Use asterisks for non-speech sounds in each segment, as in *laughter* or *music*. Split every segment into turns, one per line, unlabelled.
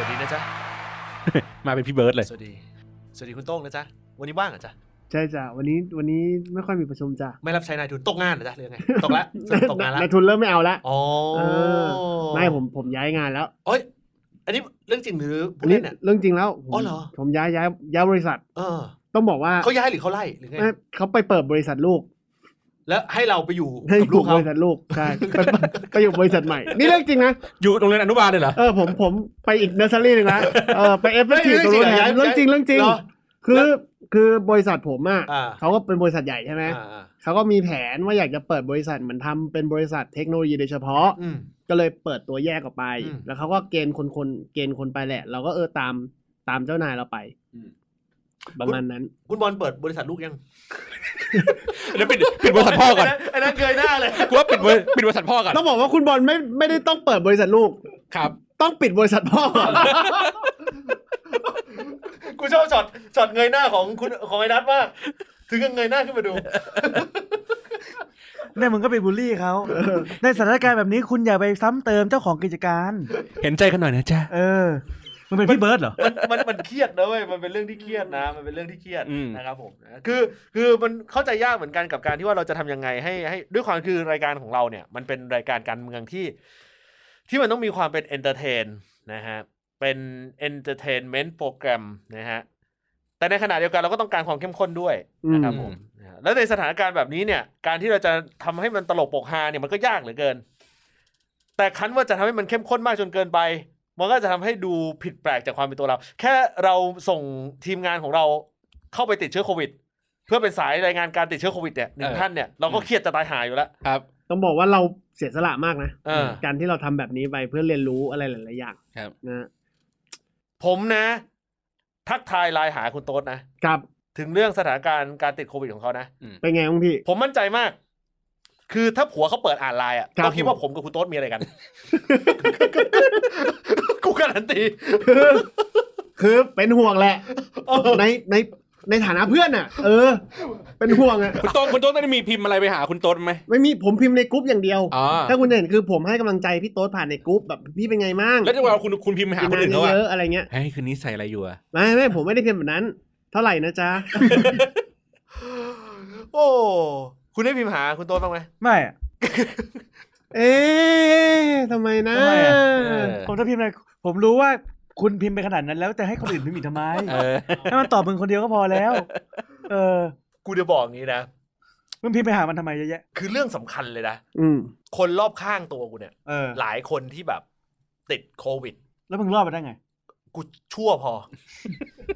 วัสดีนะจ๊ะ
มาเป็นพี่เบิร์ดเลย
สวัสดี สวัสดีคุณโต้งนะจ๊ะ วันนี้ว่างเหรอจ๊ะ
ใช่จ้ะวันนี้วันนี้ไม่ค่อยมีประชุมจ้ะ
ไม่รับใช้นายทุนตกงานเหรอจ๊ะหรือยังไง ตก
*laughs*
ละสรุปตกงานละ
นายทุนเริ่มไม่เอาละ
อ๋อ
เออ ไม่ผมผมย้ายงานแล้ว
เอ้ย อันนี้เรื่องจริงหรือ
อั
ผู้
นนี้
เล่นเนี่ย
เรื่องจริงแล้วผม
อ๋อเหรอ
ผมย้ายย้ายย้ายบริษัท
เออ
ต้องบอกว่า
เขาย้ายหรือเขาไล่หรือไง
เอ้ยเขาไปเปิดบริษัทลูก
แล้วให้เราไปอยู่
ให้
กับ
อ
ลู
ยู่
กเขา
บริษัทลูกใช่ไปไปอยู่บริษัทใหม่ นี่เรื่องจริงนะ
อยู่โรงเรียนอนุบาลเลยเหรอ
เออผมผมไปอีกเนอร์เซอรี่หนึ่งละเออไปเอฟเฟกต์ตัวนู้นแทนเรื่องจริงเรื่องจริง
หอ
คือคือบริษัทผมอ่ะ
อ่า
เขาก็เป็นบริษัทใหญ่ใช่ไหม
อ่าอ่า
เขาก็มีแผนว่าอยากจะเปิดบริษัทเหมือนทำเป็นบริษัทเทคโนโลยีโดยเฉพาะ
อืม
ก็เลยเปิดตัวแยกออกไป
อืม
แล้วเขาก็เกณฑ์คนคนๆเกณฑ์คนไปแหละ เราก็เออตามตามเจ้านายเราไป
อืม
ประมาณนั้น
คุณบอลเปิดบริษัทลูกยัง
เดี๋ยวปิดปิดบริษัทพ่อก่อน
อันนั้นเกยหน้าเลย *laughs*
กูว่าปิดบริปิดบริษัทพ่อก่อน
ต้องบอกว่าคุณบอลไม่ไม่ได้ต้องเปิดบริษัทลูก
ครับ
ต้องปิดบริษัทพ่อก่อน
กูชอบช็อตช็อตเงยหน้าของคุณของไอ้นัทมากถึงกับเงยหน้าขึ้นมาดู
เนี่ยมึงก็ไปบูลลี่เขา *laughs* ในสถานการณ์แบบนี้คุณอย่าไปซ้ำเติมเจ้าของกิจการ
เห็นใจกันหน่อยนะจ๊ะ
เออ มันเป็นพี่เบิร์ดเหรอ
มันมันมันเครียดนะเว้ยมันเป็นเรื่องที่เครียดนะ มันเป็นเรื่องที่เครียด
อืม
นะครับผมนะคือคือมันเข้าใจยากเหมือนกันกับการที่ว่าเราจะทำยังไงให้ให้ด้วยความคือรายการของเราเนี่ย มันเป็นรายการการเมืองที่ ที่มันต้องมีความเป็นเอนเตอร์เทนนะฮะเป็นเอนเตอร์เทนเมนต์โปรแกรมนะฮะแต่ในขณะเดียวกันเราก็ต้องการความเข้มข้นด้วยนะครับผมนะฮะแล้วในสถานการณ์แบบนี้เนี่ย การที่เราจะทำให้มันตลกปกฮาเนี่ยมันก็ยากเหลือเกิน แต่คันว่าจะทำให้มันเข้มข้นมากจนเกินไป มันก็จะทำให้ดูผิดแปลกจากความเป็นตัวเรา แค่เราส่งทีมงานของเราเข้าไปติดเชื้อโควิด เพื่อเป็นสายรายงานการติดเชื้อโควิดเนี่ยหนึ่ง
เออ
ท่านเนี่ยเราก็เครียดจะตายหายอยู่แล้ว
ครับ
ต้องบอกว่าเราเสียสละมากนะ
เออ
การที่เราทำแบบนี้ไปเพื่อเรียนรู้อะไรหลาย ๆ อย่าง
ครับ
นะ
ผมนะ ทักทายไลน์หาคุณโต๊ดนะครับถึงเรื่องสถานการณ์การติดโควิดของเขานะ
เป็นไงบ้างพี่
ผมมั่นใจมาก คือถ้าผัวเขาเปิดอ่านไลน์อ่ะ
ครับ
ก็คิดว่าผมกับคุณโต๊ดมีอะไร *laughs* กัน กูการันตี
คือคือเป็นห่วงแหละ
เออ
ในในในฐานะเพื่อนอ่ะ เออ เป็นห่วงอ่ะ
คุณโต๊ะคุณโต๊ะได้มีพิมพ์อะไรไปหาคุณโต๊ะไหม
ไม่มีผมพิมพ์ในกรุ๊ปอย่างเดียว
อ๋อ
ถ้าคุณเห็นคือผมให้กำลังใจพี่โต๊ดผ่านในกรุ๊ปแบบพี่เป็นไงมั่ง
แล้วจะว่าคุณคุณพิมพ์ไปหา
กิน
คนอื่นเขา
น้ำ
อะ
เยอะๆอะไรเงี้ย
เฮ้ยคืนนี้ใส่อะไรอยู่อะ
ไม่ไม่ผมไม่ได้เพียงแบบนั้น เท่าไหร่นะ
*laughs*
จ๊ะ
โอ้คุณได้พิมพ์หาคุณโต๊ดบ้างไหม
ไม่อะ
เอ๊ะทำไมนะ
ทำไมอะ
เออ
ผมจะพิมพ์อะไรผมรู้ว่าคุณพิมพ์ไปขนาดนั้นแล้วจะให้คนอื่นพิมพ์อีกทำไม
เออ
ให้มันตอบมึงคนเดียวก็พอแล้ว เออ
กูจะบอกอย่างนี้นะ
มึงพิมพ์ไปหามันทำไมเยอะแยะ
คือเรื่องสำคัญเลยนะ
อืม
คนรอบข้างตัวกูเนี่ย
เออ
หลายคนที่แบบติดโควิด
แล้วมึงรอดมาได้ไง
กูชั่วพอ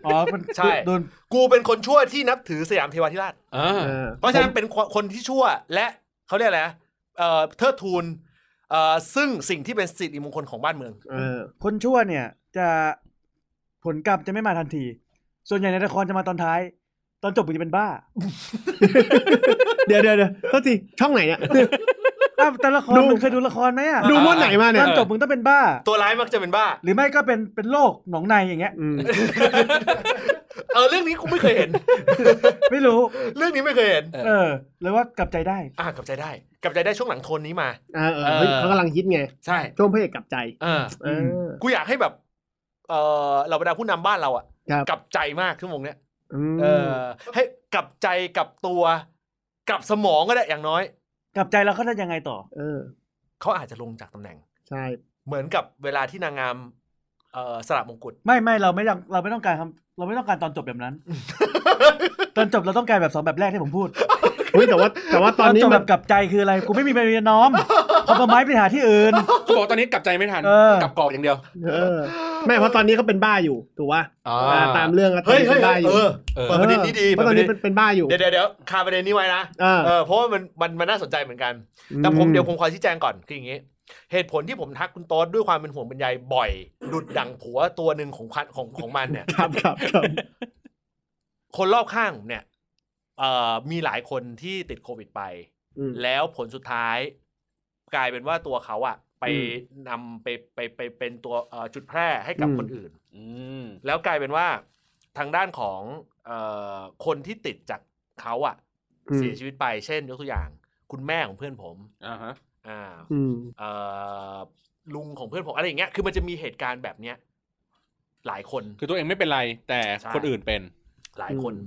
อ๋อมัน
ใช่
โดน
กูเป็นคนชั่วที่นับถือสยามเทวาธิราช
เอ
เอ
อ
อ
เพราะฉะนั้นเป็นคนที่ชั่วและเขาเรียกอะไรนะเอ่อเทิดทูนเอ่อซึ่งสิ่งที่เป็นสิริมงคลของบ้านเมือง
เออ
คนชั่วเนี่ย จะผลกรรมจะไม่มาทันที ส่วนใหญ่ในละครจะมาตอนท้าย ตอนจบมึง
*laughs*
จะเป็นบ้า
เดี๋ยวเดี๋ยวเดี๋ยวโทษทีช่องไหนเนี่ย
อ้าวแต่ละคร
ดู
มึงเคยดูละครไหมอะ
ดูม้วนไหนมาเนี่ย
ตอนจบมึงต้องเป็นบ้า
ตัวร้ายมักจะเป็นบ้า
หรือไม่ก็เป็นเป็นโรคหนองในอย่างเงี้ย
อืม
*laughs* เออเรื่องนี้กูไม่เคยเห็น
ไม่รู้
เรื่องนี้ไม่เคยเห็น
เออ
เออหรือว่ากลับใจได้
อ่ากลับใจได้กลับใจได้ช่วงหลังโทนนี้มา
เออเออเฮ้ย
เออ
เขากำลังฮิตไง
ใช่
ช่วงพระเอกกลับใจ
เออ
เออ
กูอยากให้แบบเออเราบรรดาผู้นำบ้านเราอะ
ครับ
กลับใจมากชั่วโมงเนี้ย
อืม
เออให้กลับใจกลับตัวกลับสมองก็ได้อย่างน้อย
กลับใจแล้วเขาจะยังไงต่อ
เออ
เขาอาจจะลงจากตำแหน่ง
ใช่
เหมือนกับเวลาที่นางงามเอ่อสละมงกุฎ
ไม่ไม่เราไม่ต้องเราไม่ต้องการคำเราไม่ต้องการตอนจบแบบนั้น *laughs* ตอนจบเราต้องการแบบสองแบบแรกที่ผมพูด
เฮ้ยแต่ว่าแต่ว่าตอนนี้
จบ
มั
แบ
น
บกลับใจคืออะไรกูไม่มีใบเรียนน้อมขอมาไม้ไปหาที่อื่น
เขาบอกตอนนี้กลับใจไม่ทัน
เออ
กลับกรอกอย่างเดียว
เออไม่เพราะตอนนี้เขาเป็นบ้าอยู่ถูกป่ะ
อ๋อ
อ่าตามเรื่องก็ตอน
เฮ้ย
นี้
เฮ้
เป็
ย
นบ้าอยู่
เออ
เออ
เปิดประเด็นนี้ดี
เพราะตอนนี้
เปิ
เป็
ดป
น
ระเด็น
เป็นบ้าอยู่
เดี๋ยวเดี๋ยวเดี๋ยวคาประเด็นนี้ไว้นะ
เออ
เออเพราะว่ามันมันมันน่าสนใจเหมือนกัน แต่ผมเดี๋ยวผมขอชี้แจงก่อนคืออย่างนี้ เหตุผลที่ผมทักคุณโต๊ดด้วยความเป็นห่วงเป็นใยบ่อย ดุดดังผัวตัวหนึ่งของพันของของมันเนี่ย
ครับครับครับ
คนรอบข้างผมเนี่ยเอ่อมีหลายคนที่ติดโควิดไป
อืม
แล้วผลสุดท้าย กลายเป็นว่าตัวเขาอะไป
อืม
นำไปไปไปเป็นตัวเอ่อจุดแพร่ให้กับ
อืม
คนอื่น
อืม
แล้วกลายเป็นว่าทางด้านของเอ่อคนที่ติดจากเขาอะ
อืม
เสียชีวิตไป เช่น ยกตัวอย่าง คุณแม่ของเพื่อนผม
อ่าฮะ
อ่า
อืม
เอ่อลุงของเพื่อนผมอะไรอย่างเงี้ยคือมันจะมีเหตุการณ์แบบเนี้ย หลายคน
คือตัวเองไม่เป็นไรแต่
ใช่
คนอื่นเป็น
หลายคน
อืม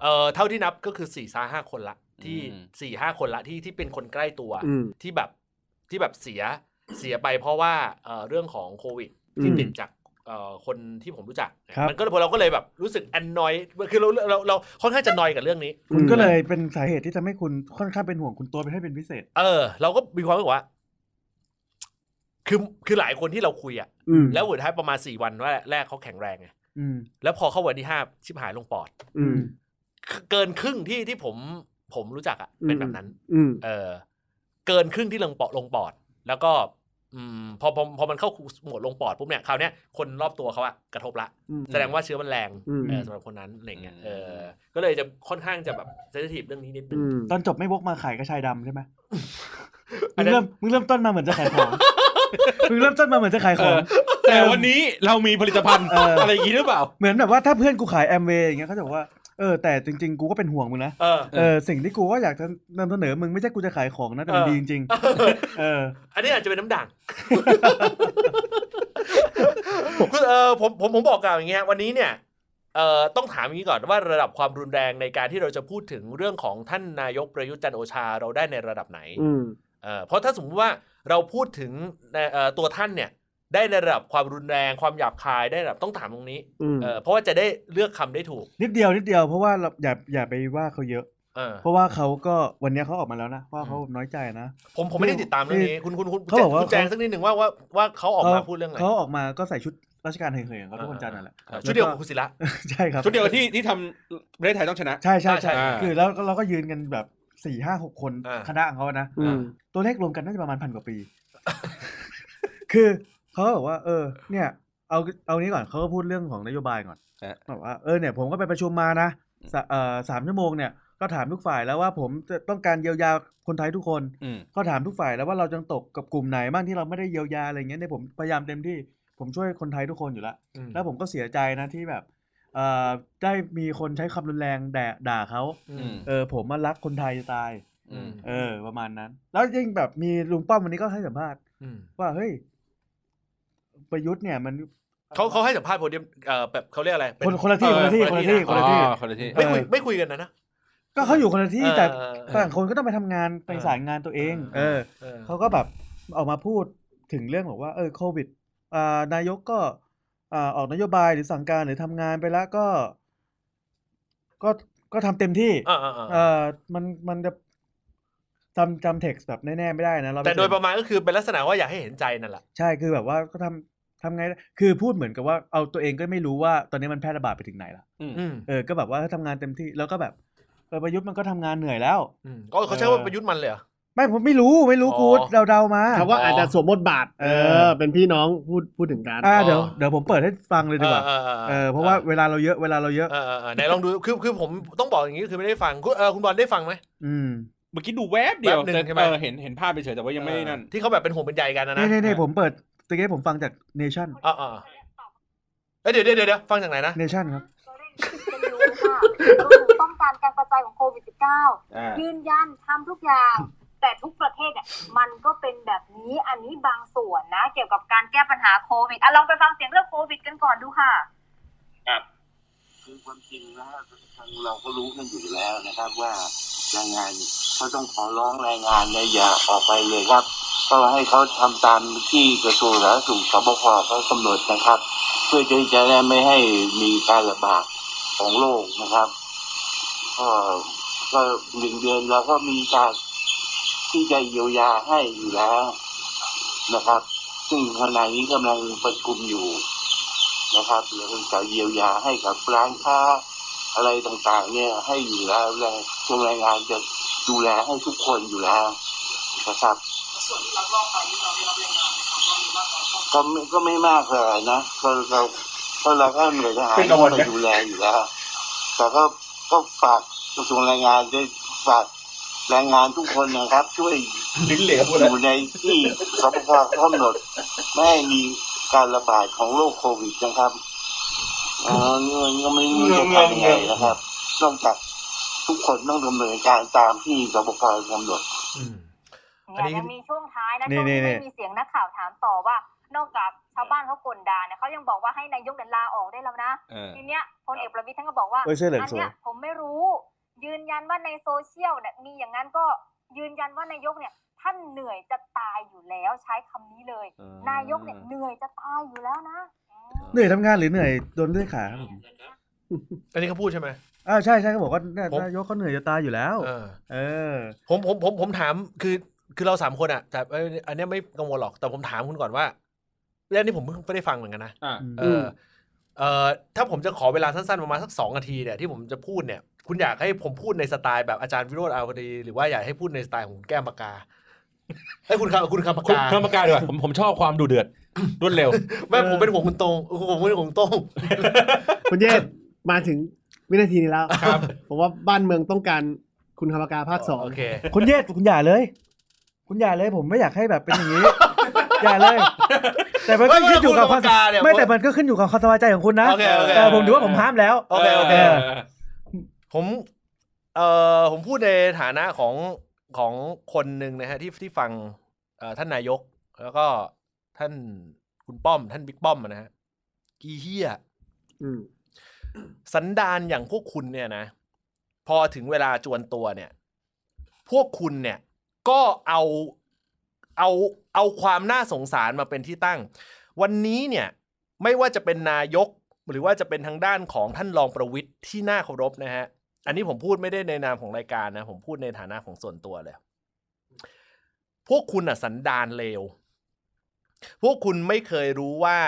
เอ่อเท่าที่นับก็คือสี่ซาห้าคนละที่
อืม
สี่ห้าคนละที่ที่เป็นคนใกล้ตัว
อืม
ที่แบบที่แบบเสียเสียไปเพราะว่าเอ่อเรื่องของโควิดที่
อืม
ติดจากเอ่อคนที่ผมรู้จัก
ครับ
มันก็เลยเราก็เลยแบบรู้สึกแอนนอยคือเราเราเราค่อนข้างจะนอยกับเรื่องนี้
คุณก็เลยเป็นสาเหตุที่ทำให้คุณค่อนข้างเป็นห่วงคุณตัวไปให้เป็นพิเศษ
เออ เราก็มีความรู้สึกว่า คือคือหลายคนที่เราคุยอะ
อืม
แล้วหัวท้ายประมาณสี่วันว่าแรกเขาแข็งแรงไง
อืม
แล้วพอเข้าวันที่ห้าชิบหายลงปอด
อืม
เกินครึ่งที่ที่ผมผมรู้จักอะ
อืม
เป็นแบบนั้น
อืม
เออเกินครึ่งที่ลงปอดลงปอด แล้วก็ อืมพอพอพอมันเข้าโหมดลงปอดปุ๊บเนี่ยคราวเนี้ยคนรอบตัวเขาอะกระทบละ
อืม
แสดงว่าเชื้อมันแรง
อืม
เออสำหรับคนนั้นอะไรเงี้ย
อืม
เออ ก็เลยจะค่อนข้างจะแบบเซนซิทีฟเรื่องนี้นิดนึง
อืม
ตอนจบไม่วกมาขายกระชายดำใช่ไหม
อัน
มึง
นั้น
เริ่มมึงเริ่มต้นมาเหมือนจะขาย
*laughs*
ของ มึงเริ่มต้นมาเหมือนจะขายของ
แต่วันนี้เรามีผลิตภัณฑ์
เอออ
อะไรอย่างนี้หรือเปล่า
เหมือนแบบว่าถ้าเพื่อนกูขายแอมเวย์อย่างเงี้ยเขาจะบอกว่าเออแต่จริงๆกูก็เป็นห่วงมึงนะ
เออ
เออสิ่งที่กูก็อยากจะนำเสนอมึงไม่ใช่กูจะขายของนะแต่มัน
เออ
ดีจริงๆเออ
อันนี้อาจจะเป็นน้ำด่าง คือเออ *laughs* ผมผมผมบอกกล่าวอย่างเงี้ยวันนี้เนี่ยเอ่อต้องถามอย่างนี้ก่อนว่าระดับความรุนแรงในการที่เราจะพูดถึงเรื่องของท่านนายกประยุทธ์จันทร์โอชาเราได้ในระดับไหน
อืม
เอ่อเพราะถ้าสมมติว่าเราพูดถึงในเอ่อตัวท่านเนี่ย ได้ในระดับความรุนแรงความหยาบคายได้ระดับต้องถามตรงนี้
อืม
เอ่อเพราะว่าจะได้เลือกคำได้ถูก
นิดเดียวนิดเดียวเพราะว่าเราอย่าอย่าไปว่าเขาเยอะ
เออ
เพราะว่าเขาก็วันเนี้ยเขาออกมาแล้วนะว่าเขาน้อยใจนะ
ผมผมไม่ได้ติดตามเรื่องนี้ คุณคุณคุณ
เขาบอกว่า
คุณแจงสักนิดหนึ่งว่าว่าว่าเขาออกมาพูดเรื่องอะไร
เขาออกมาก็ใส่ชุดราชการเหยๆของเขาทุกวันจันทร์นั่นแหละ
เออชุดเดียวกับคุณศิระ
ใช่ครับ
ชุดเดียวที่ที่ทำประเทศไทยต้องชนะ
ใช่ใช่ใช่
อ่า
คือแล้วเราก็ยืนกันแบบสี่ห้าหกคน
อ่า
คณะของเขานะ
อืม
ตัวเลขรวมกันน่าจะประมาณพันกว่าปี *laughs* คือเขาก็บอกว่า เออ เนี่ย เอา เอานี้ก่อนเขาก็พูดเรื่องของนโยบายก่อน
ฮะ
บอกว่า เออ เนี่ย ผมก็ไปประชุมมานะสะเอ่อสามชั่วโมงเนี่ย ก็ถามทุกฝ่ายแล้วว่าผมจะต้องการเยียวยาคนไทยทุกคน
อืม
ก็ถามทุกฝ่ายแล้วว่าเราจะตกกับกลุ่มไหนบ้างที่เราไม่ได้เยียวยาอะไรเงี้ยเนี่ยผมพยายามเต็มที่ ผมช่วยคนไทยทุกคนอยู่แล้ว
อืม
แล้วผมก็เสียใจนะที่แบบ เอ่อ ได้มีคนใช้คำรุนแรงแด่ด่าเขา
อืม
เออ ผมมารักคนไทยจะตาย
อืม
เออประมาณนั้น แล้วยิ่งแบบมีลุงป้อมวันนี้ก็ให้สัมภาษณ์
อืม
ว่าเฮ้ยประยุทธ์เนี่ยมัน
เขาเขาให้สัมภาษณ์โพเดียมเอ่อแบบเขาเรียกอะไรเป็
คนคนละที่คนละที่
เออ
คนละที่
ะ
คนละที่
อ๋อ
ไม่
คนละที่
คุย
เออ
ไม่คุยกันนะนะ
ก็เขาอยู่คนละที่
เออ
แต่
เออเออ
ต่างคนก็ต้องไปทำงานไป
เออ
สายงานตัวเอง เออ
เออ
เขาก็แบบออกมาพูดถึงเรื่องบอกว่าเออโควิดอ่านายกก็อ่าออกนโยบายหรือสั่งการหรือทำงานไปแล้วก็ ก็ก็ทำเต็มที่
อ่าอ่า
เอ
อ่า
อมันมันจะจำจำเท็กซ์แบบแน่ๆไม่ได้นะ100%
แต่โดยประมาณก็คือเป็นลักษณะว่าอยากให้เห็นใจนั่นแหละ
ใช่ คือแบบว่าก็ทำทำไง คือพูดเหมือนกับว่าเอาตัวเองก็ไม่รู้ว่าตอนนี้มันแพร่ระบาดไปถึงไหนละ
อืม
เออ ก็แบบว่าทำงานเต็มที่ แล้วก็แบบเออประยุทธ์มันก็ทำงานเหนื่อยแล้ว
อืมก็เขาใช้ว่าประยุทธ์มันเลยเหรอ
ไม่ผมไม่รู้ไม่รู้
อ๋อ
กูเดาเดาๆมา
เขาว่าอาจจะสวมบทบาท เออ เป็นพี่น้องพูดพูดถึงกัน
อ่าเดี๋ยวเดี๋ยวผมเปิดให้ฟังเลยดีกว่า
เออเออเออ
เออ เพราะว่าเวลาเราเยอะเวลาเราเยอะ
เออเออเออไหนลองดู คือคือผมต้องบอกอย่างนี้คือไม่ได้ฟังคุณเออคุณบอลได้ฟังไหม
อืม
เมื่อกี้ดูแวบเดียว
แวบหนึ่ง
แต่
ใช่ไหม
เออเห็นเห็นภาพไปเฉยแต่ว่ายังไม่ได้นั่น
ที่เขาแบบเป็นห่วงเป็นใยกันนะนะ
นี่นี่นี่ผมเปิดตะกี้ผมฟังจากเนชั่น
เออเออเอ้ยเดี๋ยวเดี๋ยวเดี๋ยวฟังจากไหนนะ
เนชั่นครับ
เราเร่งเรียนรู้ค่ะรวมถึงป้องกันการกระจายของโควิด -19
อ่า
ยืนยันทำทุกอย่าง แต่ทุกประเทศเนี่ยมันก็เป็นแบบนี้อันนี้บางส่วนนะ เกี่ยวกับการแก้ปัญหาโควิดอ่ะลองไปฟังเสียงเรื่องโควิดกันก่อนดูค่ะ
คือความจริงนะฮะทางเราก็รู้กันอยู่แล้วนะครับว่าแรงงานเขาต้องขอร้องแรงงานเนี่ยอย่าออกไปเลยครับ ก็ให้เขาทำตามที่กระทรวงสาธารณสุขสบคเขากำหนดนะครับ เพื่อที่จะได้ไม่ให้มีการระบาดของโรคนะครับ ก็ก็หนึ่งเดือนเราก็มีการที่จะเยียวยาให้อยู่แล้วนะครับ ซึ่งขณะนี้กำลังประชุมอยู่ นะครับแล้วก็จะเยียวยาให้กับร้านค้าอะไรต่างๆ เนี่ยให้อยู่แล้วแรงกระทรวงแรงงานจะดูแลให้ทุกคนอยู่แล้วนะครับก็ไม่ก็ไม่มากเลยนะก็เราก็เราก็หน่วยทหาร
เป็นกังวลไหม
มาดูแลอยู่แล้วแต่ก็ก็ฝากกระทรวงแรงงานด้วยฝากแรงงานทุกคนนะครับ ช่วย
ลิ้นเหลวหมด
อ
เลย
ยู่ในที่สบคกำหนดไม่ให้มีการระบาดของโรคโควิดนะครับเออนี่มันก็ไม่รู้จะทำยังไงนะครับนอกจากทุกคนต้องดำเนินการตามที่สบคกำหนด
อืม อั
เนี่
นนี้
ยยังมีช่วงท้ายนะ
นี่
ช่วงที่
นี่
ไม่
นี่
มีเสียงนักข่าวถามต่อว่า นอกจากชาวบ้านเขากลด่าเนี่ยเขายังบอกว่าให้นายกเดินลาออกได้แล้วนะ
เออ
ทีเนี้ยพลเอกประวิตยท่านก็บอกว่า
เอ้ยใช่เหรอ
อัน
สวย
เนี้ยผมไม่รู้ ยืนยันว่าในโซเชียลเนี่ยมีอย่างนั้นก็ยืนยันว่านายกเนี่ยท่านเหนื่อยจะตายอยู่แล้วใช้คำนี้เลย
เออ
นายกเนี่ยเหนื่อยจะตายอยู่แล้วนะอืม
เหนื่อยทำงานหรือเหนื่อยโดนเลื่อยขาครับผม
อันนี้เขาพูดใช่ไหม
อ่าใช่ใช่เขาบอกว่าเนี่ย
ผม
นายกเขาเหนื่อยจะตายอยู่แล้ว
เออ
เออ
ผมผมผมผมถามคือคือเราสามคนอะแต่ไม่อันเนี้ยไม่กังวลหรอกแต่ผมถามคุณก่อนว่าเรื่องนี้ผมเพิ่งไม่ได้ฟังเหมือนกันนะ
อ่ะ
เอออเออถ้าผมจะขอเวลาสั้นๆประมาณสักสองนาทีเนี่ยที่ผมจะพูดเนี่ย คุณอยากให้ผมพูดในสไตล์แบบอาจารย์วิโรธอาวดี หรือว่าอยากให้พูดในสไตล์ของคุณแก้มปากกา *laughs* ไอ้ยคุณคำคุณคำปาก
คุณ
กา
เครื่องประกาศดีกว่าผมผมชอบความดูเดือดรวดเร็ว
ไม่ผมเป็นห่วงคุณตรงผมเป็นห่วงคุณตรง
คุณเยศมาถึงวินาทีนี้แล้ว
ครับ
ผมว่าบ้านเมืองต้องการคุณคำปากาภาคสอง
โอเค
คุณเยศคุณอย่าเลย คุณอย่าเลยผมไม่อยากให้แบบเป็นอย่างนี้
*laughs*
อย่าเลย แต่มันก็
ไม่
ขึ้นอยู่กับ
ไม่
ความ
คุณกรรมการเนี่ย
ไม่แต่มันก็ขึ้นอยู่กับความสบายใจของคุณนะ
โอเคโอเค
เออผมถือว่าผมห้ามแล้ว
โอเคโอเค
เออ
ผมเอ่อผมพูดในฐานะของของคนหนึ่งนะฮะที่ที่ฟังเอ่อท่านนายก แล้วก็ท่านคุณป้อม ท่านบิ๊กป้อมอะนะฮะกีเฮีย
อืม
สันดานอย่างพวกคุณเนี่ยนะ พอถึงเวลาจวนตัวเนี่ย พวกคุณเนี่ยก็เอาเอาเอาความน่าสงสารมาเป็นที่ตั้ง วันนี้เนี่ยไม่ว่าจะเป็นนายกหรือว่าจะเป็นทางด้านของท่านรองประวิทย์ที่น่าเคารพนะฮะ อันนี้ผมพูดไม่ได้ในนามของรายการนะ ผมพูดในฐานะของส่วนตัวเลย พวกคุณอ่ะสันดานเลว พวกคุณไม่เคยรู้ว่า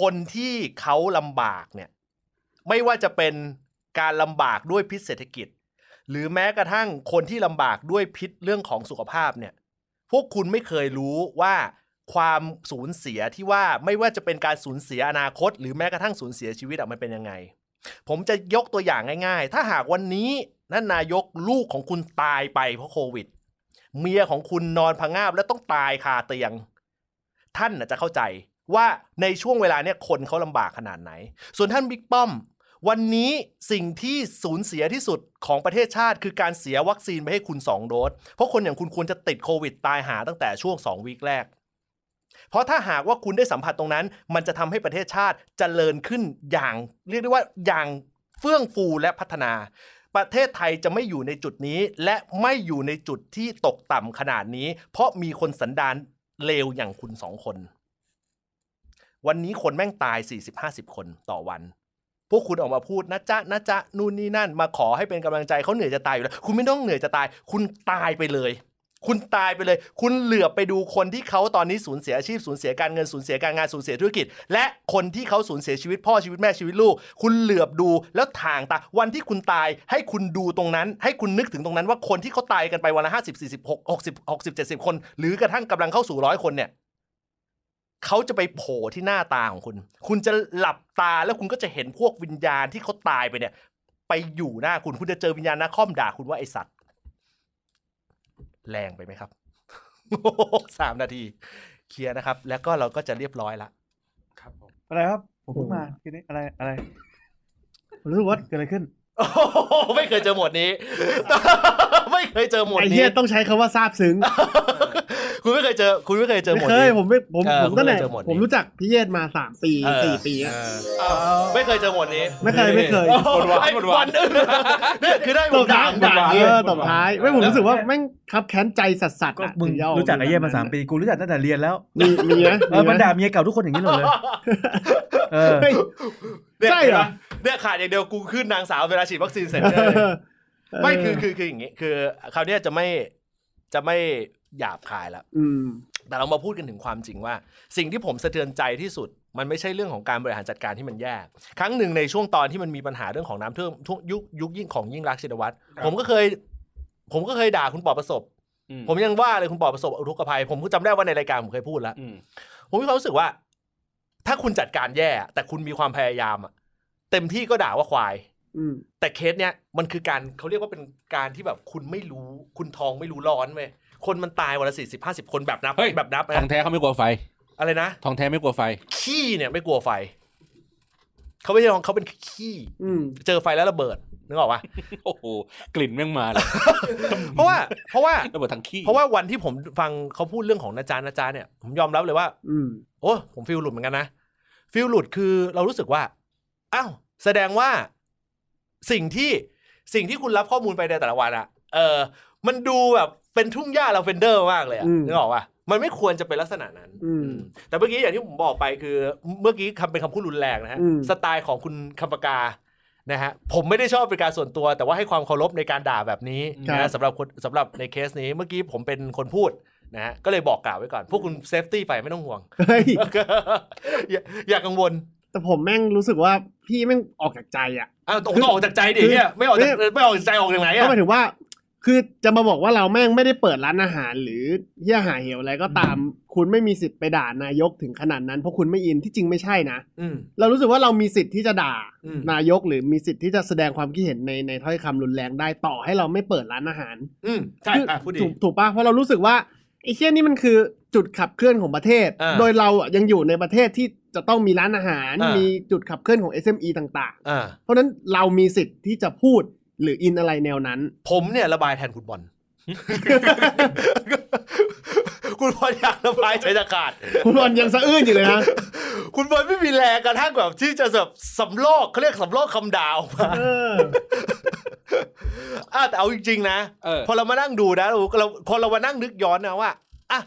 คนที่เขาลำบากเนี่ย ไม่ว่าจะเป็นการลำบากด้วยพิษเศรษฐกิจ หรือแม้กระทั่งคนที่ลำบากด้วยพิษเรื่องของสุขภาพเนี่ย พวกคุณไม่เคยรู้ว่าความสูญเสียที่ว่าไม่ว่าจะเป็นการสูญเสียอนาคต หรือแม้กระทั่งสูญเสียชีวิตอะมันเป็นยังไง ผมจะยกตัวอย่างง่ายๆ ถ้าหากวันนี้นั่นนายกลูกของคุณตายไปเพราะโควิด เมียของคุณนอนพังงาบและต้องตายคาเตียง ท่านน่ะจะเข้าใจว่าในช่วงเวลาเนี่ยคนเขาลำบากขนาดไหน ส่วนท่านบิ๊กป้อม วันนี้สิ่งที่สูญเสียที่สุดของประเทศชาติ คือการเสียวัคซีนไปให้คุณ 2 โดส เพราะคนอย่างคุณควรจะติดโควิดตายหาตั้งแต่ช่วง 2 วีคแรก เพราะถ้าหากว่าคุณได้สัมผัสตรงนั้น มันจะทำให้ประเทศชาติเจริญขึ้นอย่างเรียกได้ว่าอย่างเฟื่องฟูและพัฒนา ประเทศไทยจะไม่อยู่ในจุดนี้ และไม่อยู่ในจุดที่ตกต่ำขนาดนี้ เพราะมีคนสันดานเลวอย่างคุณสองคน วันนี้คนแม่งตาย 40-50 คนต่อวัน พวกคุณออกมาพูดนะจ๊ะนะจ๊ะนู่นนี่นั่น มาขอให้เป็นกำลังใจเขาเหนื่อยจะตายอยู่แล้ว คุณไม่ต้องเหนื่อยจะตาย คุณตายไปเลย คุณตายไปเลย คุณเหลือบไปดูคนที่เขาตอนนี้สูญเสียอาชีพสูญเสียการเงินสูญเสียการงานสูญเสียธุรกิจ และคนที่เขาสูญเสียชีวิตพ่อชีวิตแม่ชีวิตลูก คุณเหลือบดูแล้วทางตาวันที่คุณตายให้คุณดูตรงนั้น ให้คุณนึกถึงตรงนั้นว่าคนที่เขาตายกันไปวันละห้าสิบสี่สิบหกหกสิบหกสิบเจ็ดสิบคน หรือกระทั่งกำลังเข้าสู่ร้อยคนเนี่ย เขาจะไปโผล่ที่หน้าตาของคุณ คุณจะหลับตาแล้วคุณก็จะเห็นพวกวิญญาณที่เขาตายไปเนี่ย ไปอยู่หน้าคุณ คุณจะเจอวิญญาณนาคอมด่าคุณว่าไอสัตว์ แรงไปไหมครับ *laughs* สามนาที เคลียร์นะครับ แล้วก็เราก็จะเรียบร้อยละ
ครับผม
อะไรครับ ผมเพิ่งมาทีนี้อะไรอะไร
ผมรู้สึกว่า
เกิดอะไรขึ้น
โอ้โหไม่เคยเจอหมวดนี้ *laughs* ไม่เคยเจอหมวด
ไอ้เฮี
นี้
ยต้องใช้คำว่าซาบซึ้ง
คุณไม่เคยเจอ คุณไม่เคยเจอหมวด
ไม่เคย
นี้
ผมไม่ผม
เออ
ผมตั้งแต่
คุณไม่เคยเจอหมวดนี้
ผมรู้จักพี่เยศมาสามปี
เออ
สี่ปีอะ
อ้าวไม่เคยเจอหมวดนี้
ไม่เคยไม่เคย
หมดหวาน
ไอ้
หมดหวาน
วันอื่นเนี่ยคือได้ผ
ต
ม
บท้า
ด่าย ผม
ด่า
ด่า
เอ
เลย
อตบท้ายไม่ผม
แล้ว
รู้สึกว่าแม่งคับแค้นใจสัสสัส
ก็มึงรู้จักไอ้เย่มาสามปีกูรู้จักตั้งแต่เรียนแล้ว
มีมีนะ
เออมันด่าเมียเก่าทุกคนอย่างนี้หมดเลย เออ
เฮ้ย
เนี่ย
ใช่เหรอ
นปะเนี่ยขาดอย่างเดียวกูขึ้นนางสาวเวลาฉีดวัคซีนเสร็จ
เอ
เนี่ย
อ
ไม่คือคือคืออย่างงี้คือคราวเนี้ยจะไม่จะไม่หยาบคายละ
อืม
แต่เรามาพูดกันถึงความจริงว่า สิ่งที่ผมสะเทือนใจที่สุด มันไม่ใช่เรื่องของการบริหารจัดการที่มันแย่ครั้งหนึ่งในช่วงตอนที่มันมีปัญหาเรื่องของน้ำท่วมทุกยุคยุคยิ่งของยิ่งรักษณ์ชินวัตร
ครับ
ผมก็เคย ผมก็เคยด่าคุณปอประสบ
อื
ผมยังว่าเลยคุณปอประสบอุทกภัย ผมก็จำได้ว่าในรายการผมเคยพูดแล้ว
อืม
ผมมีความรู้สึกว่า ถ้าคุณจัดการแย่ แต่คุณมีความพยายามอะเต็มที่ก็ด่าว่าควาย
อืม
แต่เคสเนี้ยมันคือการเขาเรียกว่าเป็นการที่แบบคุณไม่รู้ คุณทองไม่รู้ร้อนเว้ยคนมันตายวันละสี่สิบห้าสิบคนแบบนับ
เฮ้ย
แบบนับ
ทอง
นะ
แท้เขาไม่กลัวไฟ
อะไรนะ
ทองแท้ไม่กลัวไฟ
ขี้เนี่ยไม่กลัวไฟ เขาไม่ใช่ทองเขาเป็นขี้
อืม
เจอไฟแล้วระเบิดนึกออกปะ
โอ้โห กลิ่นแม่งมาเลย
เพราะว่าเพราะว่า
ระเบิดทั้งขี้
เพราะว่าวันที่ผมฟังเขาพูดเรื่องของนาจารย์นาจารย์เนี่ยผมยอมรับเลยว่า
อืม
โอ้ผมฟิลหลุดเหมือนกันนะฟิลหลุดคือเรารู้สึกว่าอ้าวแสดงว่าสิ่งที่สิ่งที่คุณรับข้อมูลไปในแต่ละวันอะเออ มันดูแบบเป็นทุ่งหญ้าลาเวนเดอร์มากเลยอะ
อืม
นึกออกป่ะมันไม่ควรจะเป็นลักษณะนั้น
อืม
อืมแต่เมื่อกี้อย่างที่ผมบอกไปคือ เมื่อกี้คำเป็นคำพูดรุนแรงนะฮะ
อืม
สไตล์ของคุณคำปากานะฮะผมไม่ได้ชอบเป็นการส่วนตัว แต่ว่าให้ความเคารพในการด่าแบบนี้นะ
ครั
ฮะ
บ
สำหรับคนสำหรับในเคสนี้เมื่อกี้ผมเป็นคนพูดนะฮะก็เลยบอกกล่าวไว้ก่อนพวกคุณเซฟตี้ไปไม่ต้องห่วง
เฮ้ย
*laughs* อย่าอย่ากังวล
แต่ผมแม่งรู้สึกว่าพี่แม่งออกจากใจอ่ะ
อ้าวต้องต้องออกจากใจดิเนี่ยไม่ออกจากไม่ออกจากใจออกจากไหน
ก็
อ่ะ
หมายถึงว่า คือจะมาบอกว่าเราแม่งไม่ได้เปิดร้านอาหาร หรือเหี้ยหาเหวอะไรก็ตาม คุณไม่มีสิทธิ์ไปด่านายกถึงขนาดนั้นเพราะคุณไม่อินที่จริงไม่ใช่นะ
อืม
เรารู้สึกว่าเรามีสิทธิ์ที่จะด่า
อืม
นายกหรือมีสิทธิ์ที่จะแสดงความคิดเห็นในในถ้อยคำรุนแรงได้ต่อให้เราไม่เปิดร้านอาหาร
อืมใช่
คือ
อ่ะพูดดี
ถูกถูกปะเพราะเรารู้สึกว่าไอ้เชี่ยนี่มันคือจุดขับเคลื่อนของประเทศ
อ่า
โดยเราอ่ะยังอยู่ในประเทศที่จะต้องมีร้านอาหาร
อ่ามี
มีจุดขับเคลื่อนของ SME ต่าง
อ่า
ๆ เพราะฉะนั้นเรามีสิทธิ์ที่จะพูดหรืออินอะไรแนวนั้น
ผมเนี่ยระบายแทนคุณบอล *laughs* คุณบอลอยากระบายใจจะขาด
คุณบอลยังสะอื้นอยู่เลยนะ
คุณบอลไม่มีแรงกระทั่งแบบที่จะแบบสำลอกเขาเรียกสำลอกคำดาวมา
เออ
อ่ะแต่เอาจริงๆนะ
เออ
*laughs* พอเรามานั่งดูนะเราเราพอเรามานั่งนึกย้อนนะว่าอ่ะ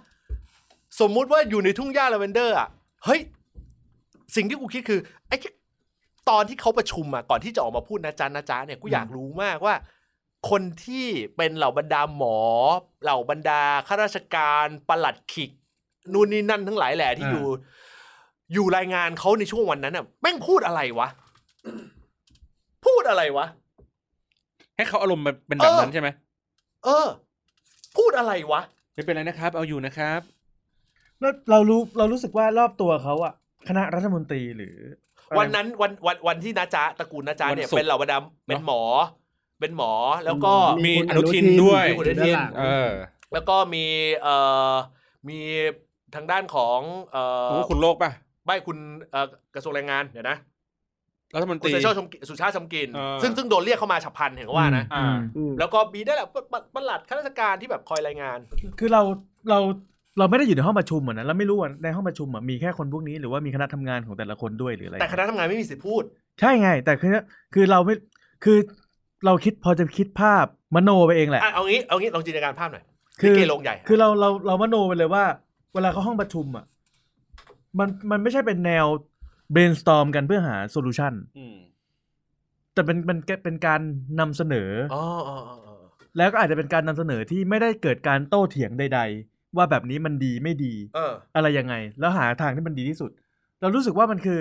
สมมุติว่าอยู่ในทุ่งหญ้าลาเวนเดอร์อ่ะเฮ้ย สิ่งที่กูคิดคือไอ้ตอนที่เขาประชุมอ่ะก่อนที่จะออกมาพูดนะจ๊ะนะจ๊ะเนี่ยกูอยากรู้มากว่า คนที่เป็นเหล่าบรรดาหมอ เหล่าบรรดาข้าราชการปลัดขิกนู่นนี่นั่นทั้งหลายแหละที่
อ่า
อยู่ อยู่รายงานเขาในช่วงวันนั้นอ่ะแม่งพูดอะไรวะ พูดอะไรวะ
ให้เขาอารมณ์มันเป็นแบบนั้นใช่ไหม
เออ พูดอะไรวะ
ไม่เป็นไรนะครับ เอาอยู่นะครับ
แล้วเรารู้เรารู้สึกว่ารอบตัวเขาอะคณะรัฐมนตรีหรืออะไร
วันนั้นวันวันวันที่นาจ๊ะตระกูลนาจ๊ะเนี่ย
วันศุกร์
เป็นเหล่าบรรดาเป็นหมอ เป็นหมอแล้วก็
อื
มี
มี
อ
อ
นุทิ
นุทิ
น
น
ด้วย
มีคุณอนุทิน
ด้าหลัง
เออ
แล้วก็มีเอ่อมีทางด้านของเอ่อ
โอ้คุณโลกป่ะ
ใบคุณเอ่อกระทรวงแรงงานเดี๋ยวนะ
รัฐมนต
คุณ
รี
เสชาติชมกิจสุชาติชมกลิน
เออ
ซึ่งซึ่งโดนเรียกเข้ามาฉับพลันเห็นเขาว่านะ
อ่า
อืม
แล้วก็มีได้แหละประหลัดข้าราชการที่แบบคอยรายงาน
คือเราเราเราไม่ได้อยู่ในห้องประชุมเหมือนนั้นเราไม่รู้ว่าในห้องประชุมอะมีแค่คนพวกนี้หรือว่ามีคณะทำงานของแต่ละคนด้วยหรืออะไร
แต่คณะทำงานไม่มีสิทธิพูด
ใช่ไง แต่คือคือเราไม่คือเราคิดพอจะคิดภาพมโนไปเองแหละ
อ่ะเอางี้เอางี้ลองจินตนาการภาพหน่อย
คือ
ลิเกโรงใหญ่
คือเราเราเรามโนไปเลยว่า เวลาเขาห้องประชุมอ่ะมันมันไม่ใช่เป็นแนว brainstorm กันเพื่อหาโซลูชัน
อืม
แต่เป็นเป็นเป็นการนำเสนอ
อ๋ออ๋ออ๋ออ๋อ
แล้วก็อาจจะเป็นการนำเสนอที่ไม่ได้เกิดการโต้เถียงใด ๆ ว่าแบบนี้มันดีไม่ดี
เออ
อะไรยังไง แล้วหาทางที่มันดีที่สุด เรารู้สึกว่ามันคือ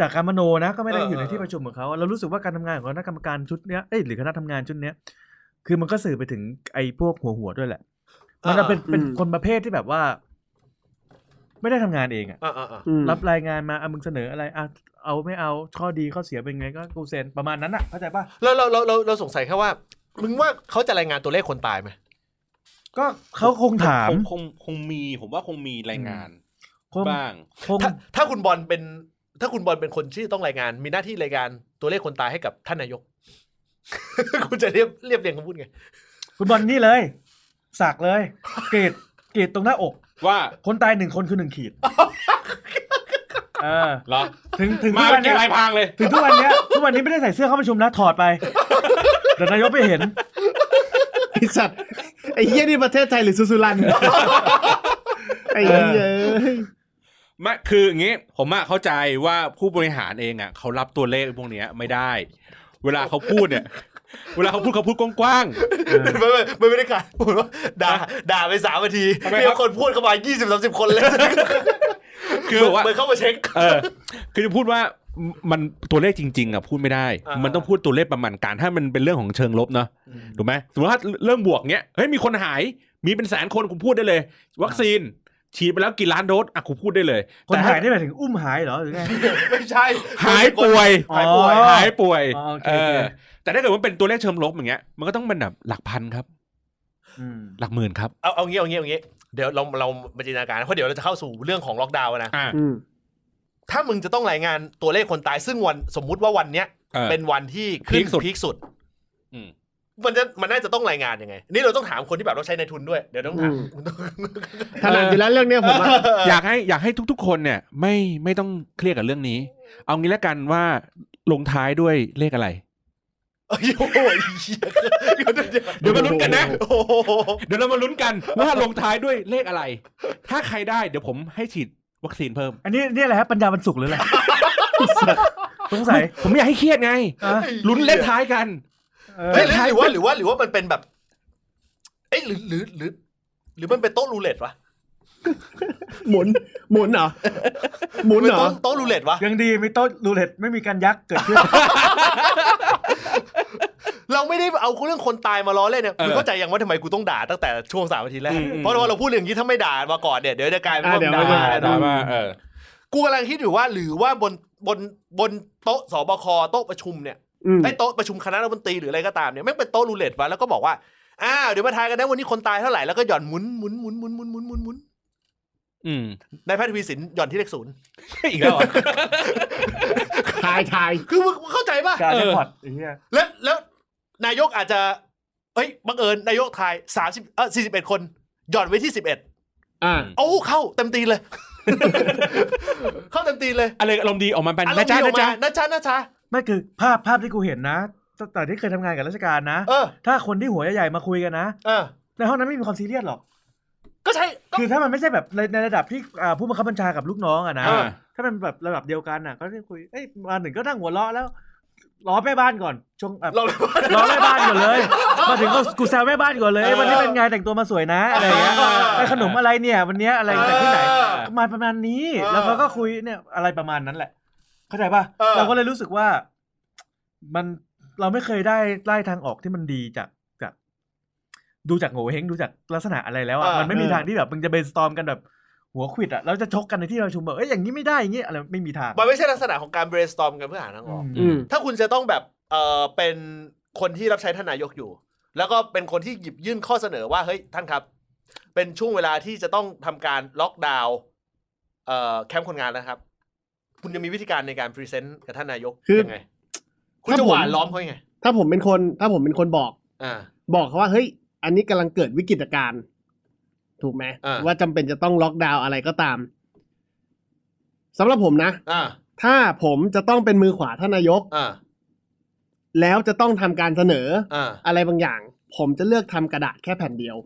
จากการมโนนะ ก็ไม่ได้
เอออ
อยู่ในที่ประชุมของเขา เรารู้สึกว่าการทำงานของคณะกรรมการชุดเนี้ยเอ้ยหรือคณะทำงานชุดเนี้ย คือมันก็สื่อไปถึงไอ้พวกหัวหัวๆด้วยแหละ มันจะเป็น
อ่า
เป็นคนประเภทที่แบบว่า ไม่ได้ทำงานเองอะ
อ่ะอ่ะอ่ะ
อืม
รับรายงานมาเอามึงเสนออะไรอ่ะเอาไม่เอาข้อดีข้อเสียเป็นไงก็กูเซ็นประมาณนั้นอะเข้าใจป่ะ
เราเราเราเราเราสงสัยแค่ว่ามึงว่าเขาจะรายงานตัวเลขคนตายไหม
ก็เขาคงถาม
คงคงคงมีผมว่าคงมีรายงาน
คง
บ้าง
คง
ถ้าถ้าคุณบอลเป็นถ้าคุณบอลเป็นคนที่ต้องรายงาน มีหน้าที่รายงานตัวเลขคนตายให้กับท่านนายก *laughs* คุณจะเรียบเรียบเรียงคำพูดไง
คุณบอลนี่เลย สักเลยเกรดเกรดตรงหน้าอก
ว่า
คนตายหนึ่งคนคือหนึ่งขีด เออ
เหรอ
ถึงถึง
มาเป็
ทุกวัน น
เก็บ
เนี้ย
ลายพรางเลย
ถึงทุกวันเนี้ยทุกวันนี้ไม่ได้ใส่เสื้อเข้าประชุมนะถอดไปเดี๋ยวนายกไปเห็น
ไอสัตว์ไอเฮียนี่ประเทศไทยหรือสุสุรัน
*laughs*
ไอเฮียเอ้ย
ไม่คืออย่างงี้ ผมอะเข้าใจว่าผู้บริหารเองอะเขารับตัวเลขพวกเนี้ยไม่ได้ เวลาเขาพูดเนี่ย *laughs* เวลาเขาพูดเขาพูดกว้างๆ
ไม่ไม่ไม่ไม่ได้ขาดผมว่าด่าด่าไปสามนาที
ทำไมครับ
เรียกคนพูดเข้ามายี่สิบสามสิบคนเลย
*laughs* คือแบบว่า
เหมือนเข้ามาเช็ค *laughs*
เออ คือจะพูดว่ามันตัวเลขจริง ๆอะพูดไม่ได้
อ่ามั
มันต้องพูดตัวเลขประมาณการถ้ามันเป็นเรื่องของเชิงลบเนาะถูกไหมสมมติว่าเรื่องบวกเนี้ยเฮ้ยมีคนหายมีเป็นแสนคนกูพูดได้เลย วัคซีนฉีดไปแล้วกี่ล้านโดสอะกูพูดได้เลย
คนหาย
แต่
นี่หมายถึงอุ้มหายเหรอหรือไง
ไม่ใช่
หายป่วย
หายป่วย
อ๋อ
หายป่วย
อ๋อโอเค
เอ
โอเค
อแต่ถ้าเกิดว่าเป็นตัวเลขเชิงลบอย่างเงี้ย มันก็ต้องเป็นแบบหลักพันครับ
อืม
หลักหมื่นครับ
เอาเอางี้เอางี้เอางี้เดี๋ยวเราเรามาจินตนาการเพราะเดี๋ยวเราจะเข้าสู่เรื่องของล็อกดาวน์นะ
อ่า
อืม
ถ้ามึงจะต้องรายงานตัวเลขคนตายซึ่งวันสมมุติว่าวันเนี้ย
เออ
เป็นวันที่ขึ้น
พีคสุด
พีคสุด
อืม
มันจะมันน่าจะต้องรายงานยังไง นี่เราต้องถามคนที่แบบเราใช้ในทุนด้วย เดี๋ยวต้องถาม
อืม ถนัดอยู่แล้วเรื่องเนี้ยผมอะ
อยากให้อยากให้ทุกๆ คนเนี่ย ไม่ไม่ต้องเครียดกับเรื่องนี้ เอางี้แล้วกันว่าลงท้ายด้วยเลขอะไร
*laughs* โอ้ยโอ้ยเหี้ยเดี๋ยวเดี๋ยว
เดี๋ยวมาลุ้นกันนะ
โอ้โห
เดี๋ยวเรามาลุ้นกันว่าลงท้ายด้วยเลขอะไร ถ้าใครได้เดี๋ยวผมให้ฉีดวัคซีนเพิ่ม
อันนี้เนี่ยแหละฮะปัญญาบรรสุกหรือ *laughs* อะไร สงสัย
ผมไม่อยากให้เครียดไง
อ่ะ
ลุ้นเลขท้ายกัน
เออ
เฮ้ยหรือหรือว่าหรือว่าหรือว่ามันเป็นแบบ เอ้ยหรือหรือหรือ หรือมันเป็นโต๊ะรูเล็ตวะ
หมุน หมุนเหรอหมุน
เป็
เห
น
รอ
โต๊ะโต๊ะรูเล็ตวะ
ยังดีไม่โต๊ะรูเล็ตไม่มีการยักเกิดขึ้น
เราไม่ได้เอาเรื่องคนตายมาล้อเล่นเนี่ย
เอ
คุ
อ
ณเข้าใจยังว่าทำไมกูต้องด่าตั้งแต่ช่วงสามนาทีแรก
อืมอืม
เพราะว่าเราพูดอย่างนี้ถ้าไม่ด่ามาก่อนเนี่ยเดี๋ยวจะกลายเป็น
อ่ะ
ว่า
เดี๋ยว
ด่า
ไม่เป็นไร
แน่น
ได้
อน
มา
เออ
กูกำลังคิดอยู่ว่าหรือว่าบนบนบนโต๊ะสบคโต๊ะประชุมเนี่ย
อืม
ไอ้โต๊ะประชุมคณะรัฐมนตรีหรืออะไรก็ตามเนี่ยแม่งเป็นโต๊ะรูเล็ตวะแล้วก็บอกว่าอ้าวเดี๋ยวมาทายกันนะวันนี้คนตายเท่าไหร่แล้วก็หย่อนหมุนหมุนหมุนหมุนหมุนหมุนหมุนหมุน
อืม
นายแพทย์ทวีสินหย่อนที่เลขศูนย์
อีกแล้วเหรอ
ทายทาย
คือมึงเข้าใจป่ะ
การ
เออ
เล่นพ
*laughs*
อดไอ้เหี้ย
แล้วแล้วนายกอาจจะเอ้ยบังเอิญนายกทายสามสิบเออสี่สิบเอ็ดคนหย่อนไว้ที่สิบเอ็ด
อ่า
โอ้เข้าเต็มตีนเลย *laughs* เข้าเต็มตีนเลย
อะไรอารมณ์ดีออกมาเป็น
อาร
นะ
มณ์
จ๊ะ
ดีออก
นะ
มา
จ๊ะ
นะจ๊ะนะจ๊ะ
ไม่คือภาพภาพที่กูเห็นนะตั้งแต่ที่เคยทำงานกับราชการนะ
เออ
ถ้าคนที่หัวใหญ่ๆมาคุยกันนะ
เออ
ในห้องนั้นไม่มีความซีเรียสหรอก
ก็ใช่ก็
คือถ้ามันไม่ใช่แบบในในระดับที่อ่าผู้บังคับบัญชากับลูกน้องอะนะ
อ่า
ถ้ามันแบบระดับเดียวกันน่ะ ก็ได้คุย เอ้ยมาหนึ่งก็นั่งหัวเราะแล้วล้อแม่บ้านก่อนชงแบบ
เรา
ล้อแม่บ้านก่อน *laughs* เลย มาถึงก็กูแซวแม่บ้านก่อนเลย
เออ
วันนี้เป็นไงแต่งตัวมาสวยนะอะไรอย่างเงี้ *laughs* ยไอ้ขนมอะไรเนี่ย วันเนี้ยอะไรแต่งที่ไหน
เออ
ประมาณประมาณนี้
เออ
แล้วเขาก็คุยเนี่ยอะไรประมาณนั้นแหละ เข้าใจป่ะ
เออ
เราก็เลยรู้สึกว่า มันเราไม่เคยได้ไล่ทางออกที่มันดีจากจาก ดูจากโง่เฮงดูจากลักษณะอะไรแล้วอ่ะ
เออ
มันไม่มี
เออ
ทางที่แบบมึงจะเบนสตอมกันแบบหัวขวิดอ่ะเราจะชกกันในที่ประชุมแบบเอ้ยอย่างนี้ไม่ได้อย่างนี้อะไรไม่มีทาง
มันไม่ใช่ลักษณะของการ brainstorm กันเพื่อหาทางออก
อื
อื
ม
ม
ถ้าคุณจะต้องแบบเออเป็นคนที่รับใช้ท่านนายกอยู่ แล้วก็เป็นคนที่หยิบยื่นข้อเสนอว่าเฮ้ยท่านครับ เป็นช่วงเวลาที่จะต้องทำการล็อกดาวน์เอ่อแคมป์คนงานนะครับ คุณจะมีวิธีการในการพรีเซนต์กับท่านนายก
คือ
ยังไง คุณจะหวาน
ถ้าผม
ล้อมเขายังไง
ถ้าผมเป็นคนถ้าผมเป็นคนบอก
อ่า
บอกเขาว่าเฮ้ย อันนี้กำลังเกิดวิกฤตการณ์ถูกไหม
อ่า
ว่าจำเป็นจะต้องล็อกดาวน์อะไรก็ตามสำหรับผมนะ
อ่า
ถ้าผมจะต้องเป็นมือขวาท่านนายก
อ่า
แล้วจะต้องทำการเสนอ
อ่า
อะไรบางอย่าง ผมจะเลือกทำกระดาษแค่แผ่นเดียว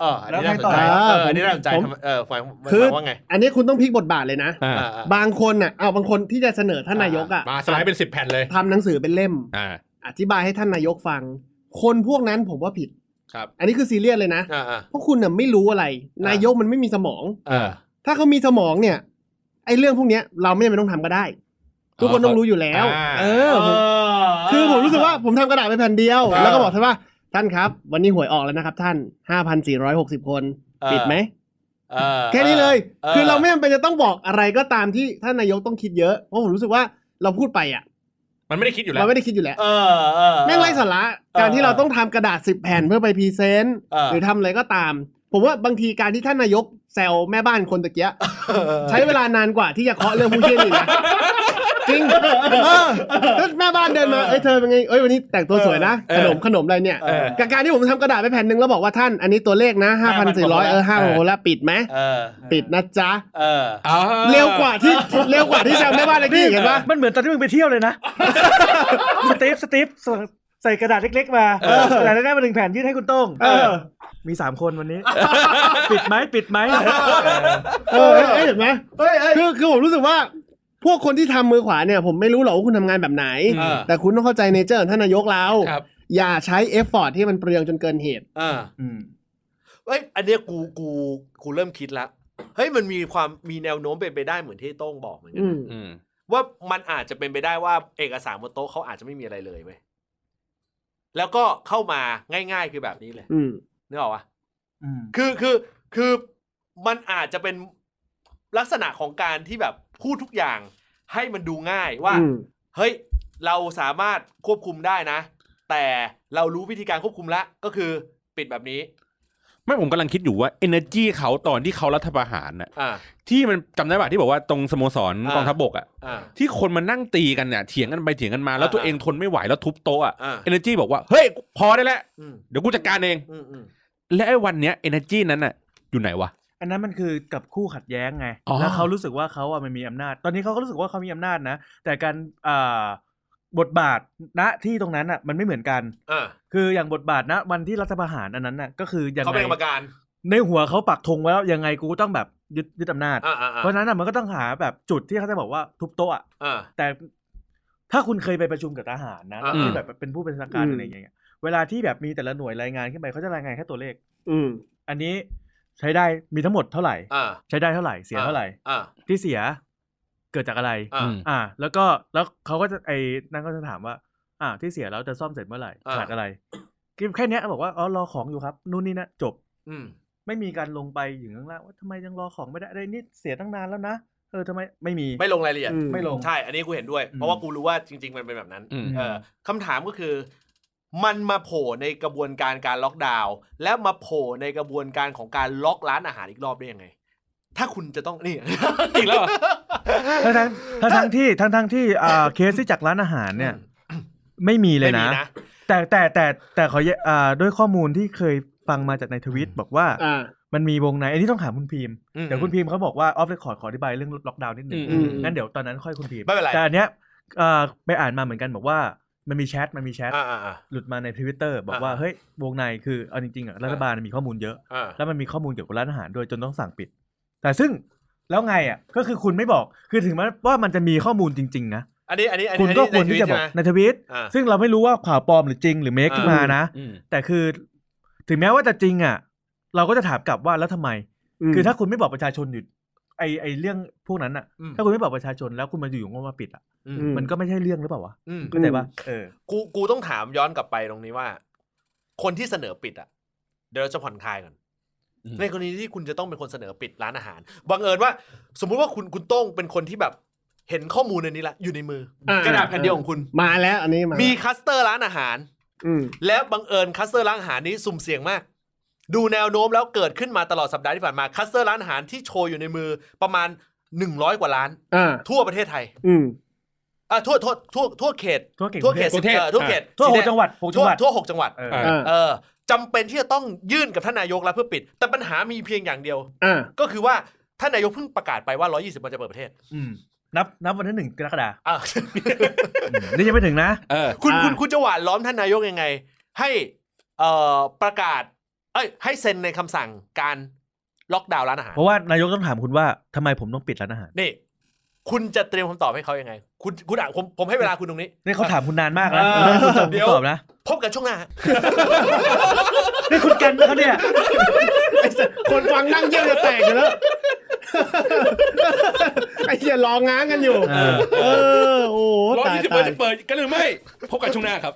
เอออันนี้น่าสนใจ
แล้วไงต่
เอ
อ
อ
ผม
อันนี้น่าสนใจ
ผม
ทำไมเออฟังมัน
คือ
หมายว่าไง
อันนี้คุณต้องพลิกบทบาทเลยนะ
อ่า
อ่าอ่า
บางคนน่ะเอาบางคนที่จะเสนอท่านนายกอ่ะ
มาสไลด์เป็นสิบแผ่นเลย
ทำหนังสือเป็นเล่ม
อ่า
อธิบายให้ท่านนายกฟัง คนพวกนั้นผมว่าผิด
ครับ
อันนี้คือซีเรียสเลยนะ
อ่าอ่า
เพราะคุณน่ะไม่รู้อะไร
อ่าน
นายกมันไม่มีสมอง
เออ
ถ้าเขามีสมองเนี่ย ไอ้เรื่องพวกเนี้ย เราไม่จำเป็นต้องทำก็ได้ ทุกคนต้องรู้อยู่แล้ว
อ่า
เออผมคือผมรู้สึกว่าผมทำกระดาษไปแผ่นเดียว
ครับ
แล้วก็บอกท่านว่าท่านครับ วันนี้หวยออกแล้วนะครับ ท่าน 5,460 คนปิดไหม
เออ
แค่นี้เลย
ออ
คือเราไม่จำเป็นจะต้องบอกอะไรก็ตามที่ท่านนายกต้องคิดเยอะ เพราะผมรู้สึกว่าเราพูดไปอ่ะ
มันไม่ได้คิดอยู่แล้
เรา
ว
ไม่ได้คิดอยู่แล้ว
เออเออ
แม่งไร้สาระ
เออ
การที่เราต้องทำกระดาษสิบแผ่นเพื่อไปพรีเซนต์
เออ
หรือทำ *laughs* อะไรก็ตาม ผมว่าบางทีการที่ท่านนายกแซวแม่บ้านคนตะเกียะใช้เวลานานกว่าที่จะเคาะเรื่องผู้เชี่ยวชาญนะจริงเออแล้วแม่บ้านเดินมาเอ้ยเธอเป็นไงเอ้ยวันนี้แต่งตัวสวยนะ
เออ
ขนมขนมอะไรเนี่ย
เออ
กับการที่ผมทำกระดาษไปแผ่นหนึ่งแล้วบอกว่าท่านอันนี้ตัวเลขนะห้าพันสี่ร้อยเออห้า
เออ
โหละปิดไหม
เออ
ปิดนะจ๊ะ
เออ
อ่า
เร็วกว่าที่เร็วกว่าที่แซวแม่บ้านตะ
*laughs*
กี้เห็นปะ
มันเหมือนตอนที่มึงไปเที่ยวเลยนะ สตีฟสตีฟส่งใส่กระดาษเล็กๆมาแต่ได้มาหนึ่งแผ่นยื่นให้คุณโต้ง
เออ
มีสามคน
*laughs*
วันนี้ ปิดไหมปิดไหมเออ
เออเอ้ยเอ้ยเห็นไหม
เฮ้ยเฮ้ย
คือคือผมรู้สึกว่า พวกคนที่ทำมือขวาเนี่ย ผมไม่รู้หรอกว่าคุณทำงานแบบไหน
เออ
แต่คุณต้องเข้าใจเนเจอร์ของท่านนายกเรา
ครับ
อย่าใช้เอฟฟอร์ที่มันเปลืองจนเกินเหตุ
เออเฮ้ยอันเนี้ยกูกูกูเริ่มคิดละเฮ้ยมันมีความมีแนวโน้มเป็นไปได้เหมือนที่โต้งบอกเหมือนกั
อื
น
ม
อืม
ว่ามันอาจจะเป็นไปได้ว่าเอกสารบนโต๊ะเขาอาจจะไม่มีอะไรเลยเว้ยแล้วก็เข้ามาง่าย ๆ คือแบบนี้เลย
อืม
นึกออกปะ คือคือคือมันอาจจะเป็นลักษณะของการที่แบบพูดทุกอย่างให้มันดูง่ายว่า
อืม
เฮ้ย เราสามารถควบคุมได้นะ แต่เรารู้วิธีการควบคุมละก็คือปิดแบบนี้
ไม่ผมกำลังคิดอยู่ว่า energy เขาตอนที่เขารัฐประหารน่ะ
อ่า
ที่มันจำได้ป่ะที่บอกว่าตรงสโมสร
อ่าก ก
องทัพบกอ่ะ
อ่า
ที่คนมานั่งตีกันเนี่ยเถียงกันไปเถียงกันมาแล้ว
อ่า
ตัวเองทนไม่ไหวแล้วทุบโต๊ะอ่ะ
อ่า
energy บอกว่าเฮ้ยพอได้แล้ว
อืม
เดี๋ยวกูจัดการเอง
อืมอืม
และไอ้วันเนี้ย energy นั้นน่ะอยู่ไหนวะ
อันนั้นมันคือกับคู่ขัดแย้งไง
อ๋อ
แล้วเขารู้สึกว่าเขาอ่ะมันมีอำนาจ ตอนนี้เขาก็รู้สึกว่าเขามีอำนาจนะ แต่การอ่าบทบาทณที่ตรงนั้นอ่ะมันไม่เหมือนกัน
อ่า
คืออย่างบทบาทณวันที่รัฐประหารอันนั้นน่ะก็คือยัง
เขา
ไง
เป็นกรรมการ
ในหัวเขาปักธงไว้แล้วยังไงกูต้องแบบยึดยึดอำนาจ
อ่าอ่า
เพราะฉะนั้นอ่ะมันก็ต้องหาแบบจุดที่เขาจะบอกว่าทุบโต๊ะอ่ะ
อ่า
แต่ถ้าคุณเคยไปประชุมกับทหารนะ
อ่า
ที่แบบเป็นผู้เป็นสังการ
อืม
อะไรอย่างเงี้ยเวลาที่แบบมีแต่ละหน่วยรายงานขึ้นไปเขาจะรายงานแค่ตัวเลข
อืม
อันนี้ใช้ได้มีทั้งหมดเท่าไหร่
อ่า
ใช้ได้เท่าไหร่เสียเท่าไหร่
อ่า
ที่เสียเกิดจากอะไร
อ่า
อืม
อ่า แล้วก็แล้วเขาก็จะไอ้นั่นก็จะถามว่า อ่า ที่เสียแล้วจะซ่อมเสร็จเมื่อไหร่
อ่า
ขาดอะไรแค่เนี้ยบอกว่าอ๋อรอของอยู่ครับนู่นนี่นะจบ
อืม
ไม่มีการลงไปถึงข้างล่างว่าทำไมยังรอของไม่ได้ได้นี่เสียตั้งนานแล้วนะเออทำไมไม่มี
ไม่ลงรายละเอียด
อืม
ไม่ลง
ใช่ อันนี้กูเห็นด้วย
อืม
เพราะว่ากูรู้ว่าจริง ๆ มันเป็นแบบนั้น
อืม
เออคำถามก็คือ มันมาโผล่ในกระบวนการการล็อกดาวน์และมาโผล่ในกระบวนการของการล็อกร้านอาหารอีกรอบได้ยังไง ถ้าคุณจะต้อง
*laughs*
นี่
อีกแล้วเหรอ
ทั้งทั้งทั้งทั้งที่ทั้งทั้งที่อ่าเคสที่จากร้านอาหารเนี่ย ไม่มีเลย
ไม่มี
นะ
นะ
แต่แต่แต่แต่ขอแยกอ่าด้วยข้อมูลที่เคยฟังมาจากในทวิตบอกว่า
อ่า
มันมีวงในอันนี้ต้องถามคุณพีม
อืม
เดี๋ยวคุณพีมเขาบอกว่าออฟเรคคอร์ดขออธิบายเรื่องล็อกดาวน์นิดหนึ่ง
อืม
งั้นเดี๋ยวตอนนั้นค่อยคุณพีม
ไม่เป็นไร
แต่อันเนี้ยเอ่อไปอ่านมาเหมือนกันบอกว่ามันมีแชทมันมีแชท
อ่าอ่าอ่า
หลุดมาในทวิตเตอร์บอกว่า
อ่า
เฮ้ยวงในคือเอาจริงๆอ่ะรัฐบาลมีข้อมูลเยอะ
อ่า
แล้วมันมีข้อมูลเกี่ยวกับร้านอาหารด้วยจนต้องสั่งปิด แต่ซึ่งแล้วไงอ่ะก็คือคุณไม่บอกคือถึงแม้ว่ามันจะมีข้อมูลจริงๆนะ
อันนี้อันนี้อัน
คุ
นี้
ณก็
น
คว
นี้
รที่จะบอก
ในทวิตใช่ไหม
ในทวิต
อ่า
ซึ่งเราไม่รู้ว่าข่าวปลอมหรือจริงหรือเมคขึ้นมานะ
อืม
แต่คือถึงแม้ว่าจะจริงอ่ะ เราก็จะถามกลับว่าแล้วทำไม คือถ้าคุณไม่บอกประชาชนอยู่ไอไอเรื่องพวกนั้นอ่ะ
อืม
ถ้าคุณไม่บอกประชาชนแล้วคุณมาอยู่ๆก็มาปิดอ่ะ
อื
อื
ม
มันก็ไม่ใช่เรื่องหรือเปล่าวะ
อืม
เข้าใจปะเออ
กูกูต้องถามย้อนกลับไปตรงนี้ว่า คนที่เสนอปิดอ่ะ เดี๋ยวเราจะผ่อนคลายก่อน
อืม
ในกรณีที่คุณจะต้องเป็นคนเสนอปิดร้านอาหาร บังเอิญว่า สมมุติว่าคุณคุณโต้งเป็นคนที่แบบเห็นข้อมูลในนี้ละอยู่ในมือ
อ่า
กระดาษแผ่นเดียวของคุณ
มาแล้วอันนี้มา
มี
มี
คลัสเตอร์ร้านอาหาร
อืม
และบังเอิญคลัสเตอร์ร้านอาหารนี้สุ่มเสี่ยงมาก ดูแนวโน้มแล้วเกิดขึ้นมาตลอดสัปดาห์ที่ผ่านมาคลัสเตอร์ร้านอาหารที่โชว์อยู่ในมือประมาณ 100 กว่าร้าน
อ่า
ทั่วประเทศไทย
อืม
อ่ะทั่วทั่วทั่วทั่วเขต
ทั่วเขต
เขตสิบ
ทั่วเขต
เอ่อทั่วเขต
ทั่วห
สี
ก
แด
จังหวัดหกจัง
ทั่ว
หวัด
ทั่วหกจังหวัด
เออ
เอ
อ่า
เออจำเป็นที่จะต้องยื่นกับท่านนายกแล้วเพื่อปิด แต่ปัญหามีเพียงอย่างเดียว
อ่า
ก็คือว่าท่านนายกเพิ่งประกาศไปว่า 120 วันจะเปิดประเทศ
อืมนับนับวันที่หนึ่งกรกฎาคม
อ่ะ *laughs*
นี่ยังไม่ถึงนะ
เออ
คุณ
อ่า
คุณคุณจะหวานล้อมท่านนายกยังไง ให้เอ่อประกาศ เอ้ยให้เซ็นในคำสั่งการล็อกดาวน์ร้านอาหาร
เพราะว่านายกต้องถามคุณว่าทำไมผมต้องปิดร้านอาหาร
นี่ คุณจะเตรียมคำตอบให้เขายังไง คุณคุณอ่ะผมผมให้เวลาคุณตรงนี้
นี่เขาถามคุณนานมากนะ
เออ
แล้วคุณตอบ
เดี๋ยว
คุณตอบนะ
พบกันช่วงหน้า
นี่คุณกันเขาเนี่ย
คนฟังนั่งเยี่ยวจะแตกอยู่แล้ว ไอ้เหี้ยรอง้างกันอยู่
เออ
เออ โอ้โห
ร้อย
ตาย
ยี่สิบ
ตา
วัน
ย
จะเปิดกันหรือไม่พบกันช่วงหน้าครับ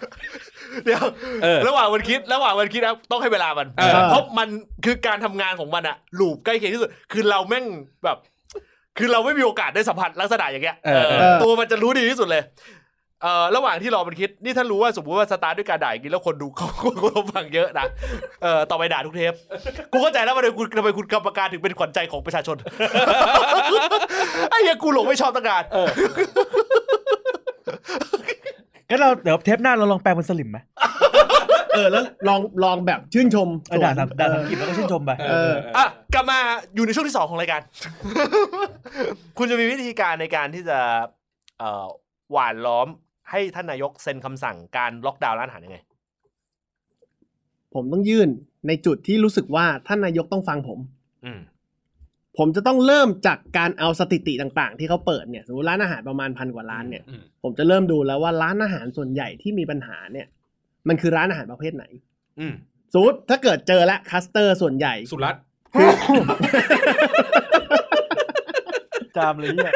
เดี๋ยว
เออ
ระหว่างวันคิดระหว่างวันคิดนะต้องให้เวลามัน
เออ
เพราะมันคือการทำงานของมันอะลูปใกล้เคียงที่สุด คือเราแม่งแบบ คือเราไม่มีโอกาสได้สัมผัสลักษณะอย่างเงี้ย
เออ
เออตัวมันจะรู้ดีที่สุดเลยเออระหว่างที่รอมันคิดนี่ถ้ารู้ว่าสมมติว่าสตาร์ทด้วยการด่าอย่างนี้แล้วคนดูเขา *laughs* เขาฟังเยอะนะเออต่อไปด่าทุกเทปกูเข้าใจแล้วว่าทำไมคุณทำไมคุณกรรมการถึงเป็นขวัญใจของประชาชน *laughs* ไอ้เหี้ยกูหลงไม่ชอบตั้งนาน
งั้นเราเดี๋ยวเทปหน้าเราลองแปลงเป็นสลิมไหม
เออแล้วลองลองแบบชื่นชม
เออด่าสามด่าสามกิจแล้วก็ชื่นชมไป
เออ
อ่ะกลับมาอยู่ในช่วงที่สองของรายการ *laughs* คุณจะมีวิธีการในการที่จะเอ่อหวานล้อมให้ท่านนายกเซ็นคำสั่งการล็อกดาวน์ร้านอาหารยังไง
ผมต้องยื่นในจุดที่รู้สึกว่าท่านนายกต้องฟังผม
อืม
ผมจะต้องเริ่มจากการเอาสถิติต่างๆ ที่เขาเปิดเนี่ยสมมติร้านอาหารประมาณพันกว่าร้านเนี่ย
อืม
ผมจะเริ่มดูแล้วว่าร้านอาหารส่วนใหญ่ที่มีปัญหาเนี่ย มันคือร้านอาหารประเภทไหน
อืม
สมมติถ้าเกิดเจอละคัสเตอร์ส่วนใหญ่
สุรัตน์
จามเลยเนี่ย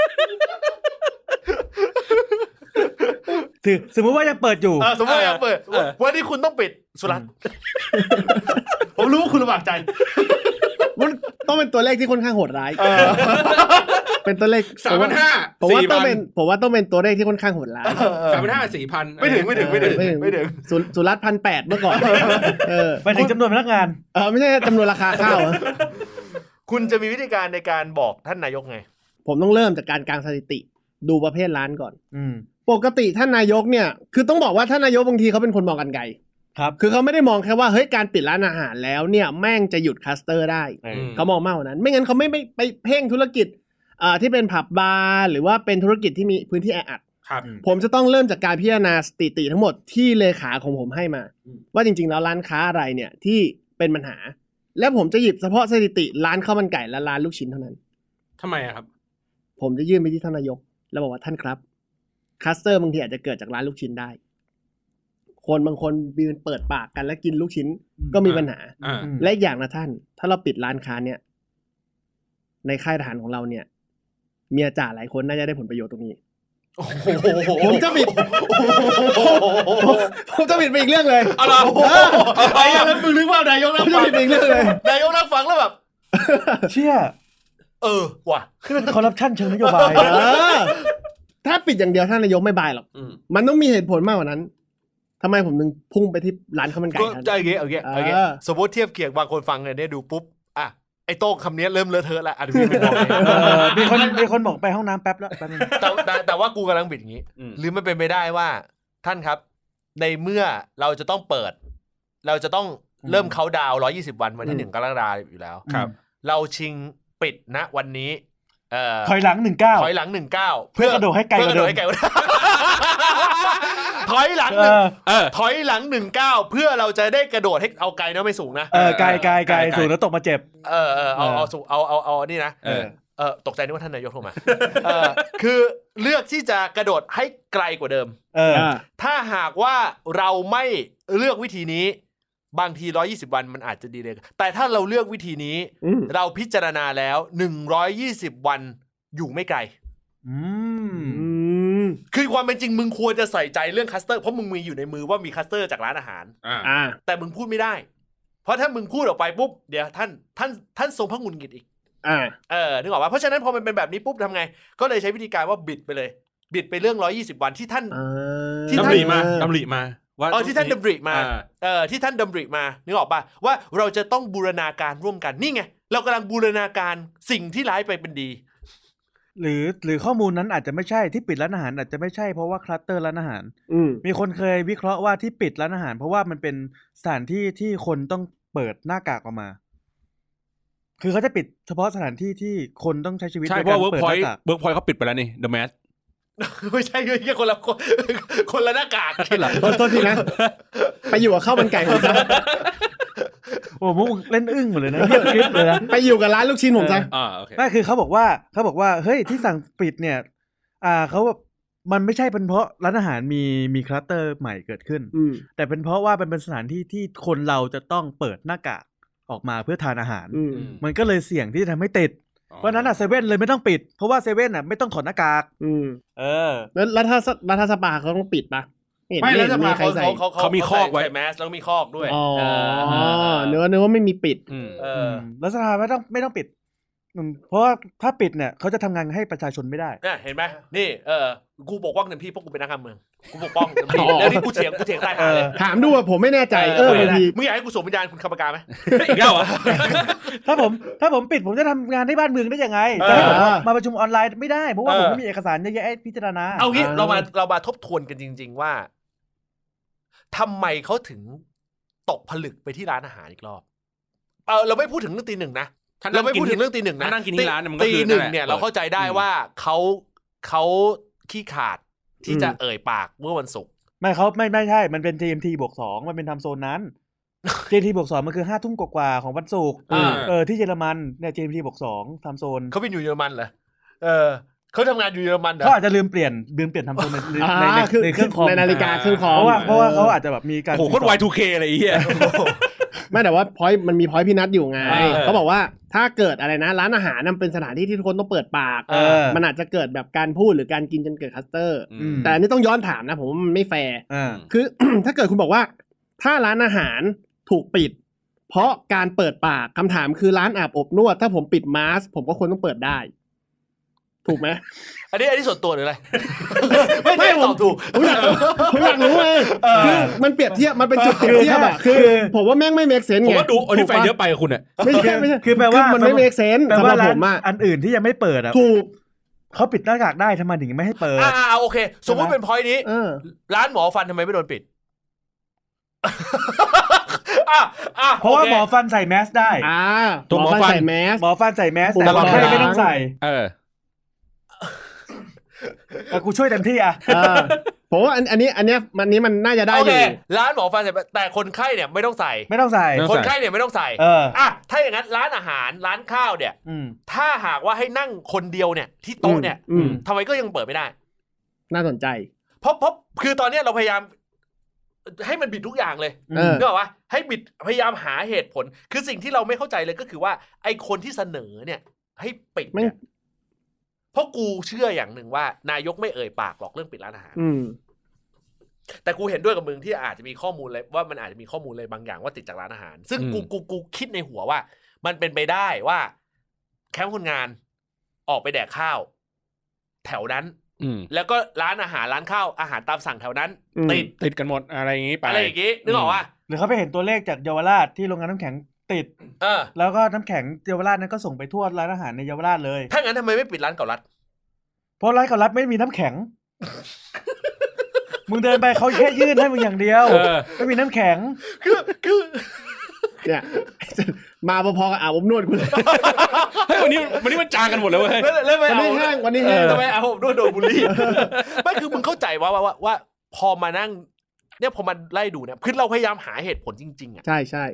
ถือสมมุติว่ายังเปิดอยู่
เออสมมติว่ายังเปิดวันนี้คุณต้องปิดสุรัตน์ *laughs* ผมรู้ว่าคุณลำบากใจ
*laughs* มันต้องเป็นตัวเลขที่ค่อนข้างโหดร้าย เป็นตัวเลข
สามพันห้า
ผมว่า
สี่
ต้อง
พัน
เป็นผมว่าต้องเป็นตัวเลขที่ค่อนข้างโหดร้าย
สามพันห้าสี่พัน
ไม่ถึงไม่ถึงไม่ถึงไม่ถึง
สุสุรัตพันแปดเมื่อก่อน เออ
ไปถึงจำนวนพนักงาน
เออไม่ใช่จำนวนราคาข้าวอะ
คุณจะมีวิธีการในการบอกท่านนายกไง
ผมต้องเริ่มจากการกางสถิติ ดูประเภทร้านก่อน
อืม
ปกติท่านนายกเนี่ย คือต้องบอกว่าท่านนายกบางทีเขาเป็นคนมองกันไกล
ครับ
คือเขาไม่ได้มองแค่ว่าเฮ้ยการปิดร้านอาหารแล้วเนี่ยแม่งจะหยุดคลัสเตอร์ได้ เขามองมากกว่านั้น ไม่งั้นเขาไม่ไม่ไปเพ่งธุรกิจอ่าที่เป็นผับบาร์หรือว่าเป็นธุรกิจที่มีพื้นที่แออัด
ครับ
ผมจะต้องเริ่มจากการพิจารณาสถิติทั้งหมดที่เลขาของผมให้มา ว่าจริงๆแล้วร้านค้าอะไรเนี่ยที่เป็นปัญหา และผมจะหยิบเฉพาะสถิติร้านข้าวมันไก่และร้านลูกชิ้นเท่านั้น
ทำไมอะครับ
ผมจะยื่นไปที่ท่านนายก แล้วบอกว่าท่านครับคลัสเตอร์บางทีอาจจะเกิดจากร้านลูกชิ้นได้ คนบางคนมีเปิดปากกันแล้วกินลูกชิ้นก็มีปัญหา
อ่า
อืม
และอีกอย่างนะท่าน ถ้าเราปิดร้านค้าเนี่ย ในค่ายทหารของเราเนี่ย เมียจ่าหลายคนน่าจะได้ผลประโยชน์ตรงนี้ ผมจะบิด ผมจะบิดไปอีกเรื่องเลย
เอาเหรอ
เออ
ไอ้แล้วมึงนึกว่านายก
ผ
นั่ง
มจะ
ฟัง
บิดไปอีกเรื่องเลย
นายกนั่งฟังแล้วแบบ
เชี่ย
เออว่ะ
นี่มันคอร์รัปชันเชิงนโยบาย
เออ ถ้าปิดอย่างเดียวท่านนายกไม่บายหรอก
อืม
มันต้องมีเหตุผลมากกว่านั้นทำไมผมถึงพุ่งไปที่ร้านข้าวมันไก่
ก็
ท่าน
จะอย่างเงี้ยอย่างเงี้ยอย่างเงี้ย
เออ
สมมติเทียบเคียงบางคนฟังเนี่ยดูปุ๊บ อ่ะ ไอ้โต้งคำนี้เริ่มเลอะเทอะละอันนี้ไม่บอกเลย
เออมีคนมีคนบอกไปห้องน้ำแป๊บแล้วแป๊บนึง
แต่แต่แต่ว่ากูกำลังบิดอย่างงี้
อืม
หรือมันเป็นไปได้ว่า ท่านครับ ในเมื่อเราจะต้องเปิด เราจะต้องเริ่มเขาน์ดาวร้อยี่สิบวันวันที่หนึ่งกรกฎาคมอยู่แล้ว
ครับ
เราชิงปิดณวันนี้เอ่อ
ถอยหลังหนึ่งเก้า
ถอยหลังหนึ่งเก้า
เพื่อกระโดดให้ไกล
เพื่อกระโดด
กว่า
ให้
เดิม
ไกลกว่าเดิม *laughs* ถอยหลังห
เอ
นึ่ง
อ
เออ
ถอยหลังหนึ่งเก้าเพื่อเราจะได้กระโดดให้เอาไกลนะไม่สูงนะ
เออไกลไกลไกล
ไกลไกล
สูงแล้วตกมาเจ็บ
เออเออเอา
เออ
เอาสู่เอาเอาเอานี่นะ
เออ
เออตกใจนึกว่าท่านนายกโทรมาเออคือเลือกที่จะกระโดดให้ไกลกว่าเดิม
เออ
อ่า
ถ้าหากว่าเราไม่เลือกวิธีนี้ บางที 120 วันมันอาจจะดีเลย แต่ถ้าเราเลือกวิธีนี้
อืม
เราพิจารณาแล้ว 120 วันอยู่ไม่ไกล
อืม
อืม
คือความเป็นจริงมึงควรจะใส่ใจเรื่องคัสเตอร์เพราะมึงมีอยู่ในมือว่ามีคัสเตอร์จากร้านอาหาร
อ่า
อ่า
แต่มึงพูดไม่ได้ เพราะถ้ามึงพูดออกไปปุ๊บเดี๋ยวท่านท่านท่านทรงพระงุนหงิดอีก
อ่า
เออ นึกออกว่าเพราะฉะนั้นพอมันเป็นแบบนี้ปุ๊บทำไง ก็เลยใช้วิธีการว่าบิดไปเลย บิดไปเรื่อง 120 วันที่ท่าน
อ่า
ที่
ดำริมาดำริมา ว่า
เออที่ท่านดำริมา
อ่
เออที่ท่านดำริมา นึกออกป่ะ ว่าเราจะต้องบูรณาการร่วมกัน นี่ไง เรากำลังบูรณาการสิ่งที่ร้ายไปเป็นดี *laughs*
หรือหรือข้อมูลนั้นอาจจะไม่ใช่ที่ปิดร้านอาหารอาจจะไม่ใช่เพราะว่าคลัสเตอร์ร้านอาหาร
อืม
มีคนเคยวิเคราะห์ว่าที่ปิดร้านอาหาร เพราะว่ามันเป็นสถานที่ที่คนต้องเปิดหน้ากากออกมา คือเขาจะปิดเฉพาะสถานที่ที่คนต้องใช้ชีวิต
ใช่
ด้ว
เพราะ
ยการ
เวิร์ก
เปิด
พ
ห
อยต์
น้ากาก
เวิร์กพอยต์เขาปิดไปแล้วนี่ The Mask
ไม่ใช่เหี้ยคนละคน *laughs* คนละหน้ากากเหรอ
โทษโทษทีนะ ไปอยู่กับข้าวมันไก่ผมซะ
โอ้มุกมึงเล่นอึ้งหมดเลยนะเรียบคลิปเลยนะ
ไปอยู่กับร้านลูกชิ้นผมซะ
อ่าโอเค
ไม่คือเขาบอกว่าเขาบอกว่าเฮ้ยที่สั่งปิดเนี่ย อ่าเขาแบบมันไม่ใช่เป็นเพราะร้านอาหารมีมีคลัสเตอร์ใหม่เกิดขึ้น
อืม
แต่เป็นเพราะว่ามันเป็นสถานที่ที่คนเราจะต้องเปิดหน้ากากออกมาเพื่อทานอาหาร
อืม
มันก็เลยเสี่ยงที่จะทำให้ติด เพราะฉะนั้นอ่ะเซเว่นเลยไม่ต้องปิด เพราะว่าเซเว่นอ่ะไม่ต้องถอดหน้ากาก
อืม
เออ
แล้วรัฐสรัฐสภาเขาต้องปิดปะเห็น
ไม่แล้วจะ
มี
พา
ใคร
เขา
ใส่
เขาเขา
เขามีคอกไว้
ใส่แมสแล้วมีคอกด้วย
อ๋อ
เ
เนื้อเนื้อว่าไม่มีปิด
อืม
เออ
แล้วสภาไม่ต้องไม่ต้องปิดอืมเพราะว่าถ้าปิดเนี่ยเขาจะทำงานให้ประชาชนไม่ได้
เนี่ยเห็นไหมนี่เออกูปกป้องเต็มที่เพราะกูเป็นนักการเมืองกูปกป้องเต็มที่แล้วนี่กูเถียงกูเถียงใต้หาเลย
ถามดูว่าผมไม่แน่ใจ เอ
เออบ
อางที
มึงอยากให้กูส่งวิญญาณคุณคำปากาไหม *laughs*
อีกแล้วเหรอ
ถ้าผมถ้าผมปิดผมจะทำงานให้บ้านเมืองได้ยังไง
เออ
จะให้ผมมาประชุมออนไลน์ไม่ได้เพราะว่า
เอ
ผ
อ
มไม่มีเอกสารเยอะแยะให้พิจารณา
เอางี้เรามาเรามาทบทวนกันจริง ๆ ว่าทำไมเขาถึงตกผลึกไปที่ร้านอาหารอีกรอบเออเราไม่พูดถึงเรื่องตีหนึ่งนะ
ถ้านั่ง
เราไม่พูดถึงเรื่องตีหนึ่งนะ
ถ้านั่งกินที่ร้านเนี่ยมันก็
ตี
คือ
หนึ่ง
นั่นแหละ
เนี่ยเราเข้าใจได้ว่าเขาเขาขี้ขาดที่จะเอ่ยปากเมื่อวันศุกร์
ไม่เขาไม่ไม่ใช่ มันเป็น TMT บวกสองมันเป็นทำโซนนั้น TMT บวกสองมันคือห้าทุ่มกว่าๆของวันศุกร์
อ่า
เออที่เยอรมันเนี่ย TMT บวกสองทำโซน
เขาเป็นอยู่เยอรมันเหรอเออเขาทำงานอยู่เยอรมันเหรอ
เขาอาจจะลืมเปลี่ยนลืมเปลี่ยนทำโซนในใน
อ่า
ในใน
คือ
ในเครื่องคอม
ในนาฬิกาเครื่องคอม
เพราะว่าเพราะว่าเขาอาจจะแบบมีการ
โอ้โหโคตร Y2K เลยไอ้เหี้ย
ไม่แต่ว่าพอยมันมีพอยพี่นัทอยู่ไง
เออ
เขาบอกว่าถ้าเกิดอะไรนะ ร้านอาหารนันเป็นสถานที่ที่ทุกคนต้องเปิดปาก
เออ
มันอาจจะเกิดแบบการพูดหรือการกินจนเกิดคลัสเตอร์
อืม
แต่อันนี้ต้องย้อนถามนะ ผมว่ามันไม่แฟร์
อ่า
คือ *coughs* ถ้าเกิดคุณบอกว่า ถ้าร้านอาหารถูกปิด เพราะการเปิดปากคำถามคือร้านอาบอบนวด ถ้าผมปิดมาสก์ผมก็ควรต้องเปิดได้ ถูกไหม
อันนี้อันนี้ส่วนตัวห
*laughs*
รืออะไร ไม่ได้ตอบถูก
ผมอยากผมอยากรู้ไง
เออ
คือมันเปรียบเทียบมันเป็นจุดเปรียบเทียบอะ
คื
คือ
อ
ผมว่าแม่งไม่ make sense
ผม
ไง
ว่าดูโอลิแฟนเยอะไปกับคุณอ่ะ
ไม่ใช่ไม่ใช่
คือแปลว่า
มันไม่ make sense
แปล
สำห
ว่า
รับ
ร้า
ผ
น
มอะ
อันอื่นที่ยังไม่เปิดอ่ะ
ถูก
เขาปิดหน้ากากได้ทำไมถึงไม่ให้เปิด
อ่าโอเค สมมติเป็นพอยนี้
เออ
ร้านหมอฟันทำไมไม่โดนปิด *laughs* อ่ะอ่
เพราะว่า
โค
หมอฟันใส่แมสได้
อ่า
ตัวหมอฟัน
ใส่แมส
หมอฟันใส่แมส
ต
แต่
ลอด
คนไข้
เวลา
ไม่ต้องใส่
เออ
แต่กูช่วยเต็มที่อ่ะ
เออผมว่าอันอันนี้อันเนี้ยมันนี้มันน่าจะได้
โอ
อ
เค
ยู่
ร้านหมอฟันใส่แต่คนไข้เนี่ยไม่ต้องใส่
ไม่ต้องใส่
เนอะ
คนไข้เนี่ยไม่ต้องใส่
เออ
อ่ะถ้าอย่างนั้นร้านอาหารร้านข้าวเนี่ย
อืม
ถ้าหากว่าให้นั่งคนเดียวเนี่ย ที่โต๊ะเนี่ย
อืมอืม
ทำไมก็ยังเปิดไม่ได้
น่าสนใจ
เพราะเพราะคือตอนเนี้ยเราพยายาม ให้มันบิดทุกอย่างเลย
เออ
นึกออกปะให้บิดพยายามหาเหตุผล คือสิ่งที่เราไม่เข้าใจเลยก็คือว่า ไอ้คนที่เสนอเนี่ย ให้ปิด
แม่ง
เนี่ยเพราะกูเชื่ออย่างหนึ่งว่า นายกไม่เอ่ยปากหรอกเรื่องปิดร้านอาหาร
อืม
แต่กูเห็นด้วยกับมึงที่อาจจะมีข้อมูลเลยว่ามันอาจจะมีข้อมูลเลยบางอย่างว่าติดจากร้านอาหาร ซึ่ง
อืม
กูกูกูคิดในหัวว่า มันเป็นไปได้ว่า แคมป์คนงานออกไปแดกข้าว แถวนั้น
อืม
แล้วก็ร้านอาหารร้านข้าวอาหารตามสั่งแถวนั้น
อืม
ติด
ติดกันหมดอะไรอย่างงี้ไป
อะไรอย่างงี้นึกออกว่า
หรือเขาไปเห็นตัวเลขจากเยาวราชที่โรงงานน้ำแข็งติด
เออ
แล้วก็น้ำแข็งเยาวราชนั้นก็ส่งไปทั่วร้านอาหารในเยาวราชเลย
ถ้างั้นทำไมไม่ปิดร้านเก่ารัด
เพราะร้านเขารับไม่มีน้ำแข็ง *laughs* มึงเดินไปเขาแค่ยื่นให้มึงอย่างเดียว
เออ
ไม่มีน้ำแข็ง
คือคือ
เนี่ย *laughs* มาพอๆกับอาบอบนวดกูเลย *laughs*
เฮ้ยวันนี้วันนี้มันจางกันหมดเลยเว้ย
แล้วแล้วไป
วัน
เอา
นี้แห้งวันนี้แห้ง
ทำไมเอาผมโดนโดนบูลลี่ ไม่คือมึงเข้าใจว่าว่าว่าว่า พอมานั่ง เนี่ยพอมาไล่ดูเนี่ยคือเราพยายามหาเหตุผลจริงๆอะ
ใช่ใช่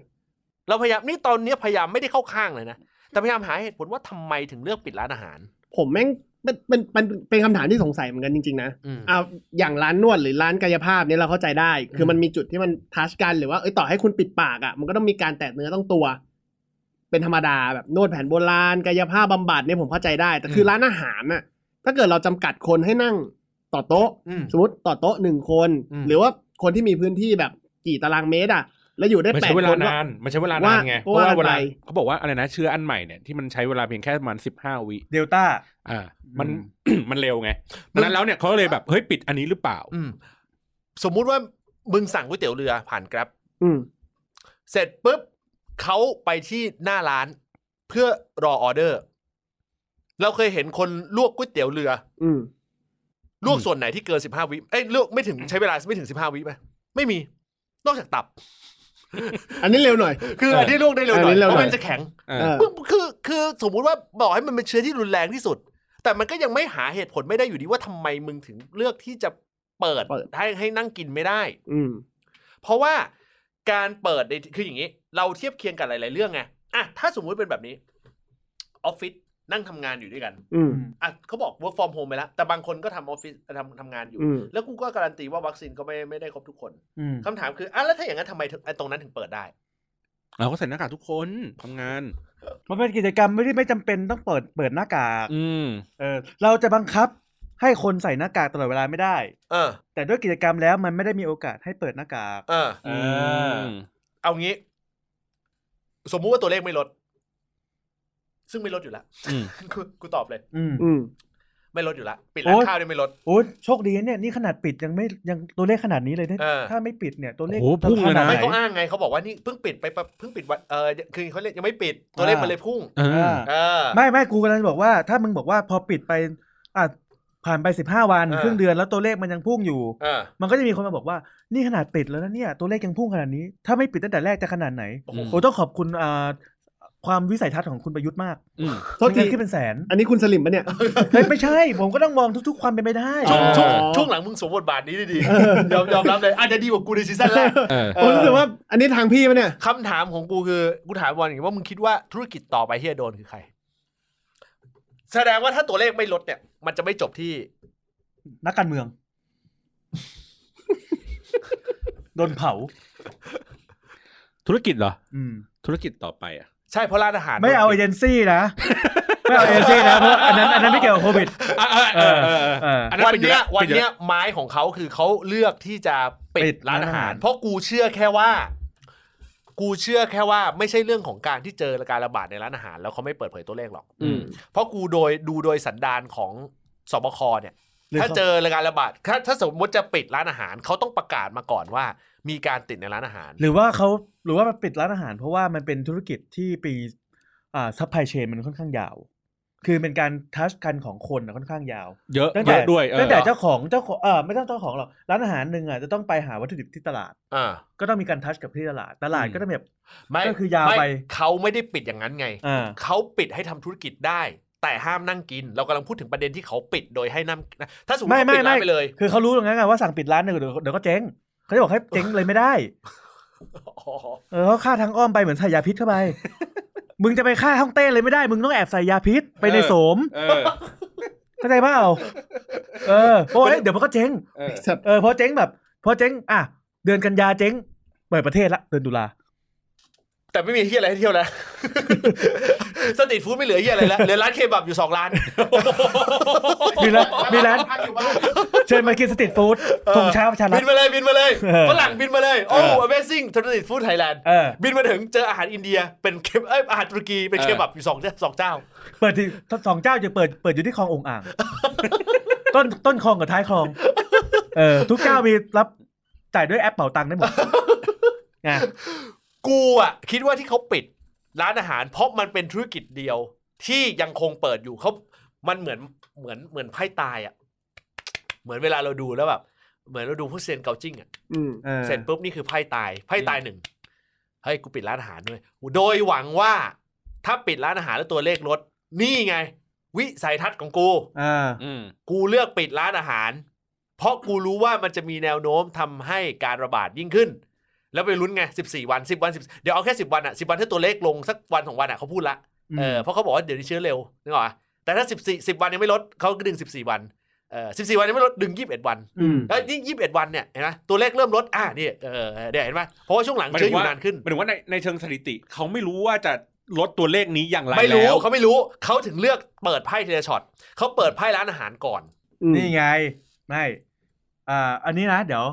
เราพยายามนี่ตอนเนี้ยพยายามไม่ได้เข้าข้างเลยนะแต่พยายามหาเหตุผลว่าทำไมถึงเลือกปิดร้านอาหาร
ผมแม่งเป็นเป็นเป็นเป็นคำถามที่สงสัยเหมือนกันจริงๆนะ
อืม
อ่าอย่างร้านนวดหรือร้านกายภาพเนี่ยเราเข้าใจได้ คือมันมีจุดที่มันทัชกันหรือว่าเอ้ยต่อให้คุณปิดปากอ่ะ มันก็ต้องมีการแตะเนื้อต้องตัว เป็นธรรมดาแบบนวดแผนโบราณกายภาพบำบัดเนี่ยผมเข้าใจได้ แต่คือร้านอาหารน่ะถ้าเกิดเราจำกัดคนให้นั่งต่อโต๊ะ
อืม
สมมติต่อโต๊ะหนึ่งคน
อืม
หรือว่าคนที่มีพื้นที่แบบกี่ตารางเมตรอ่ะ แล้วอยู่ได้
มัน
แป
ใช้
ด
เวลา
คนก็
นาน มันใช้เวลานานไง
ว่า
เพราะว่าเวลา
ว่ากันไป
เขาบอกว่าอะไรนะเชื้ออันใหม่เนี่ยที่มันใช้เวลาเพียงแค่ประมาณสิบห้าวิ
เดลต้า
อ่า มัน *clears throat* มันเร็วไงดังนั้นแล้วเนี่ยเขาเลยแบบเฮ้ยปิดอันนี้หรือเปล่า
อืมสมมุติว่ามึงสั่งก๋วยเตี๋ยวเรือผ่านแกร็บ
อืม
เสร็จปุ๊บเขาไปที่หน้าร้าน เพื่อรอออเดอร์ เราเคยเห็นคนลวกก๋วยเตี๋ยวเรือ
อืม
ลวกส่วนไหนที่เกินสิบห้าวิเอ้ยลวกไม่ถึงใช้เวลาไม่ถึงสิบห้าวิไหมไม่มี นอกจากตับ
อันนี้เร็วหน่อย
คืออันที่ลวกได้เร็วหน่อ
อั
ย
นนี้เร็ว
เพ
หน่อย
ราะมันจะแข็ง
เออ
เออ
มึงคือคือสมมุติว่าบอกให้มันเป็นเชื้อที่รุนแรงที่สุด แต่มันก็ยังไม่หาเหตุผลไม่ได้อยู่ดีว่าทำไมมึงถึงเลือกที่จะเปิด
เปิด
ให้ให้นั่งกินไม่ได้
อืม
เพราะว่าการเปิดในคืออย่างนี้ เราเทียบเคียงกับหลาย ๆ เรื่องไงอ่ะถ้าสมมุติเป็นแบบนี้ออฟฟิศนั่งทำงานอยู่ด้วยกัน
อืม
อ่ะเขาบอก work from home ไปแล้ว แต่บางคนก็ทำออฟฟิศทำทำงานอยู่
อืม
แล้วกูก็การันตีว่าวัคซีนก็ไม่ไม่ได้ครบทุกคน
อืม
คำถามคืออ่ะแล้วถ้าอย่างนั้นทำไมถึงไอ้ตรงนั้นถึงเปิดได้
เราก็ใส่หน้ากากทุกคนทำงาน
มันเป็นกิจกรรมไม่ได้ไม่จำเป็นต้องเปิดเปิดหน้ากาก
อืม
เออ เราจะบังคับให้คนใส่หน้ากากตลอดเวลาไม่ได้
เออ
แต่ด้วยกิจกรรมแล้วมันไม่ได้มีโอกาสให้เปิดหน้ากาก
เออ
เออ
เอางี้ สมมุติว่าตัวเลขไม่ลด ซึ่งไม่ลดอยู่แล้ว
อืม
*laughs* กูกูตอบเลย
อืม
อืม
ไม่ลดอยู่แล้วปิดร้า
โอ๊
น
ย
ข้าวเนี่ยไม่ลด
โอ้ยโชคดีนะเนี่ยนี่ขนาดปิดยังไม่ยังตัวเลขขนาดนี้เลยนะ
เออ
ถ้าไม่ปิดเนี่ยตัวเลข
โอ้โหพุ่งเลยนะ
ท่าไห
ไม่เขาอ้างไงเขาบอกว่านี่เพิ่งปิดไปปะเพิ่งปิดวันเออคือเขาเรียกยังไม่ปิด ตัวเลข
อ่ามั
มันเลยพุ่ง
เอ
เอ
อ
อ
เออ
ไม่ไม่กูกำลังจะบอกว่าถ้ามึงบอกว่าพอปิดไปอ่ะผ่านไปสิบห้าวัน
เออ
ครึ่งเดือนแล้วตัวเลขมันยังพุ่งอยู่
เออ
มันก็จะมีคนมาบอกว่านี่ขนาดปิดแล้วนะเนี่ย ตัวเลขยังพุ่งขนาดนี้ ถ้าไม่ปิดตั้งแต่แรกจะขนาดไหน
โอ้โห
โอ้ต้องขอบคุณอ่าความวิสัยทัศน์ของคุณประยุทธ์มาก
อืม
โทษที
ที่เป็นแสน
อันนี้คุณสลิมปะเนี่ย
เฮ้ยไม่ใช่ ผมก็ต้องมองทุก ๆ ความเป็นไปได้
อ๋
ช่วง
อ
ช่วงช่วงหลังมึงสวมบทบาทนี้ได้ดียอมยอมรับเลยอาจจะดีกว่ากูในซีซั่นแรก
เออ
ผมรู้สึกว่าอันนี้ทางพี่ปะเนี่ย
คำถามของกูคือ กูถามบอลอย่างนี้ว่ามึงคิดว่าธุรกิจต่อไปที่จะโดนคือใคร แสดงว่าถ้าตัวเลขไม่ลดเนี่ย มันจะไม่จบที่
นักการเมือง โดนเผา
ธุรกิจเหรอ
อืม
ธุรกิจต่อไปอ่ะ
ใช่เพราะร้านอาหาร
ไม่เอาเอเจนซี่นะ ไม่เอาเอเจนซี่นะเพราะอันนั้นอันนั้นไม่เกี่ยวกับโควิด
เออเออเออเอออัน
วัน
ปิดอยู่
เนี้ย
แล้
วัน
ปิดอยู่
เนี้
แล้
ยไม้ของเขาคือเขาเลือกที่จะปิ
ปิ
ด
ด
ร้า
ร้าน น
อา
อา
หา
หาร ร
เพราะกูเชื่อแค่ว่า กูเชื่อแค่ว่าไม่ใช่เรื่องของการที่เจอการระบาดในร้านอาหาร แล้วเขาไม่เปิดเผยตัวเลขหรอก
อืม
เพราะกูโดยดูโดยสันดานของสบคเนี่ย
หรือ
ถ้า
เขา
เจอการระบาดถ้าถ้าสมมติจะปิดร้านอาหารเขาต้องประกาศมาก่อนว่า มีการติดในร้านอาหาร
หรือว่าเขาหรือว่ามันปิดร้านอาหาร เพราะว่ามันเป็นธุรกิจที่ปีอ่าซัพพลายเชนมันค่อนข้างยาว คือเป็นการทัชกันของคนนะค่อนข้างยาว
เยอะ
ตั้ง
เย
แต่
อะด้วยเออ
ตั้งแต่เจ้าของเจ้าของเออไม่ต้องเจ้าของหรอกร้านอาหารหนึ่งอ่ะจะต้องไปหาวัตถุดิบที่ตลาด
อ่า
ก็ต้องมีการทัชกับที่ตลาด ตลาดก็ต้องแบบ
ไม่
ก็คือยาวไป
ม่เขาไม่ได้ปิดอย่างนั้นไง
อ่า
เขาปิดให้ทำธุรกิจได้ แต่ห้ามนั่งกิน เรากำลังพูดถึงประเด็นที่เขาปิดโดยให้นั่งนะถ้าสมมติ
ไม่
เขาปิด
ไม่
ร้า
ไม่
นไปเลย
คือเขารู้ตรงนั้นไงว่าสั่งปิดร้านเดี๋ยวเดี๋ยวก็เจ๊งเขาจะบอกให้เจ๊งเลยไม่ได้
อ๋อ
เออเขาฆ่าทางอ้อมไปเหมือนใส่ยาพิษเข้าไป มึงจะไปฆ่าห้องเต้เลยไม่ได้ มึงต้องแอบใส่ยาพิษไปใน
เออ
โสม
เออ
เข้าใจเปล่าเออเพราะว่าเอ้ยเดี๋ยวมันก็เจ๊ง
เออ
สัตว์
เออพอเจ๊งแบบพอเจ๊งอ่ะเดือนกันยาเจ๊งเปิดประเทศละเดือนตุลา
แต่ไม่มีที่อะไรให้เที่ยวแล้ว *laughs* สตรีทฟู้ดไม่เหลือที่อะไรแล้วเหลือร้านเคบับอยู่สอง
*laughs*
ร้าน
มี
*laughs*
ร้านมีร้านเชิญมากินสตรีทฟู้ด
เออ
ธงเช้าประชารั
บิ
ฐ
นมาเลยบินมา
*laughs*
เลย
เออ
ฝรั่งบินมาเลยโอ้
เออ
Amazing สตรีทฟู้ดไทยแลนด์
เออ
บินมาถึงเจออาหารอินเดียเป็นเคบเอ้ยอาหารตุรกีเป็นเคบับอยู่สองเจ้าสองเจ้า
เปิดที่สองเจ้าจะเปิดเปิดอยู่ที่คลององอ่าง ต้นต้นคลองกับท้ายคลองเออทุกเจ้ามีรับจ่ายด้วยแอปเป๋าตังค์ได้หมดไง
กูอะคิดว่าที่เขาปิดร้านอาหาร เพราะมันเป็นธุรกิจเดียวที่ยังคงเปิดอยู่เขามันเหมือนเหมือนเหมือนไพ่ตายอะเหมือนเวลาเราดูแล้วแบบเหมือนเราดูพวกเซียนเกาจิ้งอะ
อืม
ออ
เสร็จปุ๊บนี่คือไพ่ตายไพ่ตายหนึ่งเฮ้ยกูปิดร้านอาหารด้วยโดยหวังว่าถ้าปิดร้านอาหารแล้วตัวเลขลดนี่ไง วิสัยทัศน์ของกู
อ่า
อืม
กูเลือกปิดร้านอาหาร เพราะกูรู้ว่ามันจะมีแนวโน้มทำให้การระบาดยิ่งขึ้น แล้วไปลุ้นไง 14 วัน 10 วัน10เดี๋ยวเอาแค่ 10 วันอ่ะ 10 วันถ้าตัวเลขลงสักวันสองวันอ่ะเขาพูดละเออเพราะเขาบอกว่าเดี๋ยวนี้เชื้อเร็วนึกออกปะแต่ถ้า 14 10 วันยังไม่ลดเขาก็ดึง 14 วันเออ14 วันยังไม่ลดดึง 21 วัน
อืม
แล้วยิ่ง21 วันเนี่ยเห็นไหมตัวเลขเริ่มลดอ่ะนี่เออเดี๋ยวเห็นไหมเพราะว่าช่วงหลัง
หมาย
เชื้
ถึ
อง อยู่
ว่า
นานขึ้น
หมายถึงว่าในในเชิงสถิติเขาไม่รู้ว่าจะลดตัวเลขนี้อย่างไร
ไม่รู้
แล้ว
เขาไม่รู้เขาถึงเลือกเปิดไพ่เทเลช็อตเขาเปิดไพ่ร้านอาหารก่อน
นี่ไงไม่อ่าอันนี้นะเดี๋ยว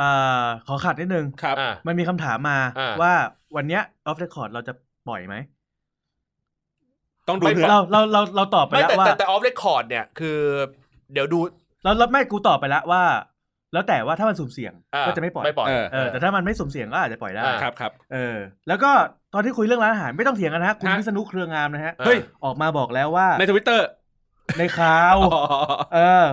อ่าขอขัดนิดนึง
ครับ
อ่า
มันมีคำถามมา
อ่า
ว่าวันเนี้ยออฟเ e คคอร์ดเราจะปล่อยไหม
ต้องดู
ไม่
เนื้อ
เราเราเราเราตอบไป
ไม่
แล้ว
แต่
ว่า
แต่แต่ออฟเรคคอร์ดเนี่ยคือเดี๋ยวดู
เราเราไม่กูตอบไปแล้วว่า แล้วแต่ว่าถ้ามันสุ่มเสี่ยง
อ่า
ก็จะไม่ปล่อย
ไม่ปล่อย
เออ
เออแต่ถ้ามันไม่สุ่มเสี่ยงก็อาจจะปล่อยได้
อ่า
ครับครับ
เออ แล้วก็ตอนที่คุยเรื่องร้านอาหารไม่ต้องเถียงกันนะฮะคุณ
ฮะ
วิษณุเครืองามนะฮะ
เออ
เฮ้ย
ออกมาบอกแล้วว่า
ในทวิตเตอร์
ในข่าว เออ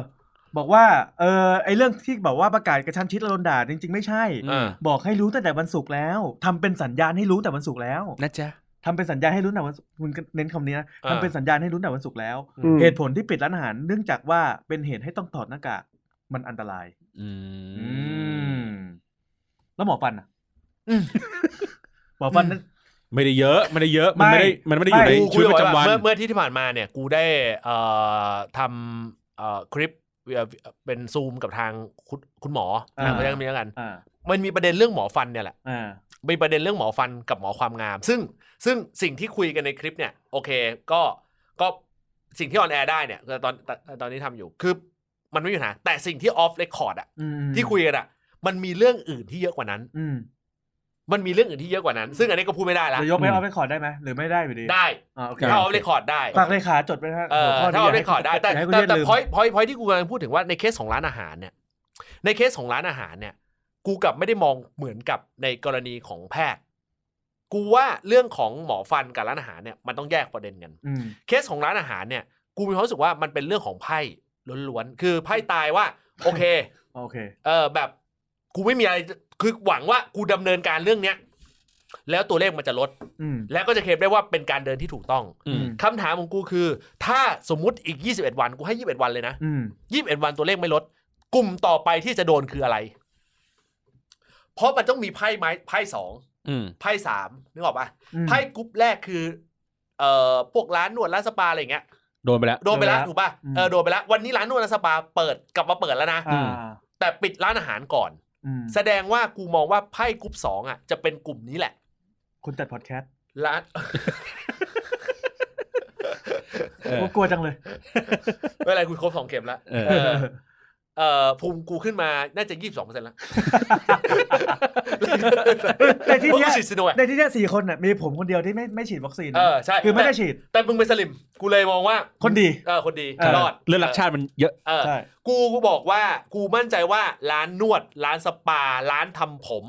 บอกว่า เออไอเรื่องที่บอกว่าประกาศกระชั้นชิดระดนด่าจริง ๆ ไม่ใช่
อ่า
บอกให้รู้ตั้งแต่วันศุกร์แล้วทำเป็นสัญญาณให้รู้ตั้งแต่วันศุกร์แล้ว
นะจ๊ะ
ทำเป็นสัญญาณให้รู้หน่อยวันศุกร์มึงก็เน้นคำนี้นะ
อ่า
ทำเป็นสัญญาณให้รู้หน่อยวันศุกร์แล้ว
อืม
เหตุผลที่ปิดร้านอาหารเนื่องจากว่าเป็นเหตุให้ต้องถอดหน้ากากมันอันตราย
อื
อื
ม
ม แล้วหมอฟันอ่ะหมอฟันนั้น
ไม่ได้เยอะ ไม่ได้เยอะ มัน
ไม่
ไม่ได้ มันไม่ได้อยู่ใน
กู
ชีวิต
จะบ
ป
อก
ระจำวั
ว่าน เมื่อเมื่อที่ที่ผ่านมาเนี่ย กูได้เอ่อทำเอ่อคลิปเอ่อเป็นซูมกับทางคุณคุณหมอ
อ่า
เขาเรียกมีแล้วกัน
อ่า
มันมีประเด็นเรื่องหมอฟันเนี่ยแหละ
อ่า
มีประเด็นเรื่องหมอฟันกับหมอความงาม ซึ่งซึ่งสิ่งที่คุยกันในคลิปเนี่ยโอเค ก็ก็สิ่งที่ออนแอร์ได้เนี่ยตอนตอนตอนนี้ทำอยู่คือมันไม่มีปัญหาแต่สิ่งที่ออฟเรคคอร์ดอะ
อืม
ที่คุยกันอะมันมีเรื่องอื่นที่เยอะกว่านั้น
อืม
มันมีเรื่องอื่นที่เยอะกว่านั้น ซึ่งอันนี้ก็พูดไม่ได้ละ
จะยกไป
อืม
เอาไปขอร์ดได้ไหมหรือไม่ได้อยู่ดี
ได้
อ่าโอเค
ถ้าออฟเรคคอร์ดได้
ฝากเลขาจดไปนะฮะ
เออ
หัวข้
ถ้า
นี้
เอาได้ขอร์ดได้แต่
ย่าให้คุณ
แต่
เรียก
แต่
ลืม
พอยพอยพอยที่กูกำลังพูดถึงว่าในเคสของร้านอาหารเนี่ยในเคสของร้านอาหารเนี่ย กูกลับไม่ได้มองเหมือนกับในกรณีของแพทย์ กูว่าเรื่องของหมอฟันกับร้านอาหารเนี่ยมันต้องแยกประเด็นกัน
อืม
เคสของร้านอาหารเนี่ยกูมีความรู้สึกว่ามันเป็นเรื่องของไพ่ล้วนๆคือไพ่ตายว่า โอเค
โอเค
เออแบบกูไม่มีอะไรคือหวังว่ากูดำเนินการเรื่องเนี้ยแล้วตัวเลขมันจะลด
อืม
แล้วก็จะเคลมได้ว่าเป็นการเดินที่ถูกต้อง
อืม
คำถามของกูคือ ถ้าสมมุติอีก 21 วัน กูให้ 21 วันเลยนะ
อืม
21 วันตัวเลขไม่ลด กลุ่มต่อไปที่จะโดนคืออะไร เพราะมันต้องมีไพ่ไม้ไพ่สอง
อืม
ไพ่สามนึกออกปะ
อืม
ไพ่กรุ๊ปแรกคือเอ่อพวกร้านนวดร้านสปาอะไรอย่างเงี้ย
โดนไปแล้ว
โดนไปแล้ว
โดนไปแล้ว
ถูกปะ
อืม
เออโดนไปแล้ววันนี้ร้านนวดร้านสปาเปิดกลับมาเปิดแล้วนะ
อ่า
แต่ปิดร้านอาหารก่อน
อืม
แสดงว่ากูมองว่าไพ่กรุ๊ปสองอ่ะจะเป็นกลุ่มนี้แหละ
คุณจัดพอดแคสต์
ร้าน
เออ
กลัวจังเลย
ไม่เป็นไรคุณครบสองเข็มแล้ว
เออ
เออ เอ่อภูมิกูขึ้นมาน่าจะยี่สิบสองเปอร์เซ็นต์แล้ว
แต่ที่
พ
เนี้ย
ราะกูฉีดซิโนแวค
ในที่เนี้ยสี่คนน่ะมีผมคนเดียวที่ไม่ไม่ฉีดวัคซีนนะ
เออใช่
คือไม่ได้
แต่
ฉีด
แต่มึงเป็นสลิมกูเลยมองว่า
คนดี
เออคนดี
เออ
รอด
เรื่องรักชาติมันเยอะ
เออ
ใช่
กูบอกว่ากูมั่นใจว่าร้านนวด ร้านสปา ร้านทำผม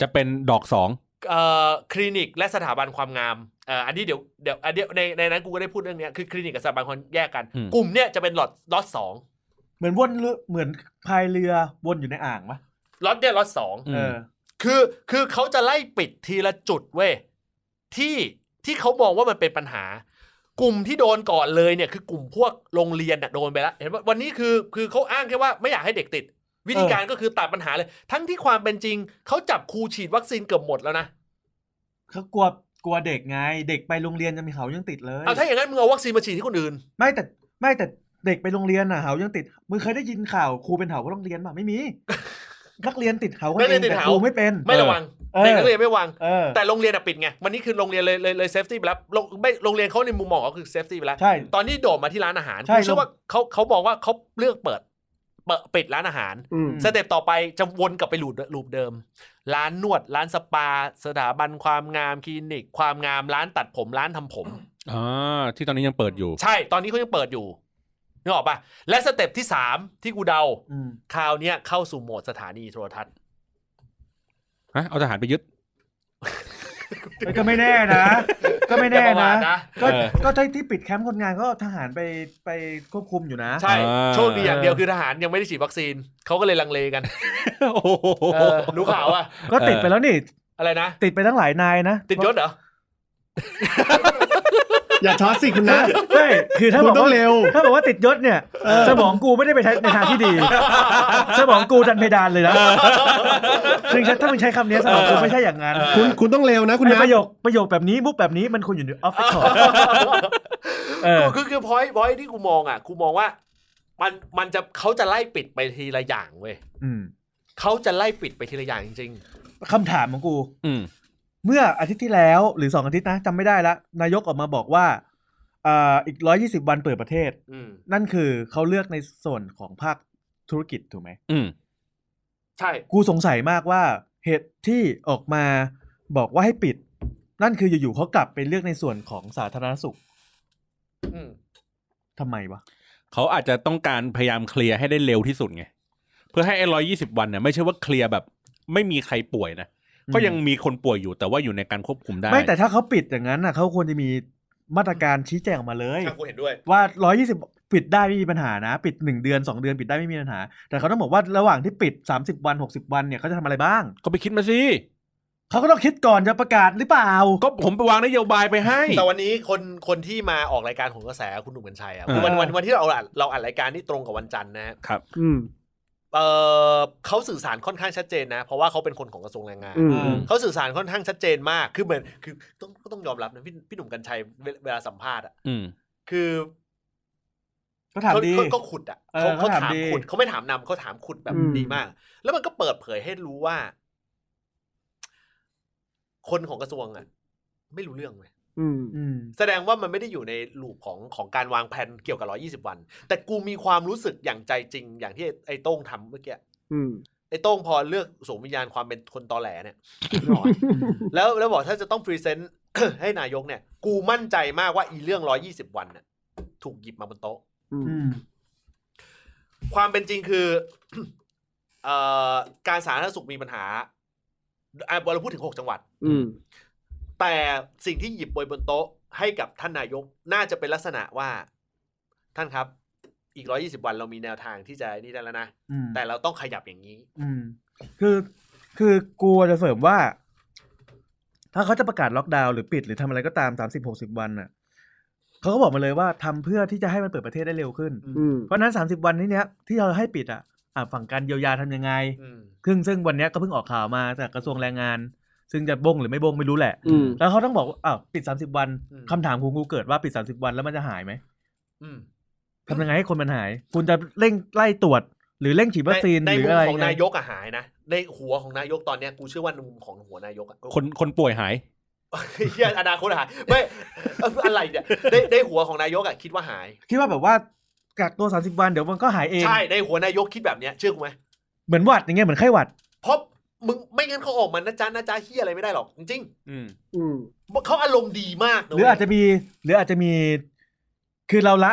จะเป็นดอกสอง
เอ่อคลินิกและสถาบันความงามเอ่ออันนี้เดี๋ยวเดี๋ยวอันเดียวในในนั้นกูก็ได้พูดเรื่องเนี้ยคือคลินิกกับสถาบันความแยกกัน
อืม
กลุ่มเนี้ยจะเป็นล็อตล็อตสอง
เหมือนวนเรือเหมือนพายเรือวนอยู่ในอ่างปะ
ล็อตเนี้ยล็อตสอง
เออ
คือคือเขาจะไล่ปิดทีละจุดเว้ยที่ที่เขามองว่ามันเป็นปัญหา กลุ่มที่โดนก่อนเลยเนี่ยคือกลุ่มพวกโรงเรียนน่ะโดนไปแล้วเห็นว่าวันนี้คือคือเขาอ้างแค่ว่าไม่อยากให้เด็กติด วิธีการก็คือตัดปัญหาเลย ทั้งที่ความเป็นจริงเขาจับครูฉีดวัคซีนเกือบหมดแล้วนะ
เขากลัวกลัวเด็กไง เด็กไปโรงเรียนยังมีเขายังติดเลย
เอาถ้าอย่างนั้นมึงเอาวัคซีนมาฉีดที่คนอื่น
ไม่แต่ไม่แต่เด็กไปโรงเรียนน่ะเขายังติดมึงเคยได้ยินข่าวครูเป็นเหาก็โรงเรียนป่ะไม่
*laughs*
มี นักเรียนติดเหากัน
นักเรี
เอย ง
นติด
แต่
เหา
ครูไม่เป็น
ไม่ระวัง
เออ
เด็กนักเรียนไม่ระวัง
เออ
แต่โรงเรียนอะปิดไงวันนี้คือโรงเรียนเลยเลยเลยเซฟตี้ไปแล้วโรงไม่โรงเรียนเขาในมุมมองของเขาคือเซฟตี้ไปแล้ว
ใช่
ตอนนี้โดดมาที่ร้านอาหาร
ใช่
ผมเชื่อว่าเขาเขาบอกว่าเขาเลือกเปิดเปิดปิดร้านอาหาร
อืม
สเต็ปต่อไปจะวนกลับไปลูดลูปเดิม ร้านนวด ร้านสปา สถาบันความงามคลินิก ความงามร้านตัดผมร้านทำผม
อ่าที่ตอนนี้ยังเปิดอยู่
ใช่ตอนนี้เขายังเปิดอยู่นึกออกปะและสเต็ปที่สามที่กูเดา
อืม
คราวเนี้ยเข้าสู่โหมดสถานีโทรทัศน์
ฮะ เอาทหารไปยึด
เอ้ยก็ไม่แน่
*laughs*
นะ ก็ไม่แน่
อย่าประ
นะ
มาทนะ
ก็
เออ
ก็ที่ที่ปิดแคมป์คนงานก็ทหารไปไปควบคุมอยู่นะ
ใช่
อ่า
โชคดีอย่างเดียวคือทหารยังไม่ได้ฉีดวัคซีนเขาก็เลยลังเลกัน
โอ้โห
เออรู้ข่าวอะ
ก็ติดไปแล้วนี่
อะไรนะ
ติดไปทั้งหลายนายนะ
ติดยศเหรอ
อย่าท้อสิคุณ
*laughs*
นะ
ใช่คือถ้า
คุณ
บอก
ต้อง
ว่า
เร็ว
ถ้าบอกว่าติดยศเนี่ย
เออ
สมองกูไม่ได้ไปในทาง
*laughs*
ที่ดี สมองกูดันเพดานเลยนะซึ่งถ้ามึงใช้คำนี้สมองกูไม่ใช่อย่างนั้น
คุณคุณต้องเร็วนะคุณ
ไอ้
นะ
ประโยคประโยคแบบนี้มุกแบบนี้มันควรอยู่ในออฟฟิศของเออ
คือคือพอยพอยที่กูมองอ่ะกูมองว่า มันมันจะเขาจะไล่ปิดไปทีละอย่างเว้ย
อืม
เขาจะไล่ปิดไปทีละอย่างจริง
คำถามของกู
อืม
เมื่ออาทิตย์ที่แล้วหรือสองอาทิตย์นะจำไม่ได้ละนายกออกมาบอกว่าอ่าอีกร้อยี่สิบวันเปิดประเทศ
ๆ อืม
นั่นคือเขาเลือกในส่วนของภาคธุรกิจถูกไหม
อืม
ใช่
กูสงสัยมากว่าเหตุที่ออกมาบอกว่าให้ปิด นั่นคืออยู่ๆเขากลับไปเลือกในส่วนของสาธารณสุข
อืม
ทำไมวะ
เขาอาจจะต้องการพยายามเคลียร์ให้ได้เร็วที่สุดไง เพื่อให้ไอ้ร้อยยี่สิบวันเนี่ยไม่ใช่ว่าเคลียร์แบบ ไม่มีใครป่วยนะ ก็ยังมีคนป่วยอยู่แต่ว่าอยู่ในการควบคุมได้
ไม่แต่ถ้าเขาปิดอย่างนั้นน่ะเขาควรจะมีมาตรการชี้แจงออกมาเลย
อ่ะกูเห็นด้วย
ว่า 120 ปิดได้ไม่มีปัญหานะ ปิด 1 เดือน 2 เดือนปิดได้ไม่มีปัญหา แต่เขาต้องบอกว่าระหว่างที่ปิด 30 วัน 60 วันเนี่ยเขาจะทำอะไรบ้าง
ก็ไปคิดมาสิ
เขาก็ต้องคิดก่อนจะประกาศหรือเปล่า
ก็ผมไปวางนโยบายไปให้
แต่วันนี้คนคนที่มาออกรายการของกระแสคุณหนุ่มกัญชัยอ่ะ
เออ
คือวันวันวันที่เราอัดเราอัดรายการนี่ตรงกับวันจันทร์นะฮะ
ครับ
อืม
เออเขาสื่อสารค่อนข้างชัดเจนนะ เพราะว่าเขาเป็นคนของกระทรวงแรงงาน
อืม
อืม
เขาสื่อสารค่อนข้างชัดเจนมาก คือเหมือนคือต้องก็ต้องยอมรับนะพี่พี่หนุ่มกัญชัยเวเวลาสัมภาษณ์อ่ะ
อืม
คือ
ก็ถามดี
เขาก็ขุดอ่ะ
เออ
เขาเขา
เขาถาม
ถาม
ดี
ขุดเขาไม่ถามนำเขาถามขุดแบบ
อืม
ดีมาก แล้วมันก็เปิดเผยให้รู้ว่า คนของกระทรวงอ่ะ ไม่รู้เรื่องเลย
อืม
อืม
แสดงว่ามันไม่ได้อยู่ในลูปของของการวางแผนเกี่ยวกับ 120 วัน แต่กูมีความรู้สึกอย่างใจจริง อย่างที่ไอ้ไอ้โต้งทำเมื่อกี้
อืม
ไอ้โต้งพอเลือกสวมวิญญาณความเป็นคนตอแหลเนี่ย แล้วแล้วบอกถ้าจะต้องพรีเซนต์ *coughs* ให้นายกเนี่ย กูมั่นใจมากว่าอีเรื่อง 120 วันน่ะถูกหยิบมาบนโต๊ะ
อืม
อืม
ความเป็นจริงคือ *coughs* เอ่อการสาธารณสุขมีปัญหาอ่ะเราพูดถึง 6 จังหวัด
อืม
แต่สิ่งที่หยิบไว้บนโต๊ะให้กับท่านนายกน่าจะเป็นลักษณะว่า ท่านครับ อีก 120 วันเรามีแนวทางที่จะนี่ได้แล้วนะ
อืม
แต่เราต้องขยับอย่างนี้
อืม คือคือกลัวจะเสริมว่า ถ้าเขาจะประกาศล็อกดาวน์หรือปิดหรือทำอะไรก็ตาม 30 60 วันน่ะเขาก็บอกมาเลยว่าทำเพื่อที่จะให้มันเปิดประเทศได้เร็วขึ้น
อืม
เพราะฉะนั้น 30 วันนี้เนี้ยที่เราให้ปิดอ่ะอ่ะฝั่งการเยียวยาทำยังไง
อืม
ซึ่งซึ่งวันเนี้ยก็เพิ่งออกข่าวมาจากกระทรวงแรงงาน ซึ่งจะบงหรือไม่บงไม่รู้แหละ
อืม
แล้วเขาต้องบอกว่าอ้าวปิด 30 วัน
อืม
คำถามของกูเกิดว่าปิด 30 วันแล้วมันจะหายไหม
อืม
ทำยังไงให้คนมันหาย คุณจะเร่งไล่ตรวจ หรือเร่งฉีดวัคซีน
ใน
หรื
มุม
ออะไร
ของ
ไง
นายกอะหายนะ ในหัวของนายกตอนเนี้ยกูเชื่อว่าในมุมของหัวนายกอะ
คนคนป่วยหาย
เหี้ย *laughs* อนาคตหายไม่เอ้ยอะไรเนี่ยในในหัวของนายกอะคิดว่าหาย
คิดว่าแบบว่า กักตัวสามสิบวันเดี๋ยวมันก็หายเอง
ใช่ในหัวนายกคิดแบบเนี้ยเชื่อกูไหม
เหมือนหวัดอย่างเงี้ยเหมือนไข้หวัด
เพราะมึงไม่งั้นเขาออกมานะจ๊ะนะจ๊ะเฮียอะไรไม่ได้หรอกจริง
อืม
อืม
ๆเขาอารมณ์ดีมากน
หรืออาจจะมี หรืออาจจะมี คือเราละ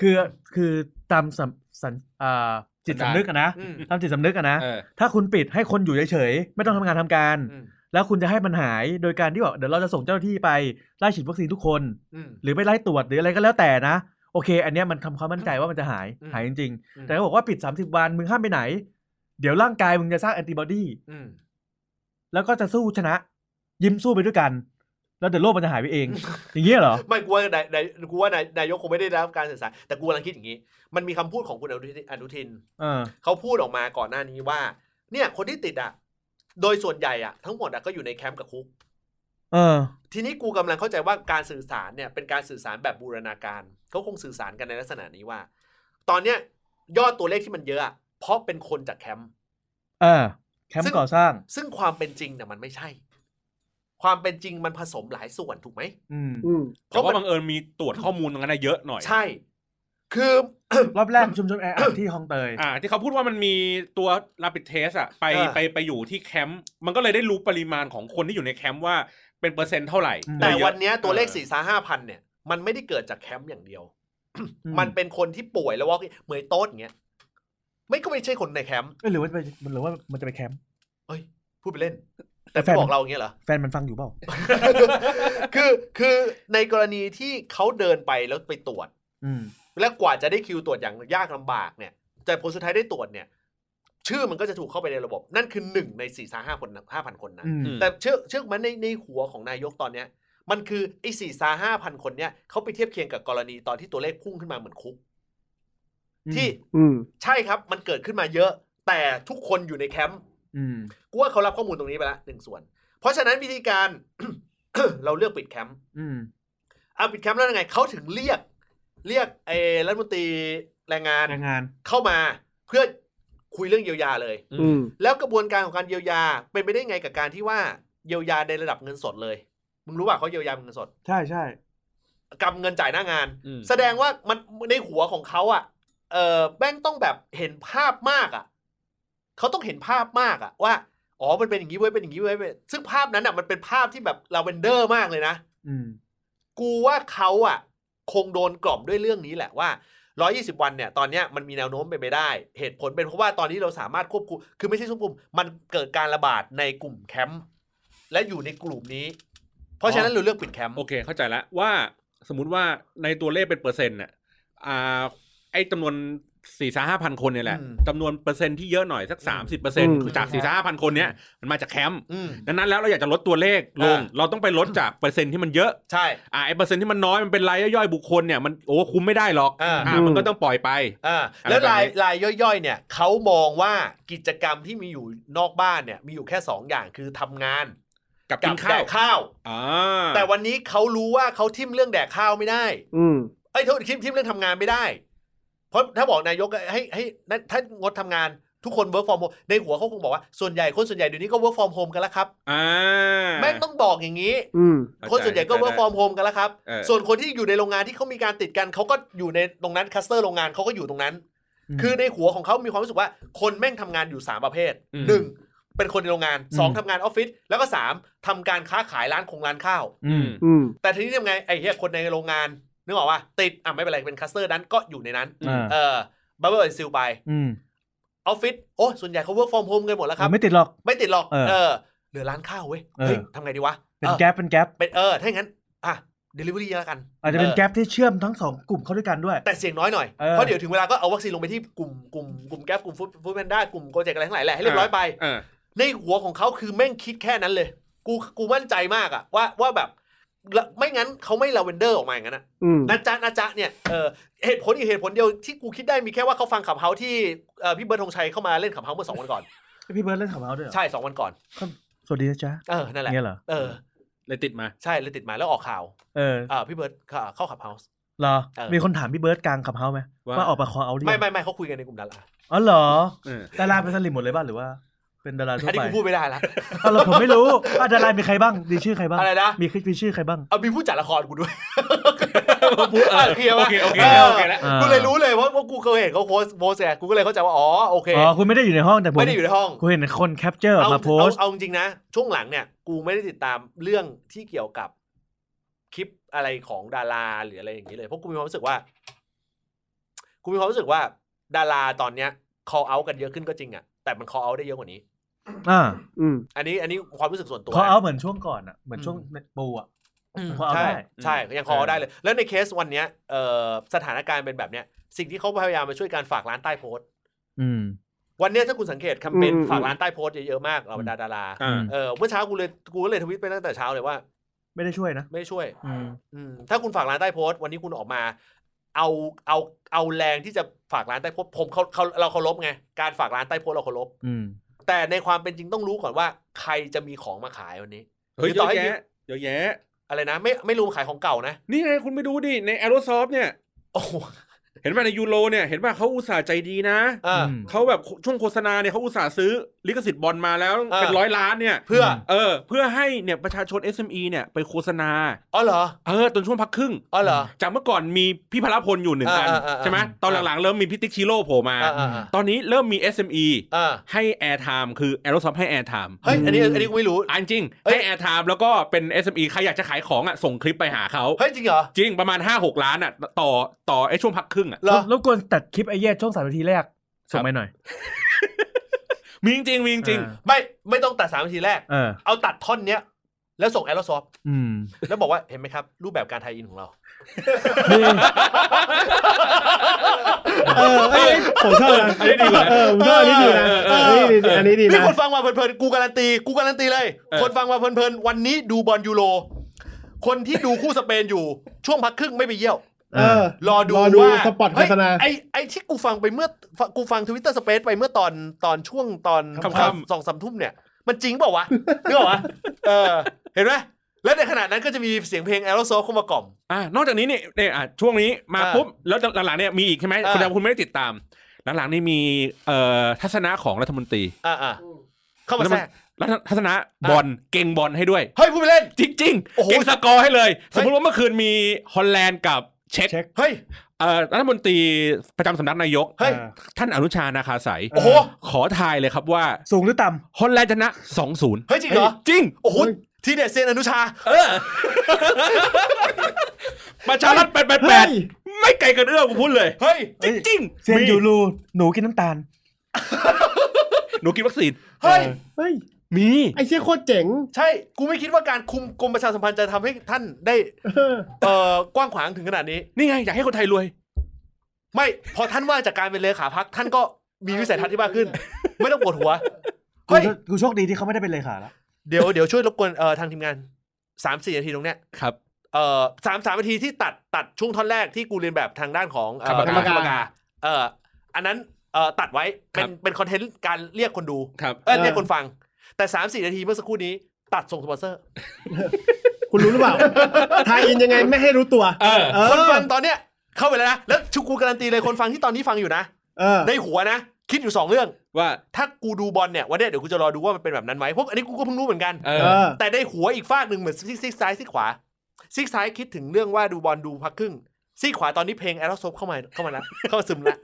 คือคือตามสัมสัญอ่าจิตสำนึกอะนะ
อืม
ตามจิตสำนึกอะนะ
เออ
ถ้าคุณปิดให้คนอยู่เฉยๆ ไม่ต้องทำงานทำการ
อืม
แล้วคุณจะให้มันหายโดยการที่แบบเดี๋ยวเราจะส่งเจ้าหน้าที่ไปไล่ฉีดวัคซีนทุกคน
อืม
หรือไปไล่ตรวจหรืออะไรก็แล้วแต่นะ โอเค อันเนี้ยมันทำความมั่นใจว่ามันจะหาย
อืม
หายจริง
อืม
ๆ แต่ก็บอกว่าปิด 30 วันมึงห้ามไปไหน เดี๋ยวร่างกายมึงจะสร้างแอนติบอดี
อืม
แล้วก็จะสู้ชนะ ยิ้มสู้ไปด้วยกัน แล้วเดี๋ยวโรคมันจะหายไปเอง *laughs* อย่างเงี้ยเหรอ
ไม่กูว่านายนายกูว่านายนายกคงไม่ได้รับการสื่อสารแต่กูกำลังคิดอย่างนี้ มันมีคำพูดของคุณอนุทินอนุทิน
เออ
เขาพูดออกมาก่อนหน้านี้ว่า เนี่ยคนที่ติดอ่ะ โดยส่วนใหญ่อ่ะทั้งหมดอ่ะก็อยู่ในแคมป์กับคุก
เออ
ทีนี้กูกำลังเข้าใจว่าการสื่อสารเนี่ยเป็นการสื่อสารแบบบูรณาการเขาคงสื่อสารกันในลักษณะนี้ว่า ตอนเนี้ยยอดตัวเลขที่มันเยอะอะเพราะเป็นคนจากแคมป์
เออ แคม
ซึ่
ป์
ง
ก่อสร้าง
ซึ่งความเป็นจริงเนี่ยมันไม่ใช่ ความเป็นจริงมันผสมหลายส่วนถูกไหม
อืม
อืม
เพราะว่าบังเอิญมีตรวจข้อมูลตรงนั้นนะเยอะหน่อย
ใช่ คือ
รอบแรกชุมชนแอ *coughs* อัดที่ฮองเตย
อ่า ที่เขาพูดว่ามันมีตัว rapid test อ่ะไป
เออ
ไปไปอยู่ที่แคมป์มันก็เลยได้รู้ปริมาณของคนที่อยู่ในแคมป์ว่าเป็นเปอร์เซ็นต์เท่าไหร่
อืม
แต่
ได้ยอะ
วันเนี้ยตัวเลข
ออ
สี่สาห้าพันเนี่ย มันไม่ได้เกิดจากแคมป์อย่างเดียว
อืม
มันเป็นคนที่ป่วยแล้ววอล์กเหมยโต๊ดอย่างเงี้ยไม่ก็ไม่ใช่คนในแคมป์
เอ้ยหรือว่าจะไปหรือว่ามันจะไปแคมป์
เฮ้ย พูดไปเล่น แต่
แฟน
บอกเราอย่างเงี้ยเหรอ
แฟนมันฟังอยู่เปล่า
คือคือในกรณีที่เขาเดินไปแล้วไปตรวจ
อืม
และกว่าจะได้คิวตรวจอย่างยากลำบากเนี่ยแต่ผลสุดท้ายได้ตรวจเนี่ย ชื่อมันก็จะถูกเข้าไปในระบบ นั่นคือหนึ่งในสี่สาห้าคนห้าพันคนนะ
อืม
อืม
แต่เชื่อเชื่อมันในในหัวของนายกตอนเนี้ย มันคือไอ้สี่ซาห้าพันคนเนี้ยเขาไปเทียบเคียงกับกรณีตอนที่ตัวเลขพุ่งขึ้นมาเหมือนคุก ที่
อืม
ใช่ครับมันเกิดขึ้นมาเยอะ แต่ทุกคนอยู่ในแคมป์
อืม
กูว่าเขารับข้อมูลตรงนี้ไปละหนึ่งส่วน เพราะฉะนั้นวิธีการ *coughs* เราเลือกปิดแคมป์
อืม
เอาปิดแคมป์แล้วยังไงเขาถึงเรียก เรียกไอ้รัฐมนตรีแรงงาน
แรงงาน
เข้ามาเพื่อคุยเรื่องเยียวยาเลย
อืม
แล้วกระบวนการของการเยียวยาเป็นไปได้ไงกับการที่ว่าเยียวยาในระดับเงินสดเลย มึงรู้ป่ะเขาเยียวยาเป็นเงินสด
ใช่ใช่
กำเงินจ่ายหน้างาน
อืม
แสดงว่ามันในหัวของเขาอ่ะ เออแม่งต้องแบบเห็นภาพมากอ่ะเขาต้องเห็นภาพมากอ่ะ ว่าอ๋อมันเป็นอย่างนี้เว้ยเป็นอย่างนี้เว้ยเว้ยซึ่งภาพนั้นอ่ะมันเป็นภาพที่แบบลาเวนเดอร์มากเลยนะ
อืม
กูว่าเขาอ่ะ คงโดนกล่อมด้วยเรื่องนี้แหละว่า 120 วันเนี่ย ตอนเนี้ยมันมีแนวโน้มเป็นไปได้ เหตุผลเป็นเพราะว่าตอนนี้เราสามารถควบคุม คือไม่ใช่ทุกกลุ่ม มันเกิดการระบาดในกลุ่มแคมป์และอยู่ในกลุ่มนี้ เพราะฉะนั้นเราเลือกปิดแคมป์
โอเค เข้าใจแล้วว่าสมมุติว่าในตัวเลขเป็นเปอร์เซ็นต์น่ะอ่าไอ้จำนวนสี่สาห้าพันคนเนี่ยแหละจำนวนเปอร์เซ็นต์ที่เยอะหน่อยสักสามสิบเปอร์เซ็นต์จากสี่สาห้าพันคนเนี้ยมันมาจากแคมป์
อืม
ดังนั้นแล้วเราอยากจะลดตัวเลขลง
อ่า
เราต้องไปลดจากเปอร์เซ็นต์ที่มันเยอะ
ใช่
อ่าไอ้เปอร์เซ็นต์ที่มันน้อยมันเป็นรายย่อยๆบุคคลเนี่ยมันโอ้คุมไม่ได้หรอก
อ่า
อ่ามันก็ต้องปล่อยไป
อ่า
อะไร
แล้ว
แบบนี้
รายรายย่อยๆ เนี่ย เขามองว่ากิจกรรมที่มีอยู่นอกบ้านเนี่ย มีอยู่แค่ 2 อย่างคือทำงาน
กับ
กั
กิน
แด
ข้าว
กข้าว
อ่า
แต่วันนี้เขารู้ว่าเขาทิมเรื่องแดกข้าวไม่ได้
อืม
ไอ้ยโทษทีมทีมเรื่องทำงานไม่ได้ เพราะถ้าบอกนายกให้ให้นั่นถ้างดทำงานทุกคน work from home ในหัวเขาคงบอกว่าส่วนใหญ่คนส่วนใหญ่เดี๋ยวนี้ก็ work from home กันแล้วครับ
อ่า
แม่งต้องบอกอย่างนี้
อืม
คนส่วนใหญ่ก็ work from home กันแล้วครับ
เออ
ส่วนคนที่อยู่ในโรงงานที่เขามีการติดกันเขาก็อยู่ในตรงนั้นคัสเตอร์โรงงานเขาก็อยู่ตรงนั้น
อืม
คือในหัวของเขามีความรู้สึกว่าคนแม่งทำงานอยู่สามประเภท
อืม
หนึ่งเป็นคนในโรงงานสอง
อืม
ทำงานออฟฟิศแล้วก็สามทำการค้าขายร้านคงร้านข้าว
อืม
อืม
แต่ทีนี้ทำไงไอ้เหี้ยคนในโรงงานนึกออกว่าติดอ่ะไม่เป็นไรเป็นคัสเตอร์นั้นก็อยู่ในนั้น
อ่า
เออบับเบิลซิลไป
อืม
ออฟฟิศโอ้ส่วนใหญ่เขา work from home กันหมดแล้วครับ
ไม่ติดหรอก
ไม่ติดหรอก
เออ
เออเหลือร้านข้าวเว้ย
เออ
เฮ้ยทำไงดีวะ
เป็น
ออ
แก๊ปเป็นแก๊ป
เป็นเออถ้าอย่างนั้นอ่ะ delivery แล้วกัน
อาจจะเป็น
ออ
แก๊ปที่เชื่อมทั้งสองกลุ่มเข้าด้วยกันด้วย
แต่เสียงน้อยหน่อย
เออ
เพราะเดี๋ยวถึงเวลาก็เอาวัคซีนลงไปที่กลุ่มกลุ่มกลุ่มแก๊ปกลุ่มฟู้ดฟู้ดแพนด้ากลุ่มโกเจกอะไรทั้งหลายแหละให้เรียบร้อยไป
เออ
ในหัวของเขาคือแม่งคิดแค่นั้นเลย กูกูมั่นใจมากอะว่าว่าแบบละไม่งั้นเขาไม่ลาเวนเดอร์ออกมาอย่างนั้นอะ
อืม
นะจ๊ะนะจ๊ะเนี่ยเออเหตุผลอีกเหตุผลเดียวที่กูคิดได้มีแค่ว่าเขาฟังขับเฮาที่เอ่อพี่เบิร์ดธงชัยเข้ามาเล่นขับเฮาเมื่อสองวันก่อน
พี่เบิร์ดเล่นขับเขาด้วยเหรอ
ใช่สองวันก่อน
สวัสดีนะจ๊ะ
เออ นั่นแหละ
เงี้ยเหรอ
เออ
เลยติดมา
ใช่เลยติดหมายแล้วออกข่าว
เออ
อ่าพี่เบิร์ดเข้าเข้าขับเฮาส์
เหรอ
เออ
มีคนถามพี่เบิร์ดกลางขับเขาไหม
ว่า
ว่าออกมาคอเอาดิ
ไม่ไม่ไม่เขาคุยกันในกลุ่มดารา
อ๋อเหรอ
เออ
ดาราเป็นสลิมหมดเลยบ้างหรือว่า เป็นดาราทั่ว
อันนี้
ไป
กูพูดไม่ได้ละ
อ๋อเหรอผมไม่รู้อ่ะดารามีใครบ้างมีชื่อใครบ้าง
อะไรนะ
มีคลิปมีชื่อใครบ้าง
เอามีผู้จัดละครกูด้วย
พูดเออ
เคลียร์
โอ
ปะ
เคโอเคแล้วโอเคแล้ว
อ่า
กูเลยรู้เลยว่าว่ากูเคยเห็นเขาโพสต์โพสต์ไงกูก็เลยเข้าใจว่าอ๋อโอเค
อ๋อคุณไม่ได้อยู่ในห้องแต่ผม
ไม่ได้อยู่ในห้อง
คุณเห็นคนแคปเจอร์ออกมาโพสต์
เอาจริงๆนะ ช่วงหลังเนี่ย กูไม่ได้ติดตามเรื่องที่เกี่ยวกับคลิปอะไรของดาราหรืออะไรอย่างนี้เลย เพราะกูมีความรู้สึกว่า กูมีความรู้สึกว่า ดาราตอนเนี้ย call out กันเยอะขึ้นก็จริงอะแต่มัน call out ได้เยอะกว่านี้
อ่า
อืม
อันนี้อันนี้ความรู้สึกส่วนตัว
เขาเอา
นะ
เหมือนช่วงก่อนอ่ะเหมือนช่วงปูอ่ะ
อืม
call out
ใช่
ได้
ใช่ยัง call out
เออ
ได้เลย แล้วในเคสวันเนี้ยเอ่อสถานการณ์เป็นแบบเนี้ย สิ่งที่เขาพยายามมาช่วยการฝากร้านใต้โพสต์
อืม
วันเนี้ยถ้าคุณสังเกตแคมเปญ
อืม
ฝากร้านใต้โพสต์เยอะๆมากเราบรรดาดารา
อ่า
เออเมื่อเช้ากูเลยกูก็เลยทวิตไปตั้งแต่เช้าเลยว่า
ไม่ได้ช่วยนะ
ไม่ช่วย
อืม
อืมถ้าคุณฝากร้านใต้โพสต์วันนี้คุณออกมา เอาเอาเอาแรงที่จะฝากร้านใต้โพสต์ผมเขาเขาเราเคารพไงการฝากร้านใต้โพสต์เราเคารพ
อืม
แต่ในความเป็นจริงต้องรู้ก่อนว่า ใครจะมีของมาขายวันนี้
เฮ้ย
หรื
เย
ต่อ
อะ
ให้มี
แยะเยอะแยะ
อะไรนะ ไม่ไม่รู้ขายของเก่านะ *laughs*
นี่ไงคุณไปดูดิในแอโรซอฟเนี่ย
โอ้โห
เห็นป่ะในยูโรเนี่ยเห็นป่ะเขาอุตส่าห์ใจดีนะ
เอออ
ม
เขาแบบช่วงโฆษณาเนี่ยเขาอุตส่าห์ซื้อลิขสิทธิ์บอลมาแล้ว
อ่า
เป็นร้อยล้านเนี่ย
เพื่อ
เออ เพื่อให้เนี่ยประชาชน SME เนี่ยไปโฆษณา
อ๋อเหรอ
เออตอนช่วงพักครึ่ง
อ๋อเหรอ
จากเมื่อก่อนมีพี่พลพลอยู่หนึ่ง
อ่า
อัน
อ่าอ่า
ใช่ไหม
อ่า
ตอนหลังๆ เริ่มมีพิติกชิโร่โผล่มา
อ่าอ่าอ่า
ตอนนี้เริ่มมี SME
อ่า
ให้ Airtime คือ a e r o s o f ให้ Airtime
เฮ้ยอันนี้อันนี้กูไม่รู้
อันจริง
เอ้ย
ให้ Airtime แล้วก็เป็น SME ใครอยากจะขายของอ่ะส่งคลิปไปหาเขา
เฮ้ยจริงเหรอ
จริงประมาณ 5-6 ล้านอ่ะ ต่อต่อไอ้ช่วงพักครึ่งอ่ะ
เหรอ
รบกวนตัดคลิปไอ้แย่ช่วงสามนาทีแรกส่งไปหน่อย
มีจริงมีจริง
อ่า
ไม่ไม่ต้องตัดสามนาทีแรก
เออ
เอาตัดท่อนเนี้ยแล้วส่งแอร์ซอฟ
อืม
แล้วบอกว่าเห็นไหมครับ รูปแบบการไทยอินของเรา *laughs*
นี่
เออเอ้ยผมชอบนะ
อันนี้ดีกว่า
เออผมชอบอันนี้ดีนะ
เออเออเออ
เอออันนี้ดีอันนี้ดี
นี่
นะ
คนฟังมาเพลินๆ กูการันตี กูการันตีเลย
เออ
คนฟังมาเพลินๆ วันนี้ดูบอลยูโร คนที่ดูคู่สเปนอยู่ ช่วงพักครึ่งไม่ไปเยี่ยว
เออ
รอดู
รอดู
ว่า
สปอตโฆษณา
เฮ้ยไอ้ไอ้ที่กูฟังไปเมื่อ กูฟังทวิตเตอร์สเปซไปเมื่อตอนตอนช่วงตอน
ค่ำๆ
สองสามทุ่มเนี่ย มันจริงเปล่าวะเรื่องวะเออ เห็นไหมแล้วในขณะนั้นก็จะมีเสียงเพลงแอโรโซเข้ามากล่อม
อ่ะนอกจากนี้เนี่ยเนี่ยอ่ะช่วงนี้มา
อ่า
ปุ๊บ แล้วหลังๆเนี่ยมีอีกใช่ไหม
อ่า
คุณดาวคุณไม่ได้ติดตาม หลังๆนี่มีเอ่อทัศนะของรัฐมนตรี
อ่าอ่าเข้ามาแทรก
รัฐทัศนะบอลเก่งบอลให้ด้วย
เฮ้ยพูดไปเล่น
จริง
โอ้
ๆ
โห
เก่งสกอร์ให้เลย สมมติว่าเมื่อคืนมีฮอลแลนด์กับเช็ก
เช็ค
เฮ้ย
เอ่อรัฐมนตรีประจำสำนักนายก
เฮ้ย
ท่านอนุชานาคาสาย
โอ้โห
ขอทายเลยครับว่า
สูงหรือต่
ฮอลแลนด์ชนะ2-0
เฮ้ยจริงเหรอ
จริง
โอ้โห ทีเด็ดเซยนอนุชา
เออ ประชารัฐแปดแปดแป
เฮ้
ด
ย
ไม่ไกลเกันเอื้อมกูพูดเลย
เฮ้ย
จริงจริง
ำเซียนยูรูหนูกินน้ำตาล
หนูกินวัคซีน
เฮ้ย
เฮ้ย
มี
ไอ้เชี่ยโคตรเจ๋ง
ใช่ กูไม่คิดว่าการคุมกรมประชาสัมพันธ์จะทำให้ท่านได้
เออ
เอ่อกว้างขวางถึงขนาดนี้
นี่ไง อยากให้คนไทยรวย
ไม่ พอท่านว่างจากการเป็นเลขาพัก ท่านก็มีวิสัยทัศน์ที่มากขึ้น ไม่ต้องปวดหัว
กู
เฮ้ย
โชคกูโชคดีที่เขาไม่ได้เป็นเลขาแล้ว
เดี๋ยวเดี๋ยวช่วยรบกวนเอ่อทางทีมงานสามสี่นาทีตรงเนี้ย
ครับ
เอ่อสามสามนาทีที่ตัดตัดช่วงท่อนแรกที่กูเรียนแบบทางด้านของเอ่อก
รรมการ
เอ่ออันนั้นเอ่อตัดไว้เป็นเป็นคอนเทนต์การเรียกคนดู
ครับ
เออเรียกคนฟัง แต่สามสี่นาทีเมื่อสักครู่นี้ ตัดส่งสปอนเซอร์
คุณรู้หรือเปล่า ไทยอินยังไงไม่ให้รู้ตัว
เออ
เอ
คน
อ
ฟังตอนเนี้ยเข้าไปแล้วนะ แล้วชูกูการันตีเลยคนฟังที่ตอนนี้ฟังอยู่นะ
เออ
*laughs* ในหัวนะ คิดอยู่สองเรื่อง
ว่า
ถ้ากูดูบอลเนี่ยวันเนี้ยเดี๋ยวกูจะรอดูว่ามันเป็นแบบนั้นไหมเพราะอันนี้กูก็เพิ่งรู้เหมือนกัน
เอ
เอ
อ
อ
แต่ในหัวอีกฝากหนึ่งเหมือนซีกซ้ายซีกขวาซีกซ้ายคิดถึงเรื่องว่าดูบอลดูพักครึ่งซีกขวาตอนนี้เพลงแอร์โซฟเข้ามาเข้ามาแล้วเข้ามาซึม *laughs* แล้ว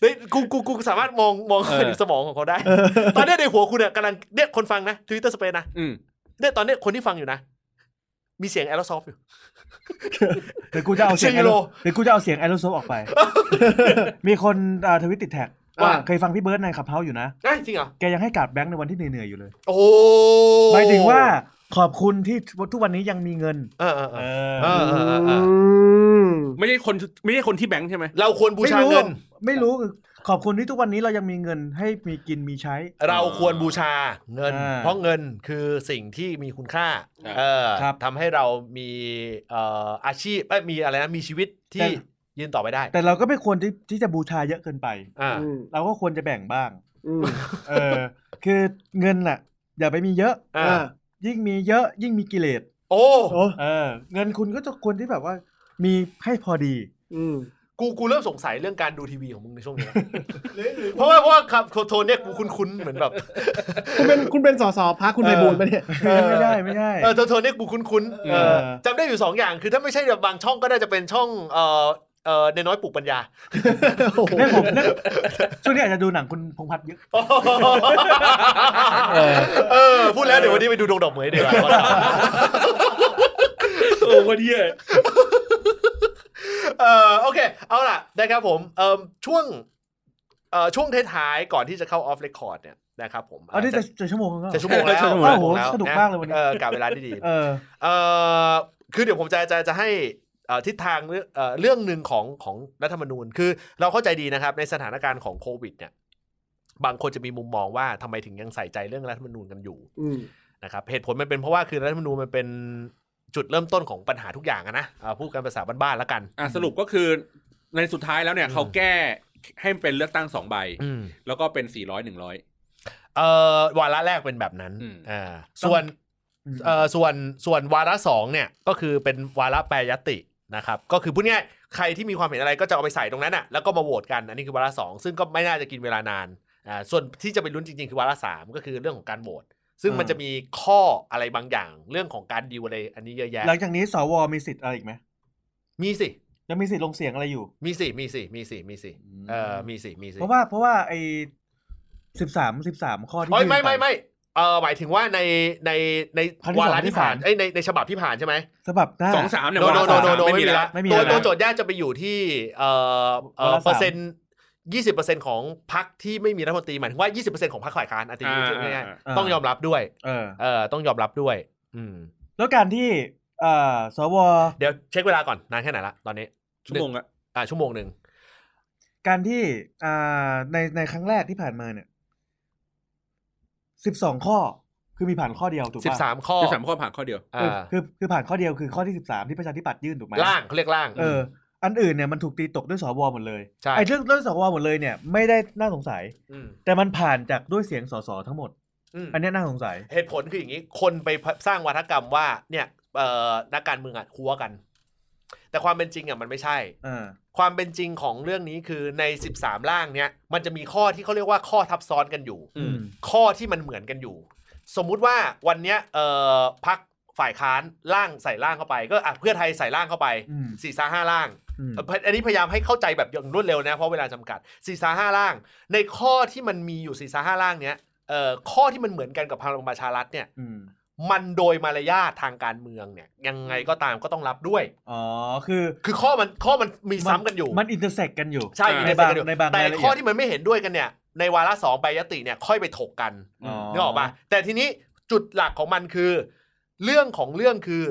เฮ้ยกูกูกูสามารถมองมองเข้าไปถึงสมองของเขาได้ ตอนเนี้ยในหัวคุณเนี่ยกำลังเนี่ยคนฟังนะทวิตเตอร์สเปนนะ
อืม
เนี่ยตอนเนี้ยคนที่ฟังอยู่นะ มีเสียงแอร์โซฟอยู่
เดี๋ยวกูจะเอาเสียง
เซียนยูโร
เดี๋ยวกูจะเอาเสียงไอรอนโซออก
*laughs*
ไป มีคนอ่าทวิตติดแท็ก
ว่า
เคยฟังพี่เบิร์ดในขับเฮาอยู่นะ
เอ้ยจริงเหรอ
แกยังให้กราดแบงค์ในวันที่เหนื่อยๆอยู่เลย
โอ้
หมายถึงว่าขอบคุณที่ทุกวันนี้ยังมีเงิน
เออเออเอ
เอ
อเอ
อ
อเออเออ
ม
ไม่ใช่คนไม่ใช่คนที่แบงค์ใช่ไหม
เราควรบูชาเงิน
ไม่รู้คือขอบคุณที่ทุกวันนี้เรายังมีเงินให้มีกินมีใช้
เราควรบูชาเงิน
อ่า
เพราะเงินคือสิ่งที่มีคุณค่า
ครับ
เออ
ครับ
ทำให้เรามีเอ่ออาชีพเอ้ยมีอะไรนะมีชีวิตที่ยืนต่อไปได้
แต่เราก็ไม่ควรที่ที่จะบูชาเยอะเกินไป
อ่า
อืม
เราก็ควรจะแบ่งบ้าง
อืม
เอ *laughs* อ คือเงินน่ะ อย่าไปมีเยอะ
อ่า
อ่า
ยิ่งมีเยอะยิ่งมีกิเลส
โอ้
โอ้
เออ เงินคุณก็จะควรที่แบบว่า มีให้พอดี
อืม
กูกูเริ่มสงสัยเรื่องการดูทีวีของมึงในช่วงนี้นะเพราะว่าเพราะว่าครับโทนเนี่ยกูคุ้นๆเหมือนแบบ
คุณเป็นคุณเป็นสสพักคุณไปบูลย์ปะเนี่ย
ไม่ได้ไม่ได้
เออโทนเนี่ยกูคุ้นๆเออ
เออ
จำได้อยู่สองอย่างคือถ้าไม่ใช่แบบบางช่องก็น่าจะเป็นช่องเออเออในน้อยปลูกปัญญา
เนี่ยผมเนี่ยช่วงนี้อาจจะดูหนังคุณพงษ์พัฒน์เยอะ
เออเออพูดแล้วเดี๋ยววันนี้ไปดูดวงดอกเหมยดีกว่า
โอ้คนเหี้ย
เออโอเค เอาล่ะนะครับผมเออช่วงเออช่วงท้ายๆก่อนที่จะเข้าออฟเรคคอร์ดเนี่ยนะครับผม
อันนี้จะจะชั่วโมงแล้วก็
จะชั่วโมงแล้ว
*laughs* จะชั่วโมงแล้วโอ้โห
จะชั่ว
สนุ
โง
ก
แว
มากเลยวันนี้
เออกะเวลาที่ดี
เออ
เออคือเดี๋ยวผมจะจะจะให้เอ่อทิศทางเรื่องเอ่อเรื่องหนึ่งของของรัฐธรรมนูญ คือเราเข้าใจดีนะครับในสถานการณ์ของโควิดเนี่ยบางคนจะมีมุมมองว่าทำไมถึงยังใส่ใจเรื่องรัฐธรรมนูญกันอยู่
อืม
นะครับเหตุผลมันเป็นเพราะว่าคือรัฐธรรมนูญมันเป็นจุดเริ่มต้นของปัญหาทุกอย่างอะนะอ่าพูดกันภาษาบ้านๆแล้วกัน
อ่ะสรุปก็คือในสุดท้ายแล้วเนี่ยเขาแก้ให้มันเป็นเลือกตั้งสองใบ
อืม
แล้วก็เป็นสี่ร้อยหนึ่งร้อย
เออวาระแรกเป็นแบบนั้น
อืม
อ่าส่วน
อืม
เออส่วนส่วนวาระสองเนี่ยก็คือเป็นวาระแปรยตินะครับ ก็คือพูดง่ายๆใครที่มีความเห็นอะไรก็จะเอาไปใส่ตรงนั้นอ่ะแล้วก็มาโหวตกันอันนี้คือวาระสองซึ่งก็ไม่น่าจะกินเวลานานอ่าส่วนที่จะไปลุ้นจริงๆ คือวาระสามก็คือเรื่องของการโหวตซึ่งมันจะมีข้ออะไรบางอย่างเรื่องของการดีลอะไรอันนี้เยอะแยะ
หลังจากนี้สวมีสิทธิ์อะไรอีกไหม
มีสิ
ยังมีสิทธิ์ลงเสียงอะไรอยู่
มีสิมีสิมีสิมีสิ
อืม
เออมีสิมีสิ
เพราะว่าเพราะว่าไอ้สิบสามสิบสามข้อที่
โอ้ย
ยื่น
ไม่ไม่
ป
ไม่เออหมายถึงว่าในในใน
ครั้งที่
วา
สอ
ระ
งที่
ที่ผ่าน
สาม
เอ้ยในในฉบับที่ผ่านใช่ไหม
ฉบับหน้า
สองสามเนี่ย
โน
วัน
โน
ละ
โน
สาม
โนโน
ไม่
ไม่
มี
มี
แล้
แล้ว ว
ไม่มี
ตัว
แล้ว
ตัวโจทย์ยากจะไปอยู่ที่เออเอ
วา
อ
ระสาม
เปอร์เซ็นต์ยี่สิบเปอร์เซ็นต์ของพรรคที่ไม่มีรัฐมนตรีหมายถึงว่ายี่สิบเปอร์เซ็นต์ของพรรคฝ่ายค้านอาทิตย์นี้
อ่า
ง่าย
อ่า
ๆต้องยอมรับด้วย
เออ
เออต้องยอมรับด้วย อืม
แล้วการที่เอ่อสว
เดี๋ยวเช็คเวลาก่อนนานแค่ไหนละตอนนี้
ชั่วโมงอะ
อ่าชั่วโมงหนึ่ง
การที่อ่าในในครั้งแรกที่ผ่านมาเนี่ยสิบสองข้อคือมีผ่านข้อเดียวถูก
สิบ
ปะ
สามข้อ
จะสามข้อผ่านข้อเดียว
อ่า
คือคือผ่านข้อเดียวคือข้อที่สิบสามที่ประชาธิปัตย์ยื่นถูกไหม
ล่างเขาเรียกล่าง
เออ อันอื่นเนี่ยมันถูกตีตกด้วยสวหมดเลย
ใช่
ไอ้เรื่องเรื่องสวหมดเลยเนี่ยไม่ได้น่าสงสัย
ม
แต่มันผ่านจากด้วยเสียงสสทั้งหมด
อืม
อันเนี้ยน่าสงสัย
เหตุผลคืออย่างนี้ คนไปสร้างวัฒกรรมว่าเนี่ยเอ่อนักการเมืองอ่ะคัวกัน แต่ความเป็นจริงอ่ะมันไม่ใช่
เออ
ความเป็นจริงของเรื่องนี้คือใน 13 ร่างเนี่ย มันจะมีข้อที่เขาเรียกว่าข้อทับซ้อนกันอยู่
อืม
ข้อที่มันเหมือนกันอยู่ สมมุติว่าวันเนี้ยเอ่อพักฝ่ายค้านร่างใส่ร่างเข้าไป ก็อ่ะเพื่อไทยใส่ร่างเข้าไป
อืม
สี่สาห้าร่าง
อืม
เอ่ออันนี้พยายามให้เข้าใจแบบอย่างรวดเร็วนะเพราะเวลาจำกัดสี่สาห้าล่าง ในข้อที่มันมีอยู่สี่สาห้าล่างเนี้ยเอ่อข้อที่มันเหมือนกันกับพลังประชารัฐเนี่ย
อืม
มันโดยมารยาททางการเมืองเนี่ย ยังไงก็ตามก็ต้องรับด้วย
อ๋อ คือ
คือข้อมันข้อมันมีซ้ำกันอยู่
มันอินเตอร์เซ็กกันอยู่
ใช่
อ่า
ในบาง
ในบาง
แต่
รายละเอียด
ข้อที่มันไม่เห็นด้วยกันเนี่ย ในวาระสองไปยติเนี่ยค่อยไปถกกันนึกออกปะแต่ทีนี้จุดหลักของมันคือ เรื่องของเรื่องคือ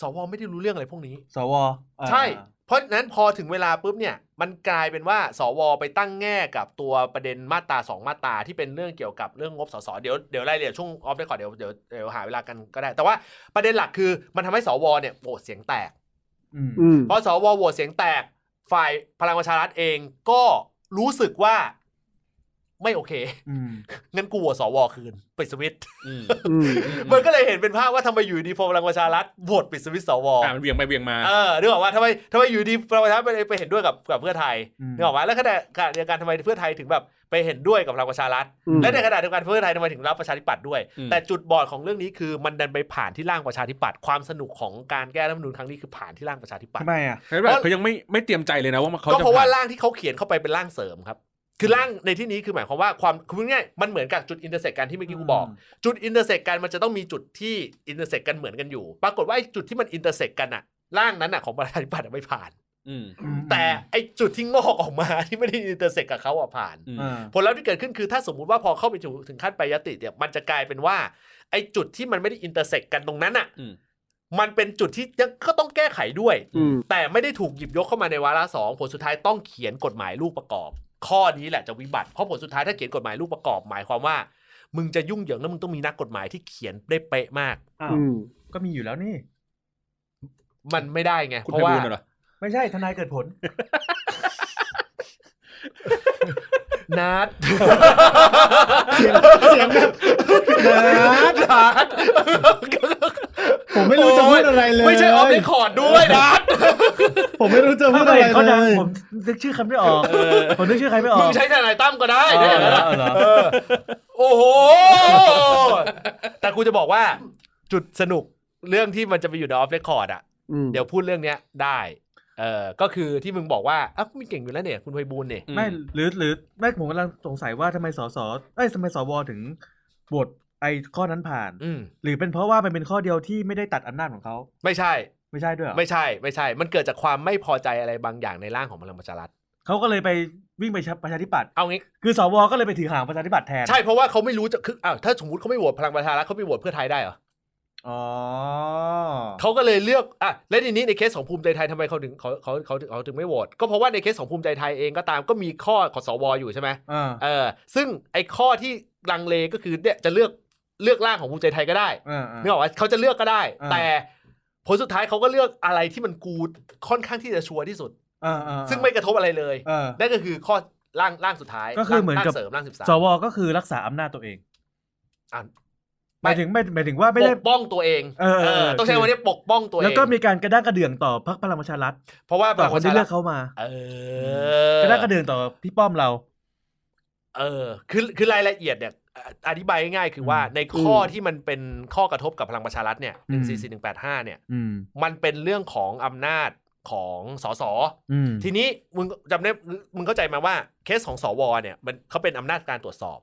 สวไม่ได้รู้เรื่องอะไรพวกนี้
สวอ่า
ใช่ เพราะฉะนั้นพอถึงเวลาปุ๊บเนี่ย มันกลายเป็นว่า สวไปตั้งแง่กับตัวประเด็นมาตราสองมาตราที่เป็นเรื่องเกี่ยวกับเรื่องงบสสเดี๋ยวเดี๋ยวรายละเอียดช่วงออฟได้ก่อนเดี๋ยวเดี๋ยวเดี๋ยวหาเวลากันก็ได้ แต่ว่าประเด็นหลักคือมันทำให้สวเนี่ยโหวตเสียงแตก
อืม
อืม
เพราะสวโหวตเสียงแตก ฝ่ายพลังประชารัฐเองก็รู้สึกว่าไม่โอเค *laughs*
อืม
งั้นกูโหวตสวคืนปิดสวิตช์
อืม
อืม
มันก็เลยเห็นเป็นภาพว่าทำไมอยู่ดีพอพลังประชารัฐโหวตปิดสวิตช์สว
อ่ามันเวียงไปเวียงมา
เออนึกออกว่าทำไมทำไมอยู่ดีประชาธิปไตยไปเห็นด้วยกับกับเพื่อไทย
อืม
นึกออกว่าแล้วขณะขณะเดียวกันทำไมเพื่อไทยถึงแบบไปเห็นด้วยกับพลังประชารัฐ
อืม
และในขณะเดียวกันเพื่อไทยทำไมถึงรับประชาธิปัตย์ด้วย
อืม
แต่จุดบอดของเรื่องนี้คือมันดันไปผ่านที่ร่างประชาธิปัตย์ความสนุกของการแก้รัฐธรรมนูญครั้งนี้คือผ่านที่ร่างประชาธิปัต
ทำ
ย์
ไมอ่ะ
เห็นป่ะเขายังไม่ไม่เตรียมใจเลยนะว่ามันเขา
ก็
จะ
เพราะว่า
ผ่น
ร่างที่เขาเขียนเข้าไปเป็นร่างเสริมครับ คือร่างในที่นี้คือหมายความว่าความคือพูดง่ายๆมันเหมือนกับจุดอินเตอร์เซ็กกันที่เมื่อกี้กูบอก
อืม
จุดอินเตอร์เซ็กกันมันจะต้องมีจุดที่อินเตอร์เซ็กกันเหมือนกันอยู่ ปรากฏว่าไอ้จุดที่มันอินเตอร์เซ็กกันอะร่างนั้นอะของประชาธิปัตย์อะไม่ผ่าน
อืม
อืม
แต่ไอจุดที่งอกออกมา ที่ไม่ได้อินเตอร์เซ็กกับเขาอะผ่าน
อืม
เออ
ผลลัพธ์ที่เกิดขึ้นคือถ้าสมมุติว่าพอเข้าไปถึงถึงขั้นไปยติเนี่ยมันจะกลายเป็นว่า ไอจุดที่มันไม่ได้อินเตอร์เซ็กกันตรงนั้นอะ
อืม
มันเป็นจุดที่ยังก็ต้องแก้ไขด้วย
อืม
แต่ไม่ได้ถูกหยิบยกเข้ามาในวาระสองผลสุดท้ายต้องเขียนกฎหมายลูกประกอบ ข้อนี้แหละจะวิบัติเพราะผลสุดท้ายถ้าเขียนกฎหมายลูกประกอบ หมายความว่า มึงจะยุ่งเหยิงแล้วมึงต้องมีนักกฎหมายที่เขียนได้เป๊ะมาก
อ้าว
อืม
ก็มีอยู่แล้วนี่
มันไม่ได้ไง
คุณ
เพ
ไพ
ราะว่า
บูลย์น่ะเหรอ
ไม่ใช่ทนายเกิดผล
นัด
เสียงเสียงแบบนัด
นัด
ผมไม่รู้จะพูดอะไรเลย
ไม่ใช่ออฟเรคคอร์ดด้วยนะ
ผมไม่รู้จะพู
ถ้า
ด
ไม่
อะไร
เห็นเขา
เล
ดัง
ย
ผมนึกชื่อใครไม่ออกผมนึกชื่อใครไม่ออ
มึ
ก
งใช้ทนายตั้มก็ได้ถ้าอ
เออย่าง
นั้นอะ
เหรอ
เออโอ้โห
แต่กูจะบอกว่าจุดสนุกเรื่องที่มันจะไปอยู่ในออฟเรคคอร์ดอ่ะ
อืม
เดี๋ยวพูดเรื่องเนี้ยได้ เออก็คือที่มึงบอกว่าอ้าวมึงเก่งอยู่แล้วเนี่ย คุณไพบูลย์เนี่ย
ไม่หรือหรือไม่ผมกำลังสงสัยว่าทำไมสสเอ้ยทำไมสวถึงบทไอ้ข้อนั้นผ่าน
อืม
หรือเป็นเพราะว่ามันเป็นข้อเดียวที่ไม่ได้ตัดอำนาจของเขา
ไม่ใช่
ไม่ใช่ด้วยเหรอ
ไม่ใช่ ไม่ใช่ มันเกิดจากความไม่พอใจอะไรบางอย่างในร่างของพลังประชารัฐ
เขาก็เลยไปวิ่งไปชับประชาธิปัตย์
เอางี้
คือสวก็เลยไปถือหางประชาธิปัตย์แทน
ใช่ เพราะว่าเขาไม่รู้จะคืออ้าวถ้าสมมติเขาไม่โหวตพลังประชารัฐเขาไปโหวตเพื่อไทยได้เหรอ
อ๋อ
เขาก็เลยเลือกอ่ะและทีนี้ในเคสของภูมิใจไทยทำไมเขาถึงเขาเขาเขาเขาถึงไม่โหวต ก็เพราะว่าในเคสของภูมิใจไทยเองก็ตามก็มีข้อของสวอยู่ใช่ไหม
อ่า
เออ ซึ่งไอ้ข้อที่ลังเลก็คือเนี่ยจะเลือกเลือกร่างของภูมิใจไทยก็ได้
อ่าา
นึกออกว่าเขาจะเลือกก็ได้
อ่า
แต่ผลสุดท้ายเขาก็เลือกอะไรที่มันกูดค่อนข้างที่จะชัวร์ที่สุด
อ่าอ่า
ซึ่งไม่กระทบอะไรเลย
เออ
นั่นก็คือข้อร่างร่างสุดท้าย
ก็คือเหมือนกับ
ร่างเสริมร่างสิบสาม
สวก็คือรักษาอำนาจตัวเอง
อ่ะ
หมายถึงไม่หมายถึงว่าไม่
ป
ได้
กป้องตัวเอง
เออเออเออ
ต้องใช้คำว่าเนี้ปกป้องตัวเอง
แล้วก็มีการกระด้างกระเดื่องต่อพรรคพลังประชารัฐ
เพราะว่า
ต่อคนที่เลือก
ประช
เขามา
ชนเออ
กระด้างกระเดื่องต่อพี่ป้อมเรา
เออคือคือรายละเอียดเนี่ยอ่ะอธิบายง่ายๆคือว่าในข้อที่มันเป็นข้อกระทบกับพลังประชารัฐเนี่ยห
อื
นึ่
ม
งสี่สี่หนึ่งแปดห้าเนี่ย
อืม
มันเป็นเรื่องของอำนาจของสส
อืม
ทีนี้มึงจำได้มึงเข้าใจมาว่าเคสของสวเนี่ยมันเขาเป็นอำนาจการตรวจสอบ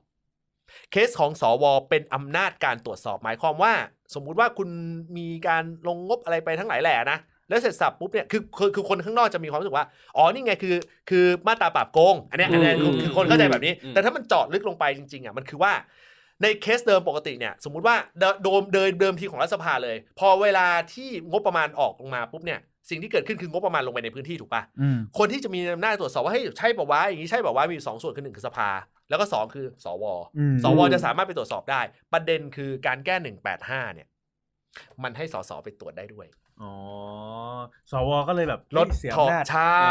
เคสของสวเป็นอำนาจการตรวจสอบ หมายความว่า สมมุติว่าคุณมีการลงงบอะไรไปทั้งหลายแหล่นะแล้วเสร็จสับปุ๊บเนี่ยคือคือคือคนข้างนอกจะมีความรู้สึกว่าอ๋อนี่ไงคือ คือมาตราปราบโกงอันเนี้ยอันเนี้ยคือคือคนเข้าใจแบบนี้
อืม
แต่ถ้ามันเจาะลึกลงไปจริงๆอ่ะมันคือว่า ในเคสเดิมปกติเนี่ย สมมุติว่าเดโดมเดินเดิมทีของรัฐสภาเลย พอเวลาที่งบประมาณออกลงมาปุ๊บเนี่ยสิ่งที่เกิดขึ้นคืองบประมาณลงไปในพื้นที่ถูกปะ
อืม
คนที่จะมีอำนาจตรวจสอบว่าเฮ้ยใช่ป่าวะอย่างนี้ใช่ป่าวะมีอยู่สองส่วนคือหนึ่งคือสภา แล้วก็สองคือสว
อืม
สวจะสามารถไปตรวจสอบได้ ประเด็นคือการแก้หนึ่งแปดห้าเนี่ย มันให้สสไปตรวจได้ด้วย
อ๋อสวก็เลยแบบ
ลด
เสีย
ถอด
อำนาจ
ใช่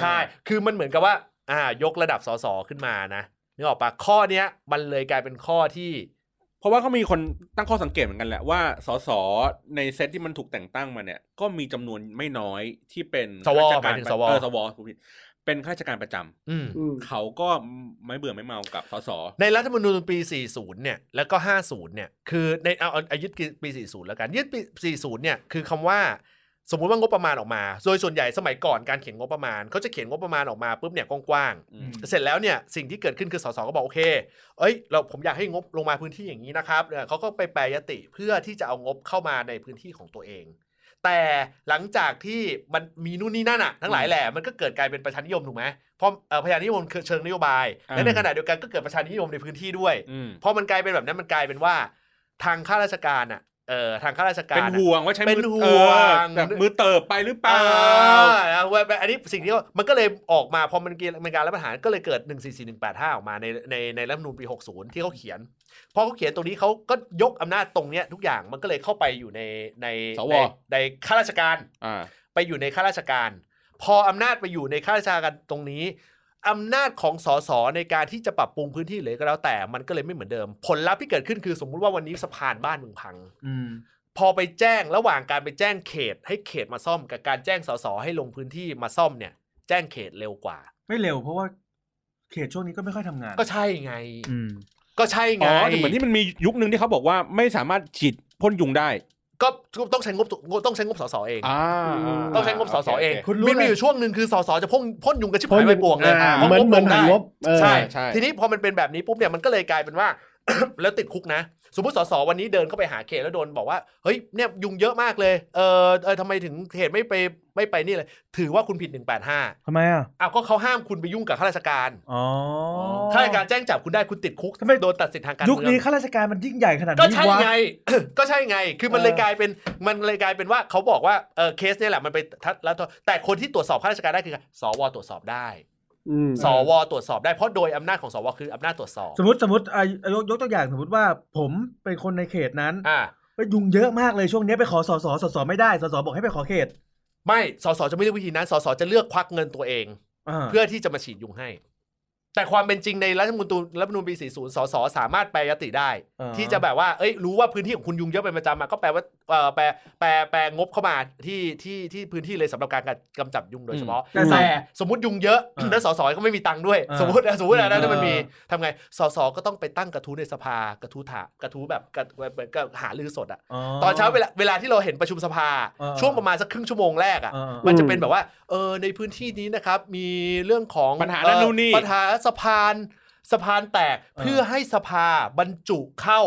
ใช่ คือมันเหมือนกับว่า อ่ายกระดับสสขึ้นมานะนึกออกปะข้อเนี้ย มันเลยกลายเป็นข้อที่
เพราะว่าเขามีคนตั้งข้อสังเกตเหมือนกันแหละว่าสสในเซตที่มันถูกแต่งตั้งมาเนี่ย ก็มีจำนวนไม่น้อยที่เป็น
สว
ข้าราชกาม
หาร ยถึงสว
เออสวผมผิดเป็นข้าราชการประจำ
อืม
อืม
เขาก็ไม่เบื่อไม่เมากับสส
ในรัฐธรรมนูญปี 40 เนี่ย แล้วก็ 50 เนี่ย คือในเอาเอาเอายึดปี 40 แล้วกัน ยึดปี 40 เนี่ย คือคำว่า สมมุติว่างบประมาณออกมา โดยส่วนใหญ่สมัยก่อนการเขียนงบประมาณเขาจะเขียนงบประมาณออกมาปุ๊บเนี่ยกว้าง
อืม
ๆ เสร็จแล้วเนี่ยสิ่งที่เกิดขึ้นคือสสก็บอกโอเค เอ้ยเราผมอยากให้งบลงมาพื้นที่อย่างนี้นะครับเนี่ยเขาก็ไปแปรยติเพื่อที่จะเอางบเข้ามาในพื้นที่ของตัวเอง แต่หลังจากที่มันมีนู่นนี่นั่นอะทั้งหลายแหละมันก็เกิดกลายเป็นประชานิยมถูกไหมเพราะเอ่อประชานิยมคือเชิงนโยบายและในขณะเดียวกันก็เกิดประชานิยมในพื้นที่ด้วย
อืม
พอมันกลายเป็นแบบนั้นมันกลายเป็นว่า ทางข้าราชการอะเออทางข้าราชการ
เป็น
อะ
ห่วงว่าใช้มือ
เป็นห่วง
เออแบบมือเติบไปหรือเปล่า
อ่าว่าอันนี้สิ่งที่ว่ามันก็เลยออกมาพอมันเกิดมันการรับประหารก็เลยเกิด 1 4 4 1 8 5 ออกมาในในในรัฐธรรมนูญปี 60 ที่เขาเขียน พอเขาเขียนตรงนี้เขาก็ยกอำนาจตรงเนี้ยทุกอย่างมันก็เลยเข้าไปอยู่ในใน
สว
ในในข้าราชการ
อ่า
ไปอยู่ในข้าราชการ พออำนาจไปอยู่ในข้าราชการตรงนี้อำนาจของสสในการที่จะปรับปรุงพื้นที่เลยก็แล้วแต่มันก็เลยไม่เหมือนเดิม ผลลัพธ์ที่เกิดขึ้นคือสมมุติว่าวันนี้สะพานบ้านมึงพัง
อืม
พอไปแจ้งระหว่างการไปแจ้งเขต ให้เขตมาซ่อมกับการแจ้งสสให้ลงพื้นที่มาซ่อมเนี่ย แจ้งเขตเร็วกว่า
ไม่เร็วเพราะว่าเขตช่วงนี้ก็ไม่ค่อยทำงาน
ก็ใช่ไง
อืม
ก็ใช่ไง
อ๋อแต่เหมือนที่มันมียุคนึงที่เขาบอกว่าไม่สามารถฉีดพ่นยุงได้
ก็ต้องใช้งบต้องใช้งบสสเอง
อ่า
ต้องใช้งบสสเอง
คุณรู้
มันมี
เลย
อยู่ช่วงหนึ่งคือสสจะพ่นพ่นยุงกระชิบหายไปปวงเลย
อ่า
พราะ
เหมือน
บ
เหมือ
ล
น
ง
หัน
ได้
งบเออ
ใช่
ใช่
ทีนี้พอมันเป็นแบบนี้ปุ๊บเนี่ยมันก็เลยกลายเป็น *coughs* ว่า แล้วติดคุกนะ สมมติสสวันนี้เดินเข้าไปหาเขตแล้วโดนบอกว่าเฮ้ยเนี่ยยุงเยอะมากเลยเออเออทำไมถึงเขตไม่ไปไม่ไปนี่เลย ถือว่าคุณผิด 185
ทำไมอ่ะ
อ้าวก็เขาห้ามคุณไปยุ่งกับข้าราชการ
อ๋อ
ข้าราชการแจ้งจับคุณได้คุณติดคุก
ทำไม
โดนตัดสิทธิ์ทางการเมื
ยุ
อ
ค
ง
นี้ข้าราชการมันยิ่งใหญ่ขนาดนี้
ก็ใช่
วะ
ไง *laughs* ก็ใช่ไง คือมันเลย
เออ
กลายเป็น มันเลยกลายเป็นว่าเขาบอกว่า เออเคสเนี่ยแหละมันไปทัดแล้วโทษแต่คนที่ตรวจสอบข้าราชการได้คือ สวตรวจสอบได้
อืม
สวตรวจสอบได้ เพราะโดยอำนาจของสวคืออำนาจตรวจสอบ
สมมติสมมติอ่ะยกยกตัวอย่างสมมติว่าผมเป็นคนในเขตนั้น
อ่า
ว่ายุงเยอะมากเลยช่วงนี้ไปขอสอสอสอสอไม่ได้สอสอบอกให้ไปขอเขต
ไม่ สสจะไม่เลือกวิธีนั้น สสจะเลือกควักเงินตัวเอง
อ่า
เพื่อที่จะมาฉีดยุงให้ แต่ความเป็นจริงในรัฐธรรมนูญรัฐธรรมนูญปี 40 สสสามารถแปรยติได้
อ่า
ที่จะแบบว่า เอ้ย รู้ว่าพื้นที่ของคุณยุงเยอะเป็นประจำอะก็แปลว่า เอ่อแปลแปลแปลงบเข้ามาที่ที่ที่พื้นที่เลยสำหรับการกำจัดยุงโดยเฉพาะ
อืมแต่
แต่สมมติยุงเยอะ
อ่า
แล้วสสก็ไม่มีตังค์ด้วย
อ่า
สมมตินะสมมตินะ
อืม
ถ้ามันมีทำไงสสก็ต้องไปตั้งกระทู้ในสภากระทู้ถามกระทู้แบบกระแบบแบบก็หาลือสดอะตอนเช้าเวลาเวลาที่เราเห็นประชุมสภา
อ่า
ช่วงประมาณสักครึ่งชั่วโมงแรกอะ
อ่า
มันจะเป็นแบบว่า เออ ในพื้นที่นี้นะครับ มีเรื่องของ
ปัญหาด้าน
เอ่อ
นู่นนี่
ปัญหาสะพาน สะพานแตก
เออ
เพื่อให้สภาบรรจุเข้า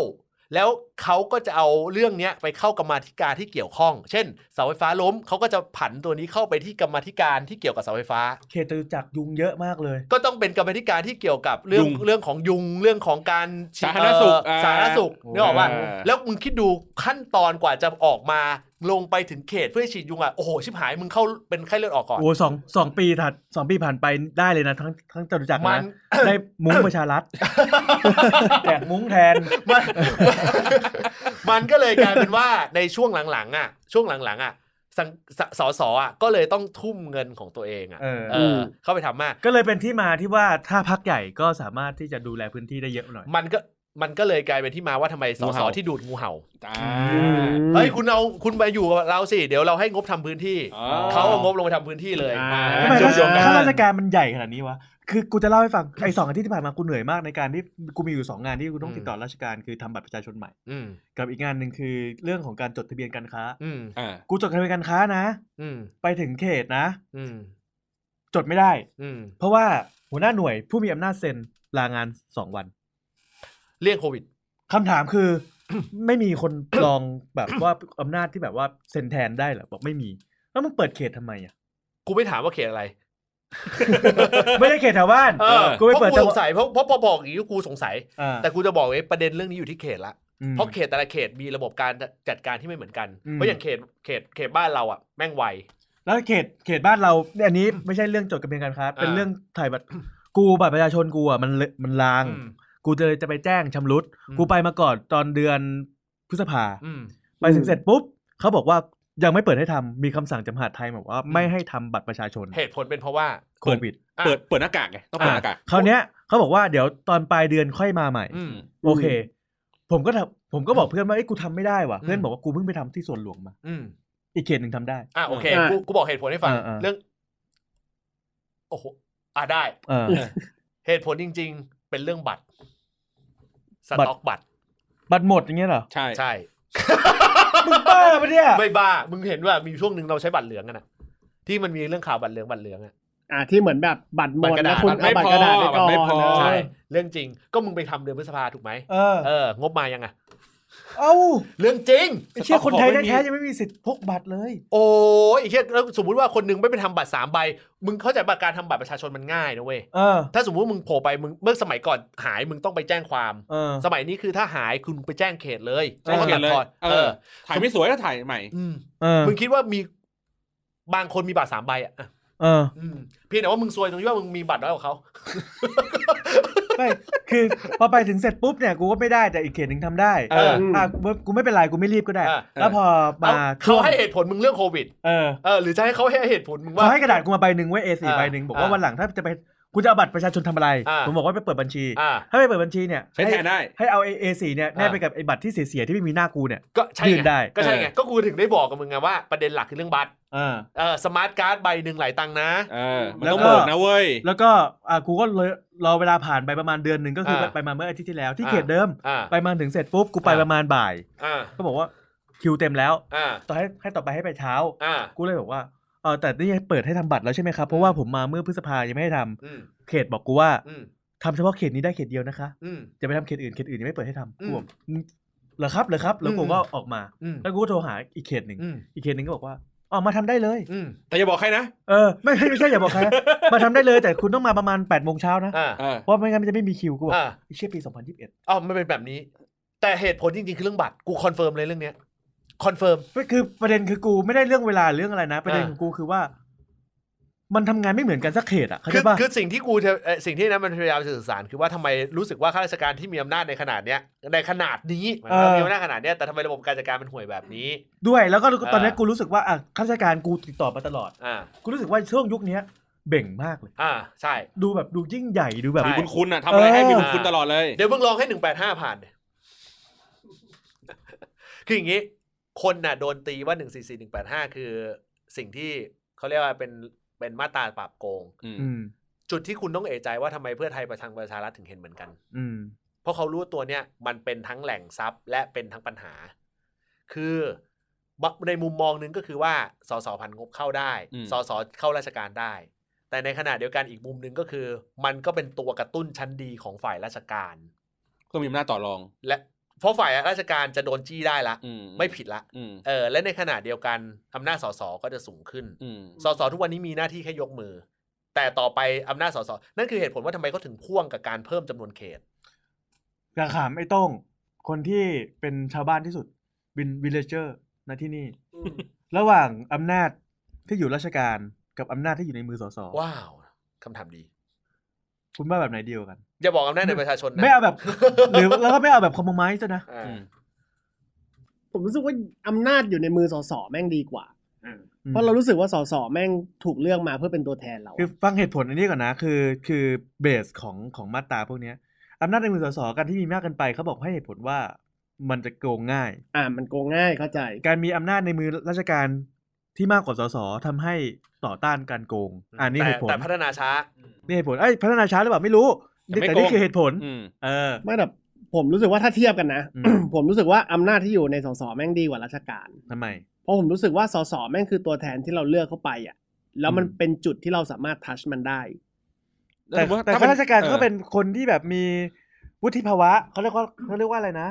แล้วเขาก็จะเอาเรื่องเนี้ยไปเข้ากรรมาธิการที่เกี่ยวข้อง เช่น เสาไฟฟ้าล้ม เขาก็จะผันตัวนี้เข้าไปที่กรรมาธิการที่เกี่ยวกับเสาไฟฟ้า
เขตจตุจักรยุงเยอะมากเลย
ก็ต้องเป็นกรรมาธิการที่เกี่ยวกับเรื่อง
ยุง
เรื่องของยุงเรื่องของการฉีด
สาธารณสุข
เอ่อ
อ่า
สาธารณสุขนึกออกว่า
อ่า
แล้วมึงคิดดูขั้นตอนกว่าจะออกมาลงไปถึงเขตเพื่อฉีดยุงอ่ะโอ้โหชิบหายมึงเข้าเป็นไข้เลือดออกก่อน
โอ้สองสองปีถัดสองปีผ่านไปได้เลยนะทั้งทั้งจตุจักร
มั
นะ
น
ได้มุ้งประชารัฐ แจกมุ้งแทน
มัน มันก็เลยกลายเป็นว่าในช่วงหลังๆอ่ะ ช่วงหลังๆอ่ะสังสสสอ่ะก็เลยต้องทุ่มเงินของตัวเองอ่ะ
เออ
เออเข้าไปทำมาก
ก็เลยเป็นที่มาที่ว่าถ้าพักใหญ่ก็สามารถที่จะดูแลพื้นที่ได้เยอะหน่อย
มันก็มันก็เลยกลายเป็นที่มาว่าทำไมส
งู
ส
เห่า
ที่ดูดงูเห่า
อ่า
เฮ้ยคุณเอาคุณไปอยู่กับเราสิเดี๋ยวเราให้งบทำพื้นที่
อ๋อ
เขาเอางบลงไปทำพื้นที่เลย
อ่า
ทำไม
เชื่อมโยงกัน
ข้าราชการมันใหญ่ขนาดนี้วะ คือกูจะเล่าให้ฟัง ไอ้สองอาทิตย์ที่ผ่านมากูเหนื่อยมากในการที่กูมีอยู่สองงานที่กูต้องติดต่อราชการคือทำบัตรประชาชนใหม่
อืม
กับอีกงานหนึ่งคือเรื่องของการจดทะเบียนการค้า
อืม
อ่า
กูจดทะเบียนการค้านะ
อืม
ไปถึงเขตนะ
อืม
จดไม่ได้
อืม
เพราะว่าหัวหน้าหน่วยผู้มีอำนาจเซ็นลางานสองวัน
เรียกโควิด
คำถามคือ *coughs* ไม่มีคนลองแบบว่าอำนาจที่แบบว่าเซ็นแทนได้เหรอบอกไม่มี แล้วมึงเปิดเขตทำไม
*laughs*
อ่ะ
กูไม่ถามว่าเขตอะไร
ไม่ได้เขตแถวบ้าน
เออ
กูไป
เพราะ
เปิด
กู
จั
ส
งหวั
ง
ด
สัยเพราะเพราะพอบอกอย่างนี้กูสงสัย
อ่า
แต่กูจะบอกไว้ประเด็นเรื่องนี้อยู่ที่เขตละ
อืม
เพราะเขตแต่ละเขตมีระบบการจัดการที่ไม่เหมือนกัน
อืม
เพราะอย่างเขตเขตเขตบ้านเราอ่ะแม่งไว
แล้วเขตเขตบ้านเราเนี่ยอันนี้ไม่ใช่เรื่องจดทะเบียนการค้า เป็นเรื่องถ่ายบัตรกูบัตรประชาชนกูอ่ะมันเลมันลาง
อืม
กูจะเลยจะไปแจ้งชำรุด
อืม
กูไปมาก่อนตอนเดือนพฤษภา
อืม
ไปถึงเสร็จปุ๊บเขาบอกว่ายังไม่เปิดให้ทำมีคำสั่งจำหาดไทยบอกว่า
อืม
ไม่ให้ทำบัตรประชาชน
เหตุผลเป็นเพราะว่า
โควิด
อ่ะ
เปิดเปิดหน้ากากไงต้องเปิดหน้ากาก
คราวเนี้ยเขาบอกว่าเดี๋ยวตอนปลายเดือนค่อยมาใหม่
อืม
โอเค ผมก็ทำผมก็บอกเพื่อนว่าเอ้ยกูทำไม่ได้ว่ะเพื่อน
อืม
บอกว่ากูเพิ่งไปทำที่สวนหลวงมา
อืม
อีกเขตหนึ่งทำได้
อ่ะโอเค
อ่ะ
กูกูบอกเหตุผลให้ฟัง
อ่ะอ่ะ
เรื่อง โอ้โหอ่ะได้
เออ
เหตุผลจริง ๆ เป็นเรื่องบัตร ส
บัตร
ต็อกบัตร
บัตรหมดอย่างเงี้ยเหรอ
ใช่
ใช่
มึงบ้าปะเนี่ย
ไม่บ้า มึงเห็นว่ามีช่วงหนึ่งเราใช้บัตรเหลืองกันอะที่มันมีเรื่องข่าวบัตรเหลืองบัตรเหลืองอะ
อ่าที่เหมือนแบบบัตรหม
บัตร
ด
กระดาษ
แล้วคุณเอาบัตรกระดาษไปก่อน
ไม่พอ
นะ
ใช่ เรื่องจริง ก็มึงไปทำเดือนพฤษภาถูกไหม
เออ
เออ งบมายังอะ
เอ้า
เรื่องจริง
ไอ้เชี่ยคนไทย
ไม่มี
แท้ๆยังไม่มีสิทธิ์พกบัตรเลย
โอ้ยไอ้เหี้ยแล้วสมมติว่าคนหนึงไม่ไปทำบัตรสามใบ มึงเข้าใจบัตรการทำบัตรประชาชนมันง่ายนะเว้ย
เออ
ถ้าสมมติว่ามึงโผล่ไปมึงเมื่อสมัยก่อนหายมึงต้องไปแจ้งความ
เออ
สมัยนี้คือถ้าหายคุณไปแจ้งเขตเลย
แจ้งเขต
แจ้งบั
เลย
ตรก่อน
เอ
เอ
อ
อ
ถ่ายไม่สวยก็ถ่ายใหม่
อืม
เออ
มึงคิดว่ามีบางคนมีบัตรสามใบอ่ะอ่ะ
เออ
อืมเพียงแต่ว่ามึงซวยตรงที่ว่ามึงมีบัตรน้อยกว่าเขา
ไม่ คือพอไปถึงเสร็จปุ๊บเนี่ย กูก็ไม่ได้แต่อีกเขตหนึ่งทำได้
เออ
ม
อ่ะกูกูไม่เป็นไร กูไม่รีบก็ได้
เออ
แล้วพอมา
เอ
ช่
เขา
วง
ให้เหตุผลมึงเรื่องโควิด
เออ
เออ หรือจะให้เขาให้เหตุผลมึงว่า
เขาให้กระดาษกูมาใบหนึ่งไว้ A4
อ่า
ใบหนึ่งบอกว่า
อ่า
วันหลังถ้าจะไปกูจะเอาบัตรประชาชนทำอะไร
อ่า
ผมบอกว่าไปเปิดบัญชี
อ่า
ถ้าไปเปิดบัญชีเนี่ย
ใช้แทนได้
ให้เอา A4 เนี่ยแนบ
อ่า
ไปกับไอ้บัตรที่เสียๆที่ไม่มีหน้ากูเนี่ย
ก็ใช่
ยื่
ไง
นได้
ก็ใช่ไงก็กูถึงได้บอกกับมึงไงว่าประเด็นหลักคือเรื่องบัตร
เออ
เออสมาร์ทการ์ดใบหนึ่งหลายตังค์นะ
เออมัน
แล้ว
ต้อง
ก็
เปิดนะเว้ย
แล้วก็อ่ะกูก็เลยรอเวลาผ่านไปประมาณเดือนหนึ่งก็คืออา ไปมาเมื่ออาทิตย์ที่แล้วที่เขตเดิม
อ่า
ไปมาถึงเสร็จปุ๊บกูไป
อ่า
ประมาณบ่าย
อ่า
ก็บอกว่าคิวเต็มแล้ว
อ่า
ต่อให้ให้ต่อไปให้ไปเช้า
อ่า
กูเลยบอกว่าเออแต่นี่เปิดให้ทำบัตรแล้วใช่ไหมครับ เพราะว่าผมมาเมื่อพฤษภายังไม่ให้ท
อืม
ำเขตบอกกูว่า
อืม
ทำเฉพาะเขตนี้ได้เขตเดียวนะคะ
อืม
จะไปทำเขตอื่นเขตอื่นยังไม่เปิดให้ทำ
อื
กู
ม
บอกอืมเหรอครับเหรอครับ แล้วกู
อืม
ก็ออกมา
อืม
แล้วกูก็โทรหาอีกเขตหนึ่ง
อืม
อีกเขตหนึ่งก็บอกว่าออกมาทำได้เลย
อืม
แต่อย่าบอกใครนะ
เออไม่ไม่ไม่ใช่อย่าบอก
*laughs*
ใครนะมาทำได้เลยแต่คุณต้องมาประมาณ8ปดโมงเช้านะ
อ่า
เออ
เพราะไม่งั้นมันจะไม่มีคิวกูบอก
อ่า
ไอ้เชี่ยปี 2021
เอ้ามันเป็นแบบนี้ แต่เหตุผลจริงๆ คือเรื่องบัตร กูคอนเฟิร์มเลยเรื่องเนี้ย คอนเฟิร์ม
ไม่คือประเด็นคือกูไม่ได้เรื่องเวลาเรื่องอะไรนะ ประเด็นของกูคือว่า มันทำงานไม่เหมือนกันสักเขตอ่ะเข้า
คื
ใจ
อ
ป่ะ
คือสิ่งที่กูจะเอ่อสิ่งที่นั้นมันพยายามสื่อสารคือว่าทำไมรู้สึกว่าข้าราชการที่มีอำนาจในขนาดเนี้ย ในขนาดนี้หมายความว่ามีอำนาจขนาดเนี้ยแต่ทำไมระบบการจัดการมันห่วยแบบนี้
ด้วยแล้วก็ตอนนี้
อ่า
กูรู้สึกว่าอ่ะข้าราชการกูติดต่อมาตลอด
อ่า
กูรู้สึกว่าช่วงยุคเนี้ยเบ่งมากเลย
อ่า ใช่
ดูแบบดูยิ่งใหญ่ดูแบบ
ใช่
คุณคุณอ่ะทำอะไรให้
เอ
มี
อ
คุณคุณตลอดเลย
*laughs* เดี๋ยวมึงลองให้หนึ่งแปดห้าผ่านดิคืออย่างนี้ คนน่ะโดนตีว่า 1 4 4 1 8 5 คือสิ่งที่เขาเรียกว่าเป็นเป็นมาตราปราบโกง
อืม
อืม
จุดที่คุณต้องเอะใจว่าทำไมเพื่อไทยประชังประชารัฐถึงเห็นเหมือนกัน
อืม
เพราะเขารู้ว่าตัวเนี้ยมันเป็นทั้งแหล่งทรัพย์และเป็นทั้งปัญหา คือบะในมุมมองหนึงก็คือว่าสสพันงบเข้าได้
อืม
สสเข้าราชการได้ แต่ในขณะเดียวกันอีกมุมหนึ่งก็คือ มันก็เป็นตัวกระตุ้นชั้นดีของฝ่ายราชการ
ก็มีอำนาจต่อรอง
และเพราะฝ่ายราชการจะโดนจี้ได้ละ
อืม
ไม่ผิดละ
อืม
เออและในขณะเดียวกันอำนาจสสก็จะสูงขึ้น
อืม
สสทุกวันนี้มีหน้าที่แค่ยกมือ แต่ต่อไปอำนาจสสนั่นคือเหตุผลว่าทำไมเขาถึงพ่วงกับการเพิ่มจำนวนเขต
อยากถามไอ้โต้ง คนที่เป็นชาวบ้านที่สุดวินวิลเลเจอร์นะที่นี่ ระหว่างอำนาจที่อยู่ราชการกับอำนาจที่อยู่ในมือสส
ว้าวคำถามดี
คุณว่าแบบไหนเดียวากัน
อย่าบอกอำนาจในประชาชนนะ
ไม่เอาแบบ
*laughs*
หรือแล้วก็ไม่เอาแบบคอมมไมซ์ด้วยนะ
อ่า
อืม
ผมรู้สึกว่าอำนาจอยู่ในมือสสแม่งดีกว่า
อืม
เพราะเรารู้สึกว่าสสแม่งถูกเลือกมาเพื่อเป็นตัวแทนเรา
คือฟังเหตุผลอันนี้ก่อนนะ คือคือเบสของของมาตราพวกเนี้ยอำนาจในมือสสการที่มีมากเกินไปเขาบอกให้เหตุผลว่ามันจะโกงง่าย
อ่ามันโกงง่ายเข้าใจ
การมีอำนาจในมือราชการที่มากกว่าสสทำให้ต่อต้านการโกงอันนี้
แต่
เหตุผล
แต่พัฒนาช้า
นี่เหตุผลเอ้ยพัฒนาช้าหรือเปล่าไม่รู้
แต่ไม่
แต่
โก
นี่
ง
คือเหตุผล
อืม
เออ
ไม่แบบผมรู้สึกว่าถ้าเทียบกันนะ
อืม
*coughs* ผมรู้สึกว่าอำนาจที่อยู่ในสสแม่งดีกว่าราชการ
ทำไม
เพราะผมรู้สึกว่าสสแม่งคือตัวแทนที่เราเลือกเข้าไปอ่ะ แล้วมัน
อืม
เป็นจุดที่เราสามารถทัชมันได้
แต่
ล้วสมมุติว่ถ้
แต่ข้าราชการ
ออ
ก็เป็นคนที่แบบมีวุฒิภาวะเขาเรียกว่าเขาเรียกว่าอะไรนะ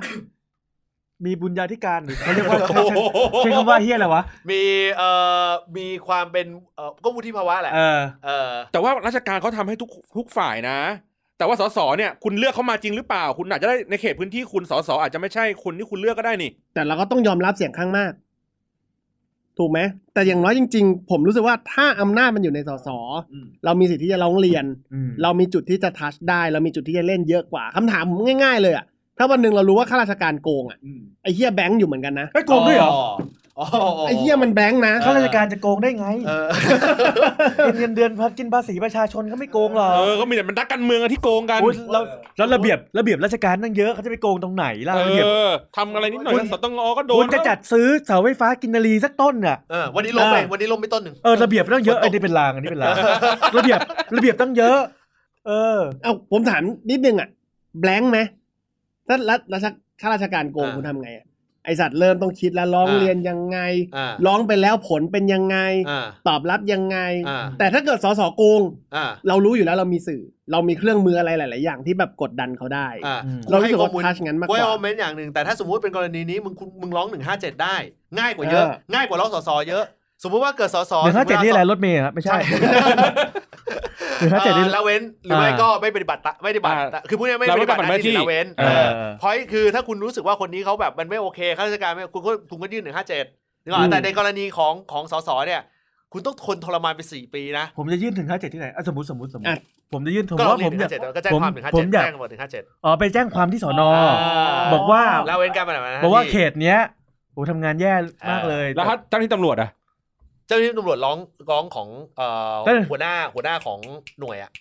มีบุญญาธิการหรือเขาเรียกว่า
*laughs*
โอ้โห
ใช้คำว่าเฮียอะไรวะ
มีเอ่อมีความเป็นเอ่อก็วุฒิภาวะแหละ
เออ
เออ
แต่ว่าราชการเขาทำให้ทุกทุกฝ่ายนะ แต่ว่าสสเนี่ย คุณเลือกเขามาจริงหรือเปล่า คุณอาจจะได้ในเขตพื้นที่คุณสสอาจจะไม่ใช่คนที่คุณเลือกก็ได้นี่
แต่เราก็ต้องยอมรับเสียงข้างมาก ถูกไหมแต่อย่างน้อยจริง ๆ ผมรู้สึกว่าถ้าอำนาจมันอยู่ในสส
อืม
เรามีสิทธิ์ที่จะร้องเรียน
อืม
เรามีจุดที่จะทัชได้ เรามีจุดที่จะเล่นเยอะกว่าคำถามผมง่าย ๆ เลยอ่ะถ้าวันหนึ่งเรารู้ว่าข้าราชการโกงอ่ะ
อืม
ไอ้เฮียแบงค์อยู่เหมือนกันนะ
ไม่โกงด้วยเหรอ
อ๋อ
ไอ้เฮียมันแบงค์นะ
ข้าราชการจะโกงได้ไง
เออ *laughs*
กินเงินเดือนพักกินภาษีประชาชนเขาไม่โกงหรอก
เออก็มีแต่มันนักการเมืองอะที่โกงกัน
อุ๊ยเราเราระเบียบระเบียบราชการตั้งเยอะเขาจะไปโกงตรงไหนล่ะ
เอ
ระเบียบ
อทำอะไรนิดหน่อย
คุณ
สตงอก็โด
คุ
น
ณจะจัดซื้อเสาไฟฟ้ากินนารีสักต้นอ่ะ
เออวันนี้ล้มไปวันนี้ล้มไปต้นหนึ่ง
เออระเบียบต้องเยอะไอ้นี่เป็นรางอันนี้เป็นราง *laughs* ระเบียบระเบียบต้องเยอะ เออ
เอาผมถามนิดนึงอ่ะแบงค์ไหมถ้ารัฐราชข้าราชการโกงคุณทำไงอะไอสัตว์เริ่มต้องคิดแล้วร้องเรียนยังไง
อ่า
ร้องไปแล้วผลเป็นยังไง
อ่า
ตอบรับยังไง
อ่า
แต่ถ้าเกิดสสโกง
อ่า
เรารู้อยู่แล้วเรามีสื่อ เรามีเครื่องมืออะไรหลาย ๆ อย่างที่แบบกดดันเขาได้
อ่า
อืม
เรารู้สึกว่า
ให้ข้อมูล
ทัชงั้นมากก
ไว้
ว่า
คอมเมนต์อย่างหนึ่งแต่ถ้าสมมติเป็นกรณีนี้มึงคุณมึงร้องหนึ่งห้าเจ็ดได้ ง่ายกว่าเยอะ
เออ ง่
ายกว่าร้องสสเยอะ สมมุติว่าเกิดสส
หนึ่งห้าเจ็ดนี่อะไรรถเมล์ครับไม่ใช่
*laughs*
หนึ่งห้าเจ็ด
เอ่
นี่
อละเว้นหรือไม่
อ่า
ก็ไม่ปฏิบัติตะไม่ปฏิบัติตะคือพูดง่ายๆไม่
เรา
ป
ไม่
ฏิบัติ
ปฏิ
ห
บัติ
น้าที่
หน้าที่
ละเว้น
เออ
พอยคือถ้าคุณรู้สึกว่าคนนี้เขาแบบมันไม่โอเคข้าราชการไม่คุณก็คุณก็ยื่นหนึ่งห้าเจ็ดนึกออก
อื
ปะ
ม
แต่ในกรณีของของสสเนี่ย คุณต้องทนทรมานไปสี่ปีนะ
*laughs* ผมจะยื่นถึงห้าเจ็ดที่ไหนอ่ะสมมติสมมติสมมติ
อ่ะ
ผมจะยื่นผม
ก็ร้อง
ว่า
หนึ่
ผม
ง
อยา
ห้าก เจ็ดก็แจ้ง
ผม
ความหนึ่งห้า
ผ
เจ็
ม
ด
อยาก
แจ้งความหนึ่งห้าเจ็ด
อ๋อไปแจ้งความที่สอนอ
า
บอกว่า
ละเว้นการปฏิบัติหน้ที่
บอกว่าเขตเนี้ยโอ้ทำงานแย่มากเลย
แล้วถ้าเจ้าหน้าที่ตำรวจอะ
เจ้าหน้าที่ตำรวจร้องร้องของเอ่อ
เอ้ย
หัวหน้าหัวหน้าของหน่วยอ่ะ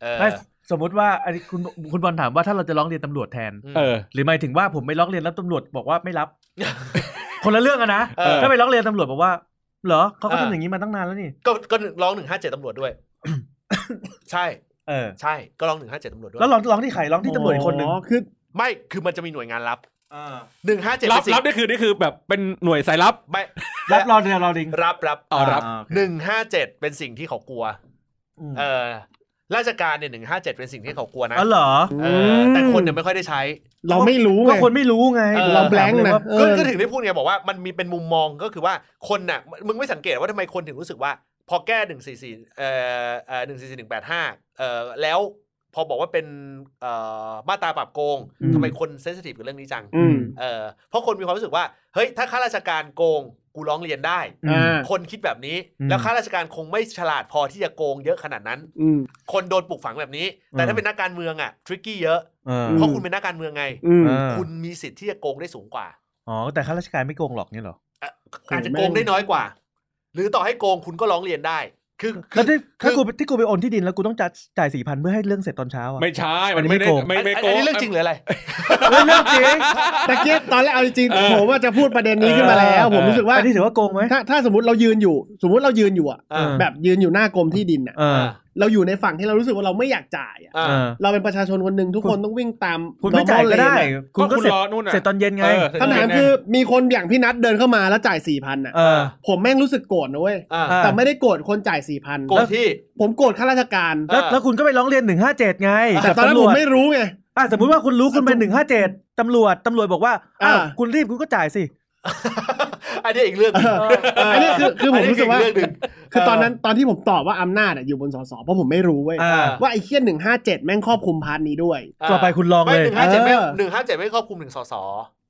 เออ
ไม่สมมติว่าอันนี้คุณคุณบอลถามว่าถ้าเราจะร้องเรียนตำรวจแทน
อืม
เออ
หรือหมายถึงว่าผมไปร้องเรียนรับตำรวจบอกว่าไม่รับ คนละเรื่องอะนะ
เออ
ถ้าไปร้องเรียนตำรวจบอกว่าเหรอเขาก็ทำอย่างนี้มาตั้งนานแล้วนี่
ก็ก็ร้องหนึ่งห้าเจ็ดตำรวจด้วย ใช่
เออ
ใช่ก็ร้องหนึ่งห้าเจ็ดตำรวจด้วย
แล้วร้องร้องที่ใครร้องที่ตำรวจอีกคนหนึ่ง
อ๋อคือ
ไม่คือมันจะมีหน่วยงานรับหนึ่งห้าเจ็ด
รับรับนี่คือนี่คือแบบเป็นหน่วยสายลับ
ไม่
รับรอเดียวรอดิง
รับรับ
อ๋อรับ
าโอเค
หนึ่งห้าเจ็ดเป็นสิ่งที่เขากลัว
ม
เออราชการเนี่ยหนึ่งห้าเจ็ดเป็นสิ่งที่เขากลัวนะ
อ๋อเหรอ
เออแต่คนเนี่ยไม่ค่อยได้ใช้
เราไม่รู้ไง
ก็คนไม่รู้ไง
เออ
ผม
เรา blank
ถมย
นะ
ว่า
เออ
ก็ก็ถึงได้พูดไงบอกว่ามันมีเป็นมุมมองก็คือว่าคนน่ะมึงไม่สังเกตว่าทำไมคนถึงรู้สึกว่า พอแก้หนึ่งสี่สี่เอ่อเอ่อหนึ่งสี่สี่หนึ่งแปดห้าเอ่อแล้วพอบอกว่าเป็นเอ่อมาตราปราบโกง
อืม
ทำไมคนเซนซิทีฟกับเรื่องนี้จัง
อืม
เออเพราะคนมีความรู้สึกว่าเฮ้ยถ้าข้าราชการโกงกูร้องเรียนได้
อ่า
คนคิดแบบนี้
อืม
แล้วข้าราชการคงไม่ฉลาดพอที่จะโกงเยอะขนาดนั้น
อืม
คนโดนปลูกฝังแบบนี้ แต่ถ้าเป็นนักการเมืองอ่ะทริกกี้เยอะ
เออ
เพ
ข
ราะคุณเป็นนักการเมืองไง
อืม
เออ
คุณมีสิทธิ์ที่จะโกงได้สูงกว่า
อ๋อแต่ข้าราชการไม่โกงหรอกเนี่ยเหรอ
อาจจะโกงได้น้อยกว่า หรือต่อให้โกงคุณก็ร้องเรียนได้ คือคื
แล้ว
อ
ที่
คื
ถ้ากูที่กูไปโอนที่ดินแล้วกูต้องจ่ายจ่ายสี่พันเพื่อให้เรื่องเสร็จตอนเช้าอ่ะ
ไม่ใช่
อั
มัน น
นี้
ไม่ได้
ไม่โกง
ไม่ไม่โก
อัน
ง
นี้เรื่องจริงหรืออะไร
เฮ้ยเรื่องจริง
ตะเกียบตอนแรกเอาจริงๆ
เออ
ผมว่าจะพูดประเด็นนี้ขึ้นมาแล้ว
เออ
ผมรู้สึกว่า
อันนี้ถือว่าโกงไหม
ถ้าถ้าสมมติเรายืนอยู่ สมมติเรายืนอยู่อะ
อ่า
แบบยืนอยู่หน้ากรมที่ดินอะ
เออ
เราอยู่ในฝั่งที่เรารู้สึกว่าเราไม่อยากจ่ายอะ
เอ
อ่า
อ
เราเป็นประชาชนคนหนึ่งทุกคนต้องวิ่งตาม
คุณไม่จ่าย
normal
ก็ได้
lane อะ
คุณก็
คุณ
เสร็จ
รอนู่นอะ
เสร็จตอนเย็นไง
เออเสร็จตอน
คำ
เย็น
ถาม
ไง
คือมีคนอย่างพี่นัทเดินเข้ามาแล้วจ่ายสี่พันอะ
เออ
ผมแม่งรู้สึกโกรธนะเว้ย
อ่า
อ่า
แต่ไม่ได้โกรธคนจ่ายสี่พัน
โกรธที่
ผมโกรธข้าราชการ
เออ
แล้วแล้วคุณก็ไปร้องเรียนหนึ่งห้าเจ็ดไง
แต่ตอนนั้น
กั
ผ
บำรว
ม
จ
ไม่รู้ไง
อ่ะสมมุติว่าคุณรู้คุณเป็นหนึ่งห้าเจ็ดตำรวจตำรวจบอกว่าอ้าว
อ่า
คุณรีบคุณก็จ่ายสิ
*laughs* อันนี้อีกเรื่องหนึ่ง
เอออันนี้คือคือผม
นนี้
รู้สึกว่า
เรื่องหนึ่ง
คือตอนนั้นตอนที่ผมตอบว่าอำนาจอะอยู่บนสสเพราะผมไม่รู้เว้ย
อ่า
ว่าไอ้เคียนหนึ่งห้าเจ็ดแม่งครอบคลุมพาร์ทนี้ด้วย
ต่อไปคุณลอง
ไม่
เล
ห
ย
นึ่งห้าเจ็ดไม่
เออ
หนึ่งห้าเจ็ดไม่ครอบคลุมหนึ่งสส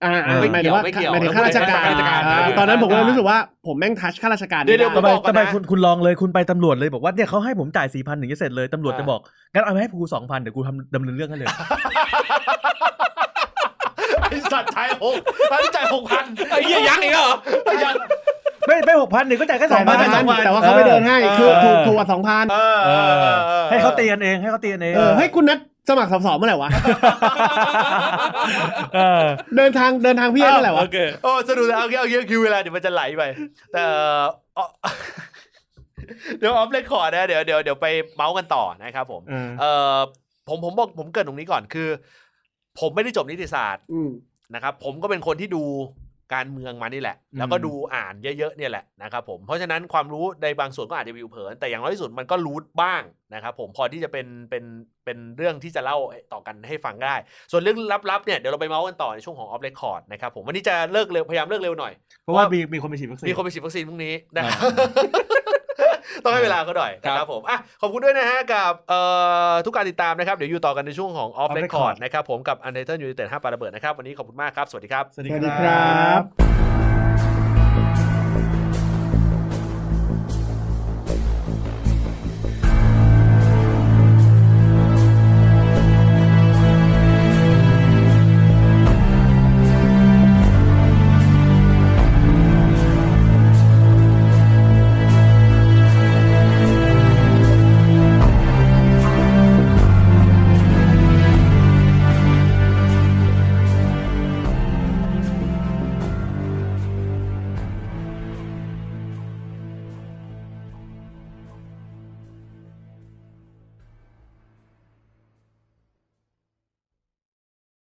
อ่าอ่า
ไม่เกี่ย
หมายถึง
ว
ว่า
ไม่เกี่ยว
หมายถึงข้าราชการ
ข้าราชการ
อ่า
ข้าราชการ
ตอนนั้นผมก็เลยรู้สึกว่าผมแม่งทัชข้าราชการไม่
เดี๋ยวๆผมบ
ได้
ต่อไป
อกก่อน
ต่อไป
นะ
คุณคุณลองเลยคุณไปตำรวจเลยบอกว่าเนี่ยเขาให้ผมจ่ายสี่พันถึงจะเสร็จเลยตำรวจ
อ่า
จะบอกงั้นเอาไปให้กูสองพันเดี๋ยวกูทำดำเนินเรื่องให้เลย *laughs*
ไอสัตว์ชายหกพันจ่ายหกพัน
ไอ้เหี้ยยักษ์อีกเหรอ
ยัง
ไม่ไม่หกพันเดี๋ยวก็จ่ายแค่
ส
ส
อ
อง ง
พั
พั
น
น
แต่ว่าเขาไม่เดินให้
เออ
คือถูกถูกสองพัน
เออ
เอ
เอ
อ
อออ
ให้เขาตีกันเองให้เขาตีกันเอง
เออให้ยคุณนัทสมัครสสเมื่อไหร่วะ
เออ
เดินทางเดินทางพี่เอ๊ะเมื่อไหร่วะ
โอเค
โอ้สนุกเอาเงี้ยเอาเงี้ยคิวเวลาเดี๋ยวมันจะไหลไป แต่เอ่อเอาเดี๋ยวออฟเลคคอร์ดนะเดี๋ยวเดี๋ยวเดี๋ยวไปเมาส์กันต่อนะครับผม เออผมผมบอกผมเกรินตรงนี้ก่อนคือ ผมไม่ได้จบนิติศาสตร์
อืม
นะครับผมก็เป็นคนที่ดูการเมืองมานี่แหละ แล้วก็
อืม
ดูอ่านเยอะๆเนี่ยแหละนะครับผมเพราะฉะนั้นความรู้ในบางส่วนก็อาจจะวิวเผิน แต่อย่างน้อยที่สุดมันก็รู้บ้างนะครับผมพอที่จะเป็นเป็นเป็นเรื่องที่จะเล่าต่อกันให้ฟังได้ ส่วนเรื่องลับๆเนี่ยเดี๋ยวเราไปเมาส์กันต่อในช่วงของออฟเรคคอร์ดนะครับผมวันนี้จะเลิกเร็วพยายามเลิกเร็วหน่อย
เพราะว่ามีมีคนไปฉีดวัคซีน
มีคนไปฉีดวัคซีนพรุ่งนี้นะครับ *laughs* ต้องให้เวลาเขาหน่อยนะครับผมอ่ะขอบคุณด้วยนะฮะกับเอ่อทุกการติดตามนะครับ เดี๋ยวอยู่ต่อกันในช่วงของ Off
Off
Record
Record
นะครับผมกับ u n t i t l e d United 5ปาระเบิดนะครับ วันนี้ขอบคุณมากครับ สวัสดีครับ
สวัสดีครับ